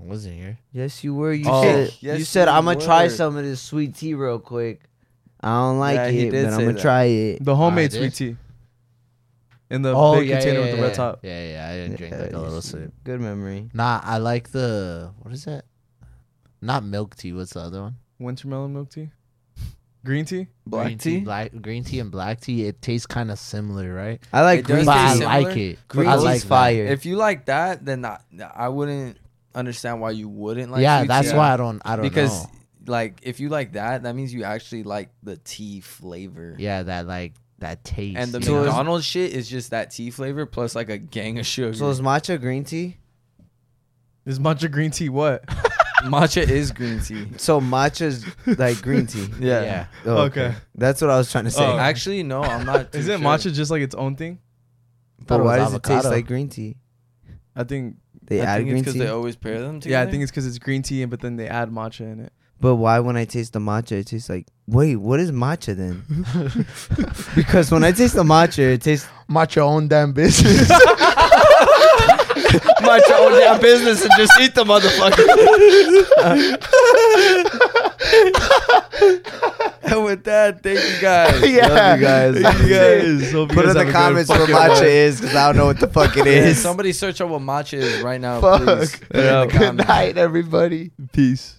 Speaker 1: I wasn't here.
Speaker 3: Yes, you were. You
Speaker 2: Oh.
Speaker 3: said
Speaker 2: Yes,
Speaker 3: you said
Speaker 2: you
Speaker 3: I'm gonna try
Speaker 2: were.
Speaker 3: some of this sweet tea real quick. I don't like
Speaker 2: Yeah, he
Speaker 3: it,
Speaker 2: did
Speaker 3: but I'm
Speaker 2: say
Speaker 3: gonna
Speaker 2: that.
Speaker 3: try it.
Speaker 4: the homemade
Speaker 1: I did.
Speaker 4: sweet tea. In the
Speaker 1: oh
Speaker 4: big
Speaker 1: yeah, yeah,
Speaker 4: container with the
Speaker 1: yeah,
Speaker 4: red
Speaker 1: yeah.
Speaker 4: top.
Speaker 1: Yeah, yeah. I didn't drink
Speaker 3: Yeah,
Speaker 1: like a little
Speaker 3: yes,
Speaker 1: sip.
Speaker 3: Good memory.
Speaker 1: Nah, I like the what is that? Not milk tea. What's the other one?
Speaker 4: Wintermelon milk tea. Green tea.
Speaker 2: Black
Speaker 1: green
Speaker 2: tea.
Speaker 1: black green tea, and black tea. It tastes kind of similar, right?
Speaker 3: I like
Speaker 2: It does
Speaker 3: green
Speaker 1: But I
Speaker 2: taste
Speaker 3: tea.
Speaker 2: similar.
Speaker 1: like it.
Speaker 3: Green
Speaker 1: I
Speaker 3: tea's
Speaker 1: like that.
Speaker 3: fire.
Speaker 2: If you like that, then I, I wouldn't understand why you wouldn't like.
Speaker 1: yeah,
Speaker 2: sweet
Speaker 1: that's
Speaker 2: tea.
Speaker 1: why I don't. I don't
Speaker 2: because
Speaker 1: know.
Speaker 2: like if you like that, that means you actually like the tea flavor.
Speaker 1: Yeah, that like that taste.
Speaker 2: And the
Speaker 1: you
Speaker 3: So
Speaker 1: know?
Speaker 3: it's-
Speaker 2: McDonald's shit is just that tea flavor plus like a gang of sugar.
Speaker 3: So is matcha green tea?
Speaker 4: Is matcha green tea what?
Speaker 2: matcha is green tea.
Speaker 3: So matcha's like green tea.
Speaker 2: Yeah.
Speaker 1: yeah.
Speaker 3: Oh,
Speaker 4: Okay.
Speaker 3: That's what I was trying to say.
Speaker 4: Oh.
Speaker 2: Actually, no, I'm not. too
Speaker 4: Isn't
Speaker 2: sure.
Speaker 4: matcha just like its own thing?
Speaker 1: Thought
Speaker 3: But
Speaker 1: it
Speaker 3: why
Speaker 1: was
Speaker 3: does it taste
Speaker 1: avocado.
Speaker 3: like green tea?
Speaker 4: I think.
Speaker 3: They
Speaker 2: I
Speaker 3: add
Speaker 2: think it's
Speaker 3: green
Speaker 2: because
Speaker 3: tea.
Speaker 2: they always pair them together.
Speaker 4: Yeah, I think it's because it's green tea, and but then they add matcha in it.
Speaker 3: But why when I taste the matcha, it tastes like wait, what is matcha then? because when I taste the matcha, it tastes
Speaker 1: Match your own damn business.
Speaker 3: matcha own damn business and just eat the motherfucker.
Speaker 2: And with that, thank you guys.
Speaker 1: Yeah.
Speaker 3: Love you guys.
Speaker 1: Thank you guys.
Speaker 4: Hope you
Speaker 3: Put
Speaker 4: guys have
Speaker 3: in
Speaker 4: a
Speaker 3: the
Speaker 4: good
Speaker 3: comments what
Speaker 4: fucking
Speaker 3: matcha
Speaker 4: one.
Speaker 3: is because I don't know what the fuck it
Speaker 2: Yeah,
Speaker 3: is.
Speaker 2: somebody search up what matcha is right now,
Speaker 1: Fuck.
Speaker 2: Oh, please. Put it in the
Speaker 4: Yeah.
Speaker 1: Good
Speaker 2: comments.
Speaker 1: night, everybody.
Speaker 4: Peace.